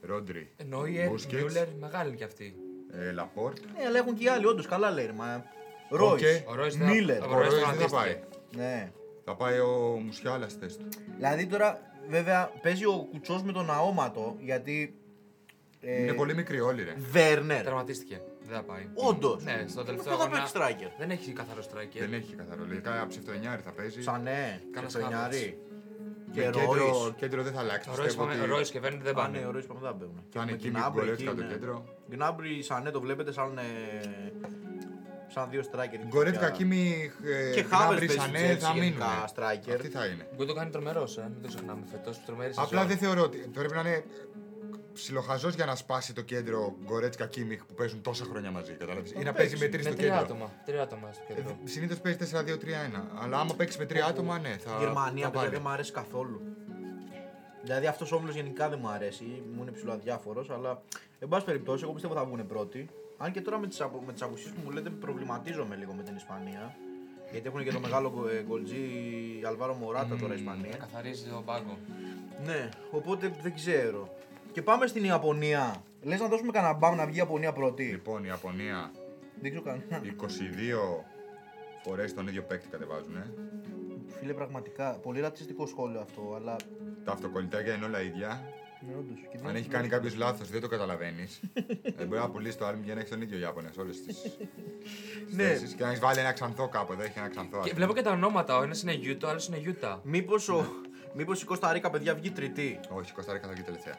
[SPEAKER 2] Ρόντρι,
[SPEAKER 3] Ε, Νόιερ,
[SPEAKER 2] Μπουσκέτς.
[SPEAKER 3] Μιούλερ, μεγάλη κι αυτή.
[SPEAKER 2] ε, Λαπόρτ.
[SPEAKER 1] Ναι, αλλά έχουν και οι άλλοι, όντως καλά λέει. ρε, Μα.
[SPEAKER 2] Οκ.
[SPEAKER 1] Ρόι.
[SPEAKER 3] Ο Ρόις δεν-
[SPEAKER 1] Μίλλερ.
[SPEAKER 3] ο
[SPEAKER 2] Ο Ρόις
[SPEAKER 3] Ρόις
[SPEAKER 2] δεν θα
[SPEAKER 3] τραυματίστηκε.
[SPEAKER 2] πάει.
[SPEAKER 1] Ναι.
[SPEAKER 2] Θα πάει ο Μουσιάλας στη θέση του.
[SPEAKER 1] Δηλαδή τώρα, βέβαια, παίζει ο κουτσός με τον αόματο γιατί. ε,
[SPEAKER 2] Είναι πολύ μικρή όλοι, ρε.
[SPEAKER 1] Βέρνερ.
[SPEAKER 3] Τραυματίστηκε. Δεν θα πάει.
[SPEAKER 1] Όντως.
[SPEAKER 3] Ναι, στο τελευταίο
[SPEAKER 1] θα παίξει
[SPEAKER 3] αγώνα-
[SPEAKER 1] striker.
[SPEAKER 3] Δεν έχει καθαρό στράικερ.
[SPEAKER 2] Δεν έχει καθαρό. Λογικά ψευτονιάρη θα παίζει.
[SPEAKER 1] Σαν ναι,
[SPEAKER 3] Κάνας
[SPEAKER 1] ψευτονιάρη.
[SPEAKER 3] χάβερς.
[SPEAKER 1] Και Και
[SPEAKER 2] κέντρο,
[SPEAKER 1] Ροϊς.
[SPEAKER 2] κέντρο δεν θα αλλάξει.
[SPEAKER 3] Ο Ρόις
[SPEAKER 2] Πιστεύω
[SPEAKER 3] και
[SPEAKER 2] ότι
[SPEAKER 3] ο Ρόις και Βέρνερ δεν
[SPEAKER 1] Α, ναι,
[SPEAKER 3] πάνε.
[SPEAKER 1] ο Ρόις Παπαδά παίρνουν.
[SPEAKER 2] Κι αν
[SPEAKER 1] Με
[SPEAKER 2] εκεί
[SPEAKER 1] την
[SPEAKER 2] μην
[SPEAKER 1] Άμπρη
[SPEAKER 2] κορεύει
[SPEAKER 1] εκεί,
[SPEAKER 2] κατά το
[SPEAKER 1] ναι.
[SPEAKER 2] κέντρο.
[SPEAKER 1] Γκνάμπρι, σαν ναι, το βλέπετε σαν, ε, σαν δύο στράκερ.
[SPEAKER 2] Γκορέτ
[SPEAKER 1] τέτοια.
[SPEAKER 2] Κακίμι,
[SPEAKER 1] Και Χάβερς παίζει
[SPEAKER 2] ε, Σανέ
[SPEAKER 1] Chelsea
[SPEAKER 2] θα μείνουν.
[SPEAKER 1] γενικά, striker.
[SPEAKER 2] Αυτοί θα είναι.
[SPEAKER 3] Γκου το κάνει τρομερός, ε. Μην το ξεχνάμε φετό. Τρομερή
[SPEAKER 2] Απλά
[SPEAKER 3] σεζόν.
[SPEAKER 2] δεν θεωρώ ότι πρέπει να είναι ψιλοχαζός για να σπάσει το κέντρο Γκορέτσκα Κίμιχ που παίζουν τόσα χρόνια μαζί. Κατάλαβες. Ή να παίζει με τρεις
[SPEAKER 3] Με
[SPEAKER 2] στο
[SPEAKER 3] τρία
[SPEAKER 2] κέντρο.
[SPEAKER 3] άτομα. Τρία άτομα στο κέντρο.
[SPEAKER 2] Συνήθως παίζει 4-2-3-1. Αλλά άμα παίξεις με τρία άτομα, ναι, θα.
[SPEAKER 1] Η Γερμανία
[SPEAKER 2] θα
[SPEAKER 1] παιδιά,
[SPEAKER 2] πάρει.
[SPEAKER 1] δεν μου αρέσει καθόλου. Δηλαδή αυτός ο όμιλος γενικά δεν μου αρέσει, μου είναι ψηλό αδιάφορο, αλλά εν πάση περιπτώσει, εγώ πιστεύω θα βγουν πρώτοι. Αν και τώρα με τις απο... με τις απουσίες που μου λέτε, προβληματίζομαι λίγο με την Ισπανία. Γιατί έχουν και το μεγάλο γκο- ε, γκολτζή Αλβάρο Μωράτα τώρα η Ισπανία.
[SPEAKER 3] Καθαρίζει τον πάγκο.
[SPEAKER 1] Ναι, οπότε δεν ξέρω. Και πάμε στην Ιαπωνία. Λες να δώσουμε κανένα μπαμ να βγει η Ιαπωνία πρώτη.
[SPEAKER 2] Λοιπόν, η Ιαπωνία
[SPEAKER 1] Δεν ξέρω κανένα.
[SPEAKER 2] 22 φορές τον ίδιο παίκτη κατεβάζουν. Ε.
[SPEAKER 1] Φίλε, πραγματικά πολύ ρατσιστικό σχόλιο αυτό, αλλά.
[SPEAKER 2] Τα αυτοκολλητάκια είναι όλα ίδια.
[SPEAKER 1] Ναι, όντως. Και δεν-
[SPEAKER 2] Αν έχει κάνει κάποιος λάθος, δεν το καταλαβαίνεις. δεν μπορεί να πουλήσει το άρμι για να έχει τον ίδιο Ιάπωνα σε όλες τις.
[SPEAKER 1] Ναι.
[SPEAKER 2] Και να έχεις βάλει ένα ξανθό κάπου εδώ, έχει ένα ξανθό.
[SPEAKER 3] Και
[SPEAKER 2] ας
[SPEAKER 3] βλέπω και τα ονόματα. Ο ένας είναι Γιούτο, ο άλλος είναι Γιούτα.
[SPEAKER 1] Μήπως, ο... Μήπως η Κωνσταντίνα, παιδιά, βγει τρίτη.
[SPEAKER 2] πούμε. Όχι, η Κωνσταντίνα θα βγει τελευταία.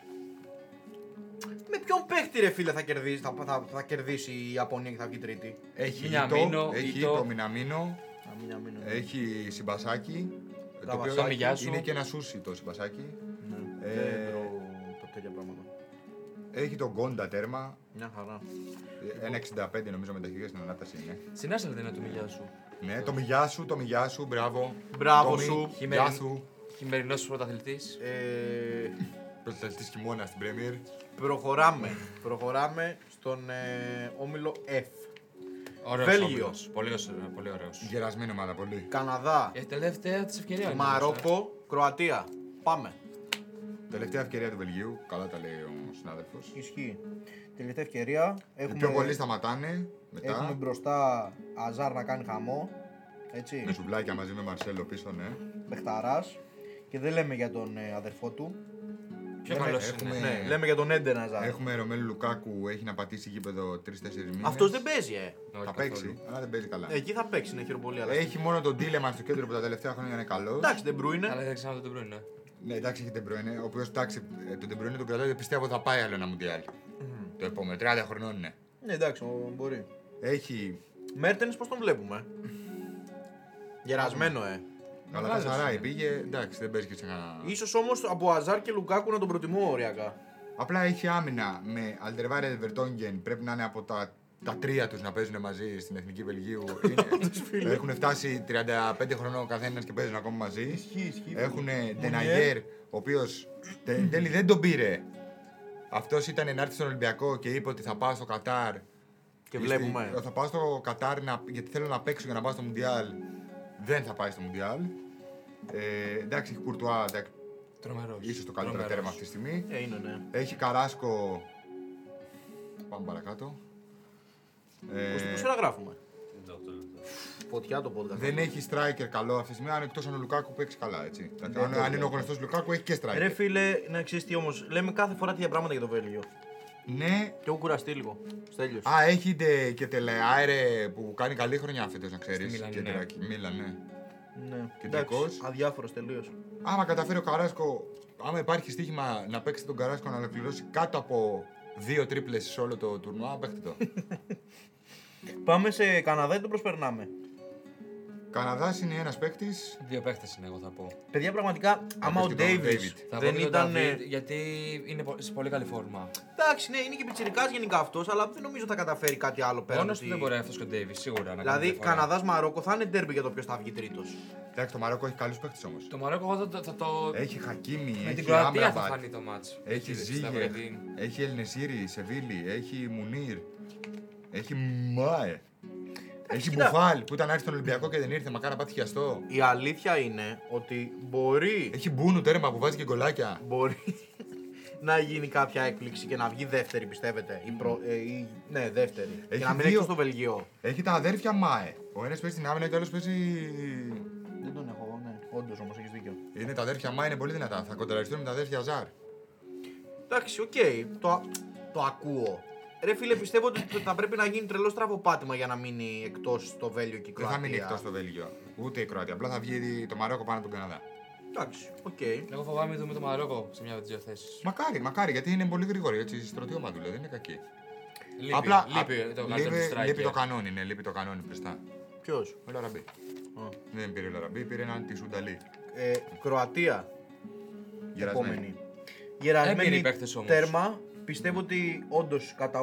[SPEAKER 1] Με ποιον παίχτη ρε φίλε θα κερδίσει, θα, θα, θα κερδίσει η Ιαπωνία και θα βγει τρίτη.
[SPEAKER 2] Έχει
[SPEAKER 3] Μιναμίνο,
[SPEAKER 2] Ιτο, έχει
[SPEAKER 3] Ιτο.
[SPEAKER 2] το Μιναμίνο,
[SPEAKER 1] Να μην αμήνω.
[SPEAKER 2] έχει Συμπασάκι. Το
[SPEAKER 1] Καβασάκι,
[SPEAKER 2] οποίο
[SPEAKER 3] γεια σου.
[SPEAKER 2] είναι και ένα σούσι το Συμπασάκι.
[SPEAKER 1] Ναι.
[SPEAKER 2] Ε,
[SPEAKER 1] Δεν τρώω τα τέτοια πράγματα.
[SPEAKER 2] Έχει τον Γκόντα τέρμα.
[SPEAKER 1] Μια χαρά.
[SPEAKER 2] ε, 1,65 νομίζω με τα χέρια στην ανάταση είναι.
[SPEAKER 3] Συνάσσελ δεν είναι το μιλιά σου.
[SPEAKER 2] Ναι, το μηγιά σου, το μηγιά σου, μπράβο.
[SPEAKER 1] Μπράβο
[SPEAKER 2] Τόμι,
[SPEAKER 1] σου.
[SPEAKER 2] Γεια σου.
[SPEAKER 3] Χειμερινός πρωταθλητής.
[SPEAKER 1] Ε,
[SPEAKER 2] Πρωταθλητής χειμώνας στην Πρέμιερ.
[SPEAKER 1] προχωράμε. προχωράμε στον ε, όμιλο F.
[SPEAKER 3] Ωραίος.
[SPEAKER 1] Βέλγιος.
[SPEAKER 3] Πολύ, ωραίος- πολύ ωραίος.
[SPEAKER 2] Γερασμένο μάνα πολύ.
[SPEAKER 1] Καναδά,
[SPEAKER 2] Ε,
[SPEAKER 3] Η τελευταία της ευκαιρίας.
[SPEAKER 1] Μαρόκο, Κροατία. Πάμε.
[SPEAKER 2] Τελευταία ευκαιρία του Βελγίου. Καλά τα λέει ο συνάδελφος.
[SPEAKER 5] Ισχύει. Τελευταία ευκαιρία.
[SPEAKER 2] Οι
[SPEAKER 5] Έχουμε,
[SPEAKER 2] πιο πολλοί σταματάνε
[SPEAKER 5] έχουμε
[SPEAKER 2] μετά.
[SPEAKER 5] μπροστά Αζάρ να κάνει χαμό. Έτσι.
[SPEAKER 2] Με σουβλάκια μαζί με Μαρσέλο πίσω, ναι.
[SPEAKER 5] Μπεχταράς. Και δεν λέμε για τον ε, αδερφό του.
[SPEAKER 3] ε. Πιο καλό
[SPEAKER 2] Έχουμε-
[SPEAKER 3] είναι.
[SPEAKER 1] Ναι, λέμε για τον Έντερ Αζάρ.
[SPEAKER 2] Έχουμε Ρωμέλου Λουκάκου, έχει να πατήσει γήπεδο 3-4 μήνες.
[SPEAKER 1] Αυτός δεν παίζει, ε.
[SPEAKER 3] Όχι
[SPEAKER 2] Θα
[SPEAKER 3] καθόλου.
[SPEAKER 2] παίξει, αλλά δεν παίζει καλά.
[SPEAKER 1] Εκεί θα παίξει, είναι χειροπολία. αλλά-
[SPEAKER 2] Έχει μόνο τον Τίλεμαν στο κέντρο που τα τελευταία χρόνια είναι καλός.
[SPEAKER 1] Εντάξει, δεν
[SPEAKER 3] Αλλά
[SPEAKER 1] μπρούινε.
[SPEAKER 3] δεν ξέρω τον Μπρούνε.
[SPEAKER 2] Ναι, εντάξει, έχει τον Τεμπρόινε, ο οποίος εντάξει, ε, τον Τεμπρόινε τον κρατάει, πιστεύω θα πάει άλλο ένα μουντιάλ. Το επόμενο, 30 χρονών είναι.
[SPEAKER 5] Ναι, εντάξει, ο- μπορεί.
[SPEAKER 2] Έχει
[SPEAKER 1] Μέρτενς πώς τον βλέπουμε. Γερασμένο, ε.
[SPEAKER 2] καλά τα σαράι, πήγε, εντάξει, δεν παίζει και σε κανένα.
[SPEAKER 1] Ίσως όμως από Αζάρ και Λουκάκου να τον προτιμώ ωριακά.
[SPEAKER 2] Απλά έχει άμυνα με Αλτερβάρε Βερτόγγεν. Πρέπει να είναι από τα, τα τρία τους να παίζουν μαζί στην Εθνική Βελγίου. Είναι, έχουν φτάσει 35 χρονών ο καθένας και παίζουν ακόμα μαζί. Έχουν Ντεναγέρ, ο οποίος εν τέλει δεν τον πήρε. Αυτός ήταν να έρθει στον Ολυμπιακό και είπε ότι θα πάω στο Κατάρ.
[SPEAKER 1] Και
[SPEAKER 2] Ή
[SPEAKER 1] βλέπουμε.
[SPEAKER 2] στη- Θα πάω στο Κατάρ να, γιατί θέλω να παίξω για να πάω στο Μουντιάλ. Δεν θα πάει στο Μουντιάλ. Ε, εντάξει, έχει Κουρτουά, εντάξει,
[SPEAKER 3] Τρομερός.
[SPEAKER 2] ίσως το καλύτερο τέρμα αυτή τη στιγμή.
[SPEAKER 1] Ε, είναι, ναι.
[SPEAKER 2] Έχει καράσκο. Πάμε παρακάτω. Ε,
[SPEAKER 1] 24 γράφουμε.
[SPEAKER 4] Εντάξει, αυτό είναι αυτό.
[SPEAKER 1] Φωτιά το podcast.
[SPEAKER 2] δεν έχει striker καλό αυτή τη στιγμή, αν εκτός αν ο Λουκάκου παίξει καλά. Έτσι. Εντάξει, αν, αν είναι ο γνωστός Λουκάκου, έχει και striker.
[SPEAKER 1] Ρε φίλε, να ξέρεις τι όμως. Λέμε κάθε φορά τέτοια πράγματα για το Βέλγιο.
[SPEAKER 2] Ναι.
[SPEAKER 1] Και έχω κουραστεί λίγο. Στέλιος.
[SPEAKER 2] Α, έχει ντε- και τελεάερε που κάνει καλή χρονιά φέτος, να ξέρεις.
[SPEAKER 3] Στη Μίλαν,
[SPEAKER 2] Και
[SPEAKER 3] ναι.
[SPEAKER 2] τελεάκι. Μίλαν, ναι.
[SPEAKER 1] Ναι.
[SPEAKER 2] Κεντρικός.
[SPEAKER 1] Αδιάφορος τελείως.
[SPEAKER 2] Άμα καταφέρει ο Καράσκο, άμα υπάρχει στοίχημα να παίξει τον Καράσκο να ολοκληρώσει κάτω από δύο τρίπλες σε όλο το τουρνουά, παίχτε το.
[SPEAKER 5] Πάμε σε Καναδά ή τον προσπερνάμε.
[SPEAKER 2] Καναδάς είναι ένας παίκτης.
[SPEAKER 3] Δύο παίχτε είναι, εγώ θα πω.
[SPEAKER 5] Παιδιά, πραγματικά, άμα ο
[SPEAKER 2] πες και τον
[SPEAKER 5] Ντέιβις
[SPEAKER 2] David.
[SPEAKER 3] Θα πω
[SPEAKER 1] δεν
[SPEAKER 3] και τον
[SPEAKER 1] ήταν.
[SPEAKER 3] David, γιατί είναι πο- σε πολύ καλή φόρμα.
[SPEAKER 1] Εντάξει, ναι, είναι και πιτσυρικά γενικά αυτός, αλλά δεν νομίζω θα καταφέρει κάτι άλλο πέρα.
[SPEAKER 3] Μόνος
[SPEAKER 1] από
[SPEAKER 3] του
[SPEAKER 1] τη-
[SPEAKER 3] δεν μπορεί αυτός και ο Ντέιβι, σίγουρα. να κάνει
[SPEAKER 1] Δηλαδή,
[SPEAKER 3] διαφορά.
[SPEAKER 1] Καναδάς Μαρόκο θα είναι ντέρμπι για το ποιος θα βγει τρίτος.
[SPEAKER 2] Εντάξει, το Μαρόκο έχει καλούς παίκτες όμως.
[SPEAKER 3] Το Μαρόκο εγώ θα το. θα το-
[SPEAKER 2] Έχει Χακίμι,
[SPEAKER 3] Με την
[SPEAKER 2] έχει
[SPEAKER 3] Κροατία θα
[SPEAKER 2] Άμραμπατ.
[SPEAKER 3] φανεί το μάτσο.
[SPEAKER 2] Έχει Ζίγερ, έχει Ελνεσίρι, Σεβίλη, έχει Μουνίρ, έχει Μάε. Έχει
[SPEAKER 1] κοίτα.
[SPEAKER 2] Μπουφάλ που ήταν άρχισε στον Ολυμπιακό και δεν ήρθε, μακάρι να πάθει χιαστό.
[SPEAKER 1] Η αλήθεια είναι ότι μπορεί.
[SPEAKER 2] Έχει Μπούνου τέρμα που βάζει και γκολάκια.
[SPEAKER 1] μπορεί να γίνει κάποια έκπληξη και να βγει δεύτερη, πιστεύετε. Ή προ... ε, ή... Ναι, δεύτερη.
[SPEAKER 2] Έχει
[SPEAKER 1] και να μην
[SPEAKER 2] δύο.
[SPEAKER 1] έχει στο Βελγίο.
[SPEAKER 2] Έχει τα αδέρφια Μάε. Ο ένας παίζει την άμυνα και ο άλλος παίζει.
[SPEAKER 5] Δεν τον έχω, εγώ, ναι. Όντως όμως έχεις δίκιο.
[SPEAKER 2] Είναι τα αδέρφια Μάε, είναι πολύ δυνατά. Θα κοντραριστούν με τα αδέρφια Ζαρ.
[SPEAKER 1] Εντάξει, οκ, το, το ακούω. Ρε φίλε, πιστεύω ότι θα πρέπει να γίνει τρελό στραβοπάτημα για να μείνει εκτός το Βέλγιο και η
[SPEAKER 2] Δεν θα
[SPEAKER 1] Κροατία.
[SPEAKER 2] μείνει εκτό το Βέλγιο. Ούτε η Κροατία. Απλά θα βγει το Μαρόκο πάνω από τον Καναδά.
[SPEAKER 6] Εντάξει, οκ.
[SPEAKER 3] Εγώ φοβάμαι δούμε το Μαρόκο σε μια από τις δύο θέσεις.
[SPEAKER 2] Μακάρι, μακάρι, γιατί είναι πολύ γρήγορη. Έτσι, στρωτιώμα του, δηλαδή, είναι κακή.
[SPEAKER 3] Λείπει, λείπει το
[SPEAKER 2] α,
[SPEAKER 3] καλύτερο
[SPEAKER 2] λείπει-
[SPEAKER 3] του striker.
[SPEAKER 2] λείπει το κανόνι, ναι, λείπει το κανόνι πιστά.
[SPEAKER 1] Ποιος.
[SPEAKER 2] Ο Λαραμπή. Δεν πήρε ο Λαραμπή, πήρε έναν τη Σουνταλή.
[SPEAKER 1] Ε, Κροατία.
[SPEAKER 2] Γερασμένη.
[SPEAKER 1] Επόμενη.
[SPEAKER 3] Έμπειροι
[SPEAKER 1] Γερασμένη
[SPEAKER 3] οι παίκτες όμως.
[SPEAKER 1] τέρμα. Πιστεύω ότι όντως κατά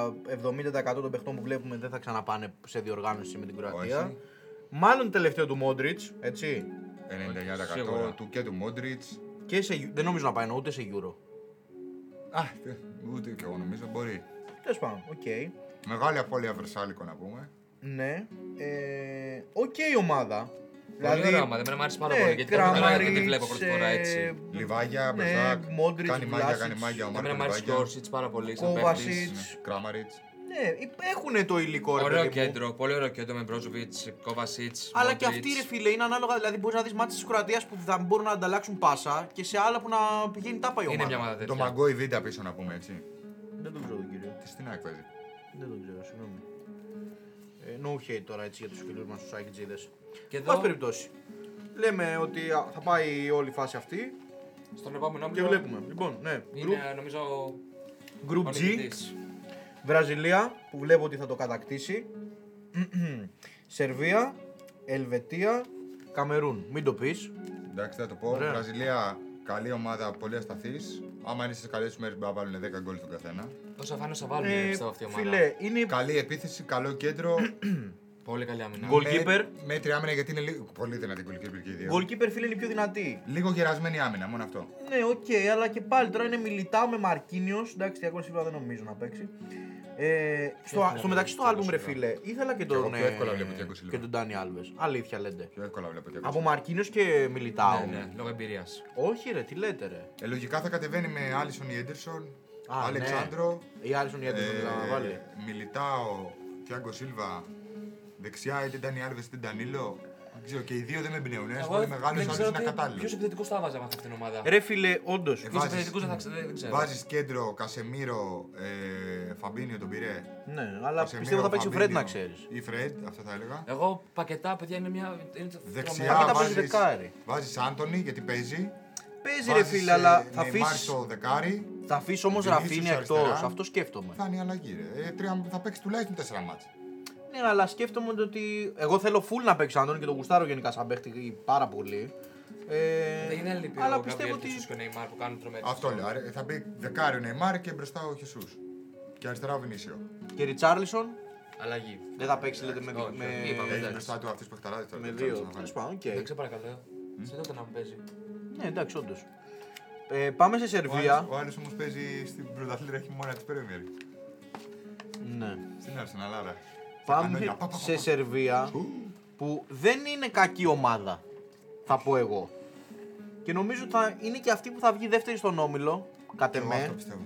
[SPEAKER 1] 80-70% των παιχτών που βλέπουμε δεν θα ξαναπάνε σε διοργάνωση με την Κροατία.
[SPEAKER 2] Όχι.
[SPEAKER 1] Μάλλον τελευταίο του Μόντριτ, έτσι.
[SPEAKER 2] 99%
[SPEAKER 3] Σίγουρα.
[SPEAKER 2] του και του Μόντριτ.
[SPEAKER 1] Και σε, δεν νομίζω να πάει ούτε σε Euro.
[SPEAKER 2] Α, τε- ούτε και εγώ νομίζω μπορεί.
[SPEAKER 1] Τέλος πάντων, οκ.
[SPEAKER 2] Μεγάλη απώλεια Βρυσάλικο να πούμε.
[SPEAKER 1] Ναι. Ε, οκ η ομάδα. Δηλαδή,
[SPEAKER 3] Πολύ ωραία ομάδα, εμένα μου άρεσε πάρα
[SPEAKER 1] ναι,
[SPEAKER 3] πολύ. Γιατί δεν
[SPEAKER 1] Κραμαρίτς,
[SPEAKER 3] δεν τη βλέπω πρώτη φορά
[SPEAKER 1] ε,
[SPEAKER 3] έτσι.
[SPEAKER 2] Λιβάγια,
[SPEAKER 1] Ναι,
[SPEAKER 2] Μπεζάκ.
[SPEAKER 1] Μόντριτς,
[SPEAKER 2] Κάνει μάγια, κάνει
[SPEAKER 1] Βλάσιτς.
[SPEAKER 2] μάγια. Ο Μάρκο
[SPEAKER 3] Εμένα μου άρεσε και ο
[SPEAKER 2] Λιβάγια.
[SPEAKER 3] Όρσιτ πάρα πολύ. σαν
[SPEAKER 1] Κόβασιτς.
[SPEAKER 3] παίκτης.
[SPEAKER 1] Όρσιτς.
[SPEAKER 2] Κράμαριτ.
[SPEAKER 1] Ναι, έχουν το υλικό ρε
[SPEAKER 3] Ωραίο
[SPEAKER 1] παιδί μου.
[SPEAKER 3] κέντρο, πολύ ωραίο κέντρο με Μπρόζοβιτ, Κόβασιτ.
[SPEAKER 1] Αλλά και αυτοί ρε φίλε είναι ανάλογα. Δηλαδή μπορείς να δεις μάτια της Κροατίας που θα μπορούν να ανταλλάξουν πάσα και σε άλλα που να πηγαίνει τάπα η ομάδα.
[SPEAKER 3] Είναι μια ομάδα
[SPEAKER 2] Το
[SPEAKER 3] τέτοια.
[SPEAKER 2] Μαγκόι Β' πίσω να πούμε έτσι.
[SPEAKER 1] Δεν τον ξέρω τον κύριο.
[SPEAKER 2] Τι στην άκρη παίζει.
[SPEAKER 1] Δεν τον ξέρω, συγγνώμη. Ε, no hate τώρα έτσι για τους φίλους μας τους Άγιτζίδε.
[SPEAKER 3] Και εδώ-
[SPEAKER 1] Πάση περιπτώσει. Λέμε ότι α, θα πάει όλη η φάση αυτή
[SPEAKER 3] Στον επόμενο
[SPEAKER 1] και
[SPEAKER 3] όμιλο
[SPEAKER 1] βλέπουμε. Λοιπόν, ναι. Group,
[SPEAKER 3] Είναι νομίζω
[SPEAKER 1] group
[SPEAKER 3] ο
[SPEAKER 1] G.
[SPEAKER 3] νικητής.
[SPEAKER 1] Βραζιλία που βλέπω ότι θα το κατακτήσει. Σερβία, Ελβετία, Καμερούν. Μην το πεις.
[SPEAKER 2] Εντάξει, θα το πω.
[SPEAKER 1] Ωραία.
[SPEAKER 2] Βραζιλία, καλή ομάδα, πολύ ασταθής. Άμα είναι στις καλές του μέρες, μπορεί να βάλουν 10 γκολ στον καθένα.
[SPEAKER 3] Όσα φάνε, όσα βάλουν πιστεύω αυτή η ομάδα.
[SPEAKER 1] Ε, φίλε, είναι.
[SPEAKER 2] Καλή επίθεση, καλό κέντρο.
[SPEAKER 3] Πολύ καλή άμυνα.
[SPEAKER 1] Γκολ. Goalkeeper.
[SPEAKER 2] με, μέτρη άμυνα γιατί είναι λίγο. Πολύ δυνατή goalkeeper και οι δύο.
[SPEAKER 1] Ε, Goalkeeper φίλε είναι η πιο δυνατή.
[SPEAKER 2] Λίγο γερασμένη άμυνα, μόνο αυτό.
[SPEAKER 1] Ναι, οκ, αλλά και πάλι τώρα είναι μιλητά με Μαρκίνιος. Εντάξει, Τιαγκό Σίλβα δεν νομίζω να παίξει. Ε, στο,
[SPEAKER 3] ήθελα
[SPEAKER 1] στο
[SPEAKER 3] να
[SPEAKER 1] μεταξύ
[SPEAKER 3] βλέπω
[SPEAKER 1] του
[SPEAKER 3] Thiago
[SPEAKER 1] άλμπουμ, ρε
[SPEAKER 3] Silva.
[SPEAKER 1] φίλε, ήθελα και
[SPEAKER 2] εγώ
[SPEAKER 1] τον, ε,
[SPEAKER 2] πιο εύκολα βλέπω Thiago Silva.
[SPEAKER 1] και τον Ντάνι Άλβες. Αλήθεια λέτε.
[SPEAKER 2] Πιο εύκολα βλέπω και
[SPEAKER 1] Από Μαρκίνιος και Μιλιτάο.
[SPEAKER 3] Ναι, ναι, λόγω εμπειρίας.
[SPEAKER 1] Όχι, ρε, τι λέτε, ρε.
[SPEAKER 2] ε, λογικά θα κατεβαίνει με Άλισον Ιέντερσον,
[SPEAKER 1] Α, ναι.
[SPEAKER 2] Αλεξάνδρο, Ε,
[SPEAKER 1] Η Άρισον η Έντρου να βάλει.
[SPEAKER 2] Μιλιτάο, Τιάγκο Σίλβα, δεξιά είτε ήταν η Άλβες είτε ήταν Νίλο. Δεν ξέρω, και οι δύο δεν με εμπνέουν. ε. Ένα πολύ μεγάλος,
[SPEAKER 3] δεν
[SPEAKER 2] άλλος
[SPEAKER 3] ξέρω
[SPEAKER 2] είναι
[SPEAKER 3] ποιο
[SPEAKER 2] κατάλληλο.
[SPEAKER 3] επιθετικός θα βάζαμε αυτή την ομάδα.
[SPEAKER 1] Ρε, φίλε, όντως.
[SPEAKER 3] Ποιου
[SPEAKER 2] βάζεις-
[SPEAKER 3] επιθετικού δεν θα ξέρω. δεν ξέρω.
[SPEAKER 2] Βάζεις κέντρο Κασεμίρο, ε, Φαμπίνιο τον πήρε.
[SPEAKER 1] Ναι, αλλά
[SPEAKER 2] Κασεμίρο,
[SPEAKER 1] πιστεύω θα παίξει ο Φρέντ να
[SPEAKER 2] Φαμπίνιο
[SPEAKER 1] ξέρεις.
[SPEAKER 2] Ή Φρέντ, αυτό θα έλεγα.
[SPEAKER 3] Εγώ πακετά, παιδιά, είναι μια. είναι το-
[SPEAKER 2] Δεξιά
[SPEAKER 1] Αρκετά
[SPEAKER 3] τρομερά.
[SPEAKER 1] παίζει
[SPEAKER 2] βάζεις,
[SPEAKER 1] δεκάρι.
[SPEAKER 2] βάζεις Άντωνη γιατί παίζει.
[SPEAKER 1] Παίζει, ρε, φίλε, αλλά θα αφήσει.
[SPEAKER 2] το δεκάρι,
[SPEAKER 1] Θα αφήσεις όμως
[SPEAKER 2] Βινίσιους
[SPEAKER 1] Ραφίνη εκτό.
[SPEAKER 2] αριστερά.
[SPEAKER 1] Αυτό σκέφτομαι.
[SPEAKER 2] θα είναι η αλλαγή. Ρε. Ε, τρία, θα παίξει τουλάχιστον τέσσερα μάτς.
[SPEAKER 1] Ναι, αλλά σκέφτομαι ότι. Εγώ θέλω full να παίξω Αντώνη και τον Γουστάρο γενικά σαν παίχτη πάρα πολύ. Ε,
[SPEAKER 3] Δεν είναι άλλη πιο
[SPEAKER 1] αλλά πιστεύω ότι.
[SPEAKER 3] και ο Νεϊμάρ που κάνουν τρομερή.
[SPEAKER 2] Αυτό λέω. Άρα Θα μπει δεκάρι ο Νεϊμάρ και μπροστά ο Χεσούς. Και αριστερά ο Βινίσιο.
[SPEAKER 1] Και Ριτσάρλισον
[SPEAKER 3] Αλλαγή.
[SPEAKER 1] δεν θα παίξει, λέτε με.
[SPEAKER 3] Όχι, όχι,
[SPEAKER 1] με...
[SPEAKER 3] είπαμε,
[SPEAKER 2] Έχει
[SPEAKER 3] εντάξει.
[SPEAKER 2] μπροστά του αυτούς παιχταράδες. τώρα,
[SPEAKER 1] με
[SPEAKER 2] δεν
[SPEAKER 1] δύο.
[SPEAKER 2] ξέρω τι θα
[SPEAKER 1] Τέλο
[SPEAKER 2] κάνει.
[SPEAKER 1] πάντων, οκ.
[SPEAKER 3] Δεν ξέρω παρακαλώ. Σε τότε να μου παίζει.
[SPEAKER 1] Ναι, εντάξει, όντως. Ε, πάμε σε
[SPEAKER 2] Ο άλλος-
[SPEAKER 1] Σερβία.
[SPEAKER 2] Ο άλλος όμως παίζει στην πρωταθλήτρια έχει μόνα της Πρέμιερ.
[SPEAKER 1] Ναι.
[SPEAKER 2] Στην Arsenal, άρα.
[SPEAKER 1] Πάμε σε Σερβία που δεν είναι κακή ομάδα. Θα πω εγώ. Και νομίζω ότι θα είναι και αυτή που θα βγει δεύτερη στον όμιλο. Κατ'
[SPEAKER 2] Εγώ αυτό
[SPEAKER 1] εμέ.
[SPEAKER 2] πιστεύω.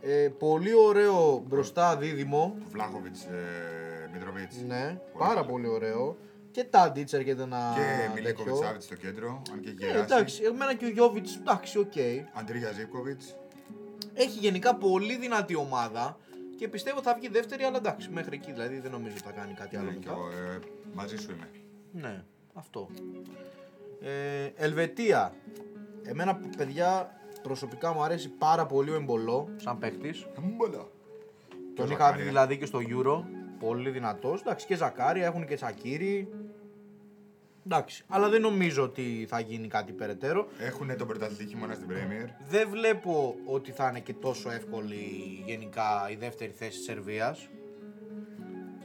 [SPEAKER 1] Ε, πολύ ωραίο μπροστά δίδυμο.
[SPEAKER 2] Βλάχοβιτς, ε, Μητροβίτς.
[SPEAKER 1] Ναι, πάρα πολύ ωραίο. Και Τάντιτς έρχεται να.
[SPEAKER 2] Και
[SPEAKER 1] τέτοιο.
[SPEAKER 2] Μιλίκοβιτς Σάβιτς στο κέντρο, αν και
[SPEAKER 1] Ε,
[SPEAKER 2] γεράσει.
[SPEAKER 1] εντάξει, εμένα και ο Γιώβιτ, εντάξει, οκ.
[SPEAKER 2] Αντρίγια Ζήκοβιτς,
[SPEAKER 1] Ε, Έχει γενικά πολύ δυνατή ομάδα και πιστεύω θα βγει δεύτερη, αλλά εντάξει, μέχρι εκεί δηλαδή δεν νομίζω ότι θα κάνει κάτι άλλο.
[SPEAKER 2] Ναι, και
[SPEAKER 1] μετά.
[SPEAKER 2] εγώ, ε, μαζί σου είμαι.
[SPEAKER 1] Ναι, αυτό. Ε, Ελβετία. Εμένα, παιδιά, προσωπικά μου αρέσει πάρα πολύ ο Εμπολό σαν παίκτης.
[SPEAKER 2] Ε, Μπολα.
[SPEAKER 1] Τον
[SPEAKER 2] Και ο
[SPEAKER 1] είχα δει
[SPEAKER 2] Ζακάρια.
[SPEAKER 1] δηλαδή και στο Euro. Πολύ δυνατός. Εντάξει, και Ζακάρια έχουν και Σακύρι. Εντάξει, αλλά δεν νομίζω ότι θα γίνει κάτι περαιτέρω.
[SPEAKER 2] Έχουν τον πρωταθλητή χειμώνα στην Πρέμιερ.
[SPEAKER 1] Δεν βλέπω ότι θα είναι και τόσο εύκολη γενικά η δεύτερη θέση της Σερβίας.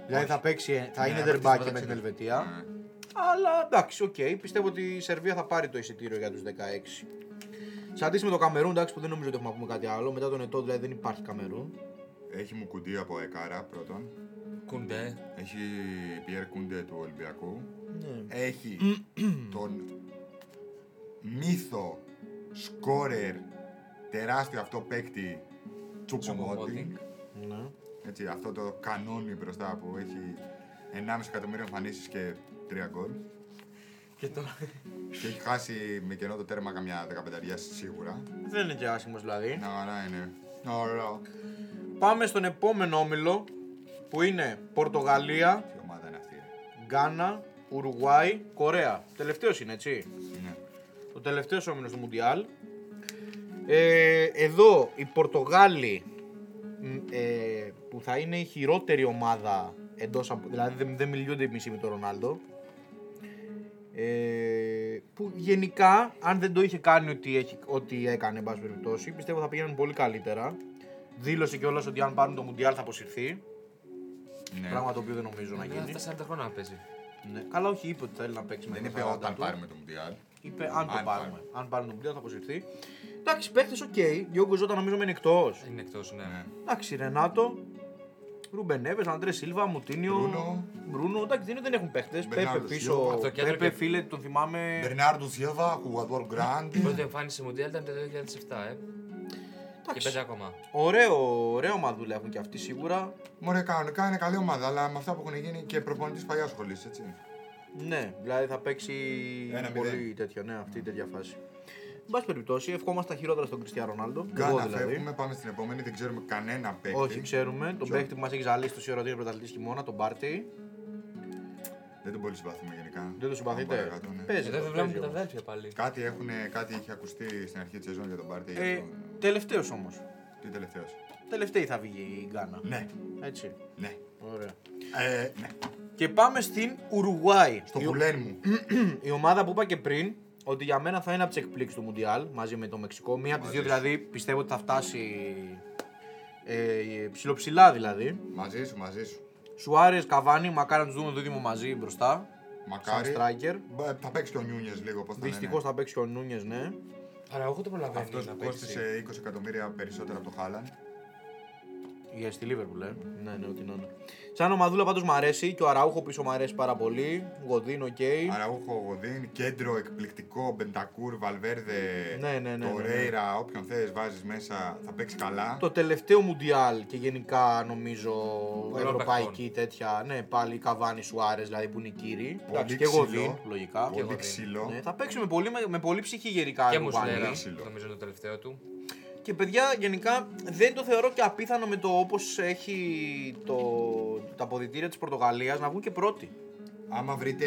[SPEAKER 1] Δηλαδή θα, παίξει, θα
[SPEAKER 2] Ναι,
[SPEAKER 1] είναι
[SPEAKER 2] θα παίξει
[SPEAKER 1] ντερμπάκι με
[SPEAKER 2] μεταξύ
[SPEAKER 1] την
[SPEAKER 2] τους.
[SPEAKER 1] Ελβετία.
[SPEAKER 2] Ναι.
[SPEAKER 1] Αλλά εντάξει, οκ. Πιστεύω ότι η Σερβία θα πάρει το εισιτήριο για τους 16. Σε αντίθεση με το Καμερούν, εντάξει, που δεν νομίζω ότι έχουμε να πούμε κάτι άλλο. Μετά τον Ετώ δηλαδή δεν υπάρχει Καμερούν.
[SPEAKER 2] Έχει μου κουντί από Εκάρα πρώτον.
[SPEAKER 3] Κουντέ.
[SPEAKER 2] Έχει Πιέρ Κούντε του Ολυμπιακού. Έχει τον μύθο σκόρερ τεράστιο αυτό παίκτη Τσουκομόντινγκ.
[SPEAKER 1] Ναι.
[SPEAKER 2] Έτσι, αυτό το κανόνι μπροστά που έχει 1,5 εκατομμύριο εμφανίσεις και 3 γκολ.
[SPEAKER 3] Και τώρα.
[SPEAKER 2] Και έχει χάσει με κενό το τέρμα καμιά 15 σίγουρα.
[SPEAKER 1] Δεν είναι και άσχημος δηλαδή.
[SPEAKER 2] Να ωραία είναι. Ωραία.
[SPEAKER 1] Πάμε στον επόμενο όμιλο που είναι Πορτογαλία,
[SPEAKER 2] Τι ομάδα είναι αυτή, ρε.
[SPEAKER 1] Γκάνα, Ουρουγουάη, Κορέα. Τελευταίος είναι έτσι.
[SPEAKER 2] Ναι.
[SPEAKER 1] Το Ο τελευταίος όμιλος του Μουντιάλ. Ε, εδώ οι Πορτογάλοι μ, ε, που θα είναι η χειρότερη ομάδα εντός, από- δηλαδή δεν, δεν μιλούνται οι μισοί με τον Ρονάλντο. Ε, που γενικά, αν δεν το είχε κάνει ό,τι, έχει, ό,τι έκανε, εν πάση περιπτώσει, πιστεύω θα πήγαιναν πολύ καλύτερα. Δήλωσε κιόλας ότι αν πάρουν το Μουντιάλ θα αποσυρθεί.
[SPEAKER 2] Ναι.
[SPEAKER 1] Πράγμα το οποίο δεν νομίζω να γίνει.
[SPEAKER 3] Αυτά 40 χρόνια να παίζει.
[SPEAKER 1] Ναι. Καλά, όχι, είπε ότι θέλει να παίξει
[SPEAKER 2] Δεν
[SPEAKER 1] με τα
[SPEAKER 2] είπε
[SPEAKER 1] 40
[SPEAKER 2] όταν
[SPEAKER 1] του.
[SPEAKER 2] πάρουμε το Μουντιάλ.
[SPEAKER 1] Είπε
[SPEAKER 3] Ναι.
[SPEAKER 1] αν το
[SPEAKER 2] Αν
[SPEAKER 1] πάρουμε.
[SPEAKER 2] πάρουμε.
[SPEAKER 1] Αν πάρουμε τον Μουντιάλ θα αποσυρθεί. Εντάξει, παίχτες, οκ. Διόγκο Ζώτα νομίζω μένει εκτός.
[SPEAKER 3] Είναι εκτός, ναι.
[SPEAKER 2] Ναι.
[SPEAKER 1] Εντάξει, Ρενάτο. Ρούμπεν Νέβε, Αντρέ Σίλβα, Μουτίνιο.
[SPEAKER 2] Μπρούνο.
[SPEAKER 1] Μπρούνο. Εντάξει, δεν, δεν έχουν παίχτες. Πέπε
[SPEAKER 2] Μπερνάρντο Σίλβα.
[SPEAKER 1] πίσω.
[SPEAKER 3] Αυτό και
[SPEAKER 1] Πέπε,
[SPEAKER 3] έτρωγε.
[SPEAKER 1] φίλε, τον θυμάμαι.
[SPEAKER 2] Μπερνάρντο Σιέλβα, Χουαδόρ
[SPEAKER 3] Η
[SPEAKER 2] Γκράντι.
[SPEAKER 3] πρώτη εμφάνιση μου ήταν το 2007, ε. Και
[SPEAKER 1] Εντάξει.
[SPEAKER 3] πέντε ακόμα.
[SPEAKER 1] Ωραίο, ωραίο μαδούλα έχουν και αυτοί σίγουρα.
[SPEAKER 2] Μωρέ, κανονικά είναι καλή ομάδα, αλλά με αυτά που έχουν γίνει και προπονητής παλιά σχολή, έτσι.
[SPEAKER 1] Ναι, δηλαδή θα παίξει
[SPEAKER 2] Ένα
[SPEAKER 1] πολύ
[SPEAKER 2] μηδέν.
[SPEAKER 1] τέτοιο, ναι, αυτή η τέτοια φάση. Εν πάση περιπτώσει, ευχόμαστε τα χειρότερα στον Κριστιανό Ρονάλντο. Εγώ
[SPEAKER 2] Γκάνα
[SPEAKER 1] δηλαδή.
[SPEAKER 2] φεύγουμε, πάμε στην επόμενη, δεν ξέρουμε κανένα παίκτη.
[SPEAKER 1] Όχι, ξέρουμε. Τον
[SPEAKER 2] Ποιο?
[SPEAKER 1] παίχτη που μας έχει ζαλίσει τόση ώρα ότι είναι πρωταθλητής χειμώνα, τον Πάρτι.
[SPEAKER 2] Δεν τον πολύ συμπαθούμε γενικά.
[SPEAKER 1] Δεν το
[SPEAKER 2] Αν
[SPEAKER 1] συμπαθείτε.
[SPEAKER 2] παρακάτω, ναι.
[SPEAKER 1] Παίζει.
[SPEAKER 3] Εδώ δεν βλέπουμε και τα αδέρφια πάλι.
[SPEAKER 2] Κάτι, έχουνε, κάτι είχε ακουστεί στην αρχή της σεζόν για τον Πάρτι.
[SPEAKER 1] Ε,
[SPEAKER 2] Ε...
[SPEAKER 1] Τελευταίος όμως.
[SPEAKER 2] Τι τελευταίος.
[SPEAKER 1] Τελευταία θα βγει η Γκάνα.
[SPEAKER 2] Ναι,
[SPEAKER 1] Έτσι.
[SPEAKER 2] ναι.
[SPEAKER 1] Ωραία.
[SPEAKER 2] Ε, ναι.
[SPEAKER 1] Και πάμε στην Ουρουγουάη.
[SPEAKER 2] Στο
[SPEAKER 1] η,
[SPEAKER 2] πουλέν μου.
[SPEAKER 1] η ομάδα που είπα και πριν ότι για μένα θα είναι από τις εκπλήξεις του Μουντιάλ μαζί με το Μεξικό. Μία από τις δύο
[SPEAKER 2] Μαζί σου.
[SPEAKER 1] δηλαδή πιστεύω ότι θα φτάσει ε, ψηλοψηλά δηλαδή.
[SPEAKER 2] Μαζί σου, μαζί σου.
[SPEAKER 1] Σουάρες, Καβάνη, μακάρι να τους δούμε δίδυμο μαζί μπροστά. Σαν
[SPEAKER 2] Μακάρι. Ναι,
[SPEAKER 1] striker.
[SPEAKER 2] Μπα- Θα παίξει και ο Νιούνιε λίγο πώς θα
[SPEAKER 1] Δυστυχώς θα παίξει και ο Νούνιες, ναι.
[SPEAKER 3] Αλλά εγώ το προλαβαίνω.
[SPEAKER 2] Αυτός που κόστησε 20 εκατομμύρια περισσότερα από το Χάλαν.
[SPEAKER 1] Για στη Λίβερπουλ, ε. Ναι, ναι, ό,τι να είναι. Σαν ομαδούλα πάντως μ' αρέσει και ο Αραούχο πίσω μ' αρέσει πάρα πολύ. Γοδίν, οκ.
[SPEAKER 2] Αραούχο, Γοδίν, κέντρο εκπληκτικό, Μπεντακούρ, Βαλβέρδε,
[SPEAKER 1] Ναι, ναι, ναι, ναι, ναι.
[SPEAKER 2] Τορέιρα, όποιον θες βάζεις μέσα θα παίξεις καλά.
[SPEAKER 1] Το τελευταίο Μουντιάλ και γενικά νομίζω
[SPEAKER 3] Πολλών
[SPEAKER 1] ευρωπαϊκή τέτοια. Ναι, πάλι η Καβάνη Σουάρες δηλαδή που είναι οι κύριοι.
[SPEAKER 2] Πολύ
[SPEAKER 1] Εντάξει, και
[SPEAKER 2] ξύλο.
[SPEAKER 1] Γοδίν, λογικά.
[SPEAKER 3] Και
[SPEAKER 2] Πολύ
[SPEAKER 3] Γοδίν.
[SPEAKER 2] ξύλο.
[SPEAKER 1] Ναι, θα παίξουμε πολύ, με, με πολύ ψυχή γενικά.
[SPEAKER 3] Και
[SPEAKER 1] ο Ρουβάνη.
[SPEAKER 3] Μουσλέρα,
[SPEAKER 2] Ξύλο.
[SPEAKER 3] νομίζω είναι το τελευταίο του.
[SPEAKER 1] Και παιδιά, γενικά δεν το θεωρώ και απίθανο με το όπως έχει το, τα αποδητήρια της Πορτογαλίας να βγουν και πρώτοι.
[SPEAKER 2] Άμα βρείτε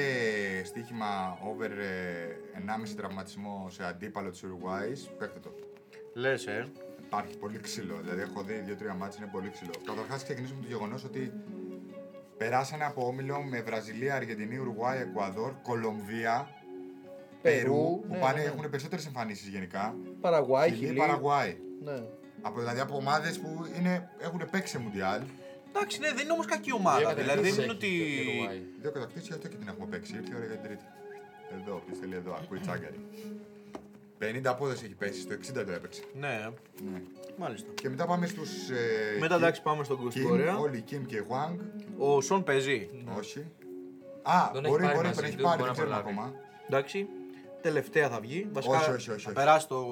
[SPEAKER 2] στοίχημα over ε, 1,5 τραυματισμό σε αντίπαλο της Ουρουάη, παίχτε το.
[SPEAKER 1] Λες, ε.
[SPEAKER 2] Υπάρχει πολύ ξύλο. Δηλαδή, έχω δει δύο-τρία μάτια, είναι πολύ ξύλο. Καταρχάς, ξεκινήσουμε με το γεγονός ότι περάσανε από όμιλο με Βραζιλία, Αργεντινή, Ουρουάη, Εκουαδόρ, Κολομβία,
[SPEAKER 1] Περού,
[SPEAKER 2] Περού, που
[SPEAKER 1] ναι,
[SPEAKER 2] πάνε,
[SPEAKER 1] ναι, ναι.
[SPEAKER 2] έχουν περισσότερες εμφανίσεις γενικά.
[SPEAKER 1] Παραγουάη,
[SPEAKER 2] Χιλή, Παραγουάη.
[SPEAKER 1] Ναι.
[SPEAKER 2] Από, δηλαδή από ομάδες που είναι, έχουν παίξει σε μουντιάλ.
[SPEAKER 1] Εντάξει, ναι, δεν είναι όμως κακή ομάδα. Δηλαδή δεν είναι ότι.
[SPEAKER 2] Δύο κατακτήσεις, γι' αυτό και την έχουμε παίξει. Ήρθε η ώρα για την τρίτη. Εδώ, ποιο θέλει εδώ, ακούει τσάγκαρη. 50 απόδοση έχει πέσει, στο 60 το έπαιξε.
[SPEAKER 1] Ναι,
[SPEAKER 2] Ναι.
[SPEAKER 1] μάλιστα.
[SPEAKER 2] Και μετά πάμε στους. Ε,
[SPEAKER 1] Μετά εντάξει, πάμε στον Κούστο. Ωραία.
[SPEAKER 2] Όλοι οι Κιμ και Γουάνγκ.
[SPEAKER 1] Ο Σον παίζει.
[SPEAKER 2] Όχι. Α,
[SPEAKER 3] Τον έχει
[SPEAKER 2] μπορεί,
[SPEAKER 3] πάρει
[SPEAKER 2] μπορεί,
[SPEAKER 3] μαζί
[SPEAKER 2] τον έχει
[SPEAKER 3] του,
[SPEAKER 2] πάρει,
[SPEAKER 3] μπορεί
[SPEAKER 2] δεν
[SPEAKER 3] να
[SPEAKER 2] ξέρουμε
[SPEAKER 3] προλάβει.
[SPEAKER 2] ακόμα.
[SPEAKER 1] Εντάξει. Τελευταία θα βγει. Βασικά,
[SPEAKER 2] Όχι, όχι, όχι,
[SPEAKER 1] Θα
[SPEAKER 2] όχι.
[SPEAKER 1] περάσει το.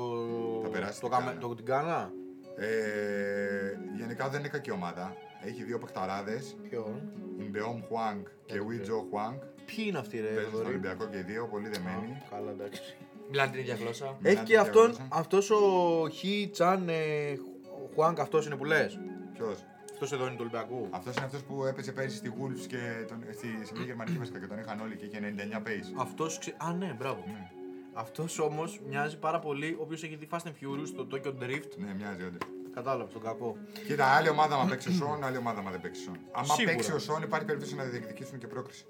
[SPEAKER 2] Θα περάσει
[SPEAKER 1] το,
[SPEAKER 2] την
[SPEAKER 1] καμε...
[SPEAKER 2] Κάνα.
[SPEAKER 1] το την Κάνα.
[SPEAKER 2] Ε, γενικά δεν είναι κακή ομάδα. Έχει δύο παιχταράδες.
[SPEAKER 1] Ποιον.
[SPEAKER 2] Ιμπεόμ Χουάνγκ και Ουίτζο Χουάνγκ.
[SPEAKER 1] Ποιοι είναι αυτοί, ρε.
[SPEAKER 2] Παίζουν στον
[SPEAKER 1] Γρηγόρη?
[SPEAKER 2] Ολυμπιακό και οι δύο, πολύ δεμένοι.
[SPEAKER 1] Α, Καλά, εντάξει.
[SPEAKER 3] Μιλάνε την ίδια γλώσσα.
[SPEAKER 1] Έχει
[SPEAKER 2] Μιλάνε
[SPEAKER 1] και
[SPEAKER 2] για
[SPEAKER 1] αυτόν,
[SPEAKER 2] γλώσσα.
[SPEAKER 1] αυτός ο Χι Τσαν ε, Χου- Χουάνκ, αυτός είναι που λες.
[SPEAKER 2] Ποιος.
[SPEAKER 1] Αυτός εδώ είναι του Ολυμπιακού.
[SPEAKER 2] Αυτός είναι αυτός που έπαιζε πέρυσι στη Wolves και τον, στη, σε μια γερμανική βασικά και τον είχαν όλοι και είχε 99 pace.
[SPEAKER 1] Αυτός, ξε... α ναι, μπράβο.
[SPEAKER 2] Ναι.
[SPEAKER 1] Αυτός όμως μοιάζει πάρα πολύ, όποιος έχει δει Fast and Furious στο Tokyo Drift,
[SPEAKER 2] Ναι, μοιάζει όντως.
[SPEAKER 1] κατάλαβες τον κακό.
[SPEAKER 2] Κοίτα, άλλη ομάδα μα παίξει ο Σον, άλλη ομάδα μα δεν παίξει ο Σον. Άμα
[SPEAKER 1] Σίγουρα.
[SPEAKER 2] παίξει ο Σον, υπάρχει περίπτωση να διεκδικήσουν και πρόκριση.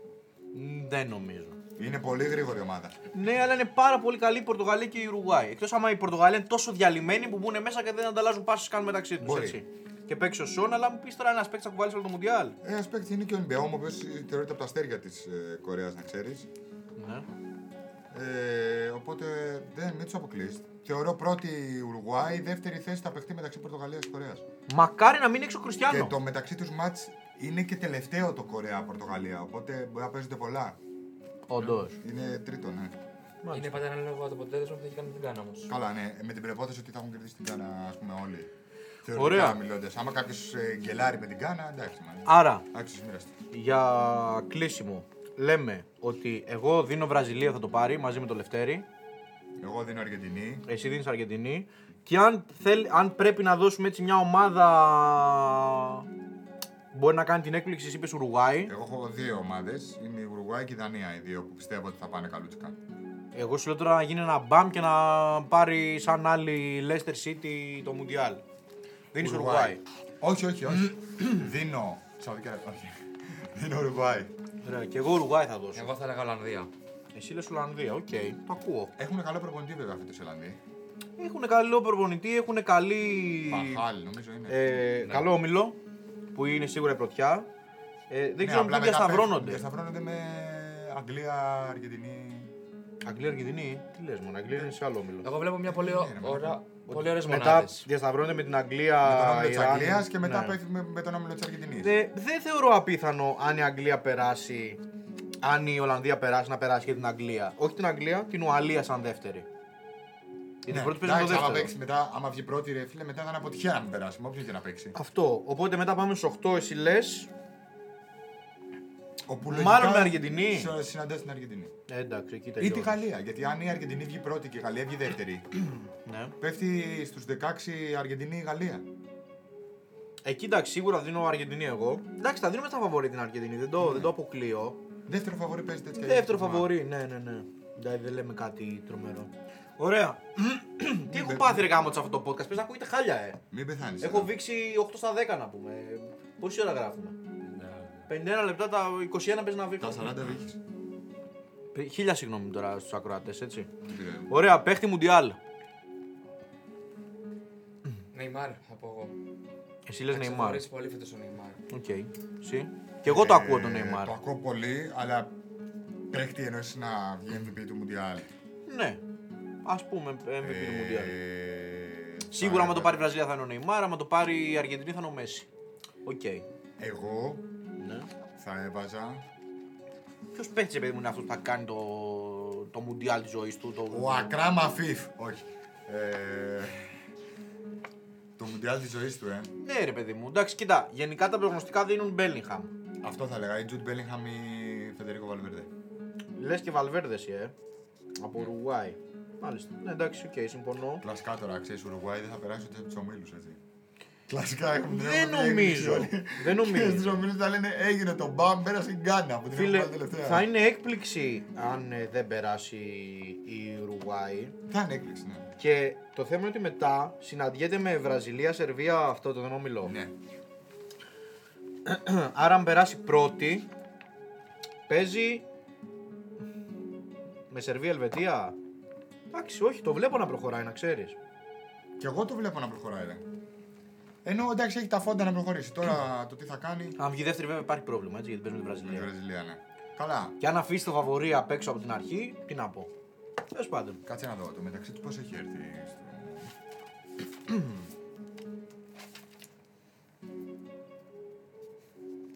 [SPEAKER 1] Μ, Δεν νομίζω.
[SPEAKER 2] Είναι πολύ γρήγορη ομάδα.
[SPEAKER 1] Ναι, αλλά είναι πάρα πολύ καλή η Πορτογαλία και η Ουρουάη. Εκτός άμα η Πορτογαλία είναι τόσο διαλυμένη που μπουν μέσα και δεν ανταλλάζουν πάσει καν μεταξύ τους.
[SPEAKER 2] Μπορεί.
[SPEAKER 1] Έτσι. Και παίξει ο Σόν, αλλά μου πεις τώρα ένας παίξα κουβάλει όλο το Μουντιάλ.
[SPEAKER 2] Ένας παίκτης Ε, είναι και ο Ιμπεόμ, ο οποίος θεωρείται από τα αστέρια της ε, Κορέας, να ξέρεις.
[SPEAKER 1] Ναι.
[SPEAKER 2] Ε, οπότε δεν, μην τους αποκλείσεις. Θεωρώ πρώτη η Ουρουάη, δεύτερη θέση θα παιχτεί μεταξύ Πορτογαλίας και Κορέας.
[SPEAKER 1] Μακάρι να μην έξω ο Κριστιανό.
[SPEAKER 2] Και το μεταξύ τους μάτ είναι και τελευταίο το Κορέα-Πορτογαλία. Οπότε μπορεί να παίζονται πολλά.
[SPEAKER 1] Όντως.
[SPEAKER 2] Είναι τρίτο, ναι.
[SPEAKER 3] Είναι πάντα ανάλογο το αποτέλεσμα που θα έχει κάνει την Κάνα όμως.
[SPEAKER 2] Καλά, ναι. Με την προπόθεση ότι θα έχουν κερδίσει την Κάνα, ας πούμε, όλοι. Θεωρητικά
[SPEAKER 1] Ωραία.
[SPEAKER 2] Μιλώντας. Άμα κάποιος γκελάρει με την Κάνα, εντάξει. Μα.
[SPEAKER 1] Άρα,
[SPEAKER 2] Άξιος μοίραστε.
[SPEAKER 1] για κλείσιμο, λέμε ότι εγώ δίνω Βραζιλία θα το πάρει μαζί με το Λευτέρη.
[SPEAKER 2] Εγώ δίνω Αργεντινή.
[SPEAKER 1] Εσύ δίνεις Αργεντινή. Και αν, θέλ, αν πρέπει να δώσουμε έτσι μια ομάδα. Μπορεί να κάνει την έκπληξη, εσύ είπες Ουρουάη.
[SPEAKER 2] Εγώ έχω δύο ομάδες. Είναι η Ουρουάη και η Δανία οι δύο που πιστεύω ότι θα πάνε καλούτσικα.
[SPEAKER 1] Εγώ σου λέω τώρα να γίνει ένα μπαμ και να πάρει σαν άλλη Leicester City το Μουντιάλ. Δίνεις Ουρουάη.
[SPEAKER 2] Όχι, όχι, όχι. Δίνω. Σαουδική Αραβία. Όχι. Δίνω Ουρουάη.
[SPEAKER 1] Ωραία, και εγώ Ουρουάη θα δώσω.
[SPEAKER 3] Εγώ θα έλεγα Ολλανδία.
[SPEAKER 1] Εσύ λες Ολλανδία, οκ, το ακούω.
[SPEAKER 2] Έχουν καλό προπονητή βέβαια αυτή τη Ολλανδία.
[SPEAKER 1] Έχουν καλό προπονητή, έχουν καλή.
[SPEAKER 2] Παχάλ, νομίζω είναι.
[SPEAKER 1] Ε, Καλό όμιλο, που είναι σίγουρα η πρωτιά. Ε, δεν ξέρω αν
[SPEAKER 2] Ναι, απλά
[SPEAKER 1] πού
[SPEAKER 2] μετά
[SPEAKER 1] διασταυρώνονται.
[SPEAKER 2] πέφτουν, Διασταυρώνονται με Αγγλία, Αργεντινή.
[SPEAKER 1] Αγγλία Αργεντινή, τι λες μόνο, Αγγλία είναι σε άλλο όμιλο.
[SPEAKER 3] Εγώ βλέπω μια πολύ ώρα. Πολύ ωραίες
[SPEAKER 1] Μετά
[SPEAKER 3] μονάδες.
[SPEAKER 1] διασταυρώνεται με την
[SPEAKER 2] Με τον
[SPEAKER 1] Αγγλία.
[SPEAKER 2] όμιλο της
[SPEAKER 1] Ιράν.
[SPEAKER 2] Αγγλίας και μετά
[SPEAKER 1] Ναι.
[SPEAKER 2] πέφτει με, με τον όμιλο της Αργεντινής.
[SPEAKER 1] Δε- Δεν θεωρώ απίθανο αν η Αγγλία περάσει, αν η Ολλανδία περάσει, να περάσει και την Αγγλία. Όχι την Αγγλία, την Ουαλία σαν δεύτερη. Γιατί πρώτη παίζει το
[SPEAKER 2] Ναι, Άμα
[SPEAKER 1] δεύτερο.
[SPEAKER 2] παίξει μετά, άμα βγει πρώτη, ρε φίλε, μετά θα είναι αποτυχία να μην περάσει. Όποιο και να παίξει.
[SPEAKER 1] Αυτό. Οπότε μετά πάμε στους 8 εσύ λες.
[SPEAKER 2] Όπου
[SPEAKER 1] Μάλλον
[SPEAKER 2] λογικά
[SPEAKER 1] με Αργεντινή.
[SPEAKER 2] σε- Συναντάς στην Αργεντινή.
[SPEAKER 1] Ε, εντάξει, εκεί
[SPEAKER 2] Ή τη
[SPEAKER 1] τελειώνεις.
[SPEAKER 2] Γαλλία. Γιατί αν η Αργεντινή βγει πρώτη και η Γαλλία βγει δεύτερη,
[SPEAKER 1] Ναι.
[SPEAKER 2] πέφτει στους 16 Αργεντινή-Γαλλία.
[SPEAKER 1] Εκεί εντάξει, σίγουρα δίνω Αργεντινή εγώ. Εντάξει, θα δίνουμε στα φαβορή την Αργεντινή, δεν το, δεν το αποκλείω.
[SPEAKER 2] Δεύτερο φαβορή παίζεται έτσι κι αλλιώς.
[SPEAKER 1] Δεύτερο φαβορή, ναι, ναι, ναι. Δηλαδή δεν λέμε κάτι τρομερό. Ωραία. Τι
[SPEAKER 2] Ναι.
[SPEAKER 1] έχω πάθει ρε γάμο σε αυτό το podcast, πες να ακούγεται χάλια, ε.
[SPEAKER 2] Μην πεθάνεις.
[SPEAKER 1] Έχω βήξει 8 στα 10 να πούμε. Ε, Πόση ώρα γράφουμε. 51 λεπτά τα 21 πες να
[SPEAKER 2] Τα
[SPEAKER 1] βήξω.
[SPEAKER 2] 40 βγήκε.
[SPEAKER 1] Χίλια συγγνώμη τώρα στους ακροατές, έτσι. Ωραία, παίχτη Μουντιάλ.
[SPEAKER 3] Νεϊμάρ, θα πω εγώ.
[SPEAKER 1] Εσύ λες
[SPEAKER 3] Θα
[SPEAKER 1] Νεϊμάρ.
[SPEAKER 3] ξεχωρίσει πολύ φέτος ο Νεϊμάρ.
[SPEAKER 1] Οκ. Εσύ. Και εγώ το ακούω τον Νεϊμάρ.
[SPEAKER 2] Ε, Το ακούω πολύ, αλλά παίχτη εννοείς να βγει MVP του Μουντιάλ.
[SPEAKER 1] Ναι. Ας πούμε MVP του Μουντιάλ.
[SPEAKER 2] Ε,
[SPEAKER 1] Σίγουρα, άμα
[SPEAKER 2] θα-
[SPEAKER 1] το πάρει η Βραζιλία θα είναι ο Νεϊμάρ, άμα το πάρει η Αργεντινή θα είναι ο Μέση. Οκ.
[SPEAKER 2] Εγώ
[SPEAKER 1] Ναι.
[SPEAKER 2] θα έβαζα
[SPEAKER 1] Ποιος παίχτη, ρε παιδί μου, είναι αυτό που θα κάνει το, το μουντιάλ της ζωής του. Το...
[SPEAKER 2] ο Ακράμα Αφίφ. Όχι. Ε, το Μουντιάλ της ζωής του, ε.
[SPEAKER 1] Ναι, ρε παιδί μου. Εντάξει, κοιτά. Γενικά τα προγνωστικά δίνουν Μπέλιγχαμ.
[SPEAKER 2] Αυτό θα λέγα. Η Τζουτ Μπέλιγχαμ ή Φεντερίκο Βαλβερδέ.
[SPEAKER 1] Λες και Βαλβέρδες, ε. Από Ουρουάη. Μάλιστα. Ναι, εντάξει, οκ, συμφωνώ.
[SPEAKER 2] Κλασικά τώρα, ξέρεις, Ουρουάη δεν θα περάσει ούτε τους ομίλους, έτσι. Κλασικά έχουν
[SPEAKER 1] Δεν νομίζω. Δεν
[SPEAKER 2] Και στου
[SPEAKER 1] νομίζω.
[SPEAKER 2] ομίλου θα λένε έγινε το μπαμ, πέρασε η Γκάνα που την
[SPEAKER 1] Φίλε,
[SPEAKER 2] έχουμε βάλει τελευταία.
[SPEAKER 1] θα είναι έκπληξη αν ε, δεν περάσει η Ουρουάη.
[SPEAKER 2] Θα είναι έκπληξη, ναι.
[SPEAKER 1] Και το θέμα είναι ότι μετά συναντιέται με Βραζιλία, Σερβία, αυτό το δεν ομιλώ.
[SPEAKER 2] Ναι.
[SPEAKER 1] Άρα αν περάσει πρώτη, παίζει με Σερβία Ελβετία. Εντάξει, όχι, το βλέπω να προχωράει, να ξέρεις.
[SPEAKER 2] Και εγώ το βλέπω να προχωράει, ρε. Ενώ εντάξει έχει τα φόντα να προχωρήσει. Τώρα το τι θα κάνει.
[SPEAKER 1] Αν βγει δεύτερη, βέβαια υπάρχει πρόβλημα έτσι, γιατί παίζει με την
[SPEAKER 2] Με τη
[SPEAKER 1] Βραζιλία.
[SPEAKER 2] Βραζιλία, ναι. Καλά.
[SPEAKER 1] Και αν αφήσει το φαβορή απ' έξω από την αρχή, τι να πω. Τέλος πάντων.
[SPEAKER 2] Κάτσε να δω. Το μεταξύ του πώς έχει έρθει. Στο...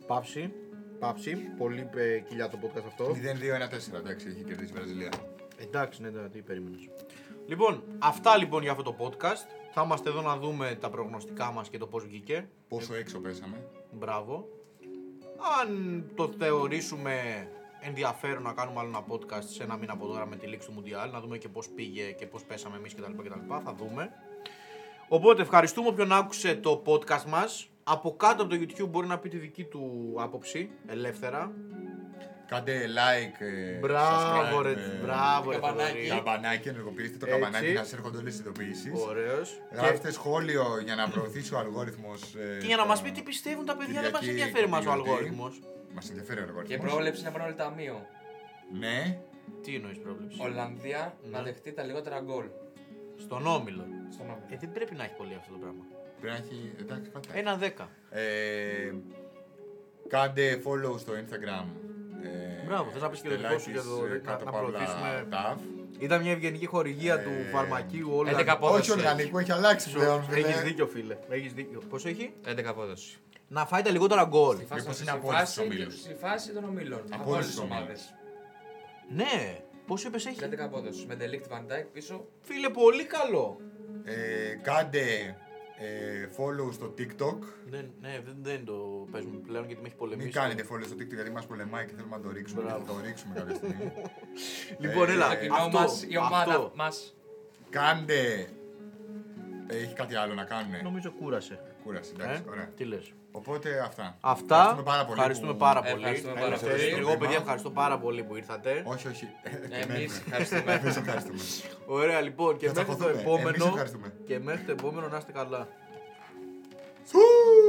[SPEAKER 1] Πάψη. Πάψη. Πολύ ε, κοιλιά το podcast αυτό.
[SPEAKER 2] 0-2-1-4, εντάξει, έχει κερδίσει η Βραζιλία.
[SPEAKER 1] Εντάξει, ναι, ναι, τι περίμενες. Λοιπόν, αυτά λοιπόν για αυτό το podcast. Θα είμαστε εδώ να δούμε τα προγνωστικά μας και το πώς βγήκε.
[SPEAKER 2] Πόσο έξω πέσαμε.
[SPEAKER 1] Μπράβο. Αν το θεωρήσουμε ενδιαφέρον να κάνουμε άλλο ένα podcast σε ένα μήνα από τώρα με τη λήξη του Μουντιάλ, να δούμε και πώς πήγε και πώς πέσαμε εμείς κτλ. κτλ. Θα δούμε. Οπότε ευχαριστούμε όποιον άκουσε το podcast μας. Από κάτω από το YouTube μπορεί να πει τη δική του άποψη, ελεύθερα.
[SPEAKER 2] Κάντε like. ε,
[SPEAKER 1] Μπράβο
[SPEAKER 2] subscribe,
[SPEAKER 1] ρε,
[SPEAKER 2] ε,
[SPEAKER 1] μπράβο ρε
[SPEAKER 3] καμπανάκι.
[SPEAKER 1] Θοδωρή.
[SPEAKER 2] Καμπανάκι, ενεργοποιήστε το
[SPEAKER 1] Έτσι.
[SPEAKER 2] καμπανάκι να σας έρχονται όλες τις ειδοποιήσεις.
[SPEAKER 1] Ωραίος.
[SPEAKER 2] Ε, Γράφτε σχόλιο για να προωθήσει ο ε, αλγόριθμο.
[SPEAKER 1] Και για να μας πει τι πιστεύουν τα παιδιά, δεν μας
[SPEAKER 2] Κυριακή,
[SPEAKER 1] ενδιαφέρει μας ο
[SPEAKER 2] Κυριακή.
[SPEAKER 1] αλγόριθμος.
[SPEAKER 2] Μας ενδιαφέρει ο
[SPEAKER 3] Και
[SPEAKER 2] αλγόριθμο.
[SPEAKER 3] πρόβλεψη να βρω όλο ταμείο.
[SPEAKER 2] Ναι,
[SPEAKER 1] Τι εννοείς πρόβλεψη.
[SPEAKER 3] Ολλανδία να δεχτεί τα λιγότερα γκολ.
[SPEAKER 1] Στον Όμιλο.
[SPEAKER 3] Στον
[SPEAKER 1] Ε,
[SPEAKER 3] όμιλο.
[SPEAKER 1] δεν πρέπει να έχει πολύ αυτό το πράγμα.
[SPEAKER 2] πρέπει να έχει. Εντάξει, κάτι. θα έχει.
[SPEAKER 1] Ένα δέκα.
[SPEAKER 2] Ε, κάντε follow στο Instagram. Ε,
[SPEAKER 1] Μπράβο, θες να πεις και το δικό σου για το-
[SPEAKER 2] Στελάκης, ε,
[SPEAKER 1] να-
[SPEAKER 2] κάτω
[SPEAKER 1] να
[SPEAKER 2] παύλα,
[SPEAKER 1] προωθήσουμε-
[SPEAKER 2] TAV.
[SPEAKER 1] Ήταν μια ευγενική χορηγία
[SPEAKER 2] Ε,
[SPEAKER 1] του φαρμακείου όλα.
[SPEAKER 3] 11 πόδες.
[SPEAKER 2] Όχι οργανικό, έχει αλλάξει πλέον. φίλε.
[SPEAKER 1] Έχει δίκιο, φίλε. Έχεις δίκιο. Πώ έχει?
[SPEAKER 3] 11 απόδοση.
[SPEAKER 1] Να φάει τα λιγότερα γκολ.
[SPEAKER 3] Στη φάση-
[SPEAKER 2] Μήπως
[SPEAKER 3] στη
[SPEAKER 2] είναι απόλυτη
[SPEAKER 3] φάση-
[SPEAKER 2] στους ομίλους.
[SPEAKER 3] Στη φάση των ομίλων.
[SPEAKER 2] Απόλυτη
[SPEAKER 3] Από όλες τις
[SPEAKER 2] στους ομίλους.
[SPEAKER 3] ομάδες.
[SPEAKER 1] Ναι. Πόσο είπες έχει.
[SPEAKER 3] 11 απόδοση. Με Ντελίκτ Βαντάικ πίσω.
[SPEAKER 1] Φίλε, πολύ καλό.
[SPEAKER 2] Ε, κάντε ε, follow στο TikTok.
[SPEAKER 1] Ναι, ναι δεν, δεν το παίζουμε πλέον γιατί με έχει πολεμήσει.
[SPEAKER 2] Μην κάνετε follow στο TikTok γιατί μας πολεμάει και θέλουμε να το ρίξουμε. και Θα
[SPEAKER 1] Μπράβο.
[SPEAKER 2] το ρίξουμε κάποια στιγμή. Ε,
[SPEAKER 1] Λοιπόν, έλα.
[SPEAKER 3] Ε, Το κοινό
[SPEAKER 1] Αυτό,
[SPEAKER 3] μας, η ομάδα
[SPEAKER 1] αυτό.
[SPEAKER 3] μας.
[SPEAKER 2] κάντε Ε, Έχει κάτι άλλο να κάνουν.
[SPEAKER 5] Νομίζω κούρασε.
[SPEAKER 2] Κούραση,
[SPEAKER 5] Ε,
[SPEAKER 2] εντάξει, ωραία.
[SPEAKER 5] τι λες.
[SPEAKER 2] Οπότε αυτά.
[SPEAKER 1] Αυτά.
[SPEAKER 2] Ευχαριστούμε πάρα πολύ.
[SPEAKER 1] Ευχαριστούμε
[SPEAKER 2] που-
[SPEAKER 1] πάρα
[SPEAKER 3] Ε,
[SPEAKER 1] πολύ.
[SPEAKER 3] ευχαριστούμε πάρα
[SPEAKER 1] Ευχαριστώ.
[SPEAKER 2] πολύ.
[SPEAKER 1] Εγώ, παιδιά, ευχαριστώ πάρα πολύ που ήρθατε.
[SPEAKER 2] Όχι, όχι. Ε,
[SPEAKER 3] Εμείς
[SPEAKER 2] Εμείς
[SPEAKER 3] ευχαριστούμε.
[SPEAKER 2] ευχαριστούμε.
[SPEAKER 1] Ωραία, λοιπόν, και
[SPEAKER 2] Θα
[SPEAKER 1] μέχρι το
[SPEAKER 2] τσακωθούμε. Εμείς
[SPEAKER 1] επόμενο.
[SPEAKER 2] ευχαριστούμε.
[SPEAKER 1] Και μέχρι το επόμενο να είστε καλά.
[SPEAKER 2] Φου!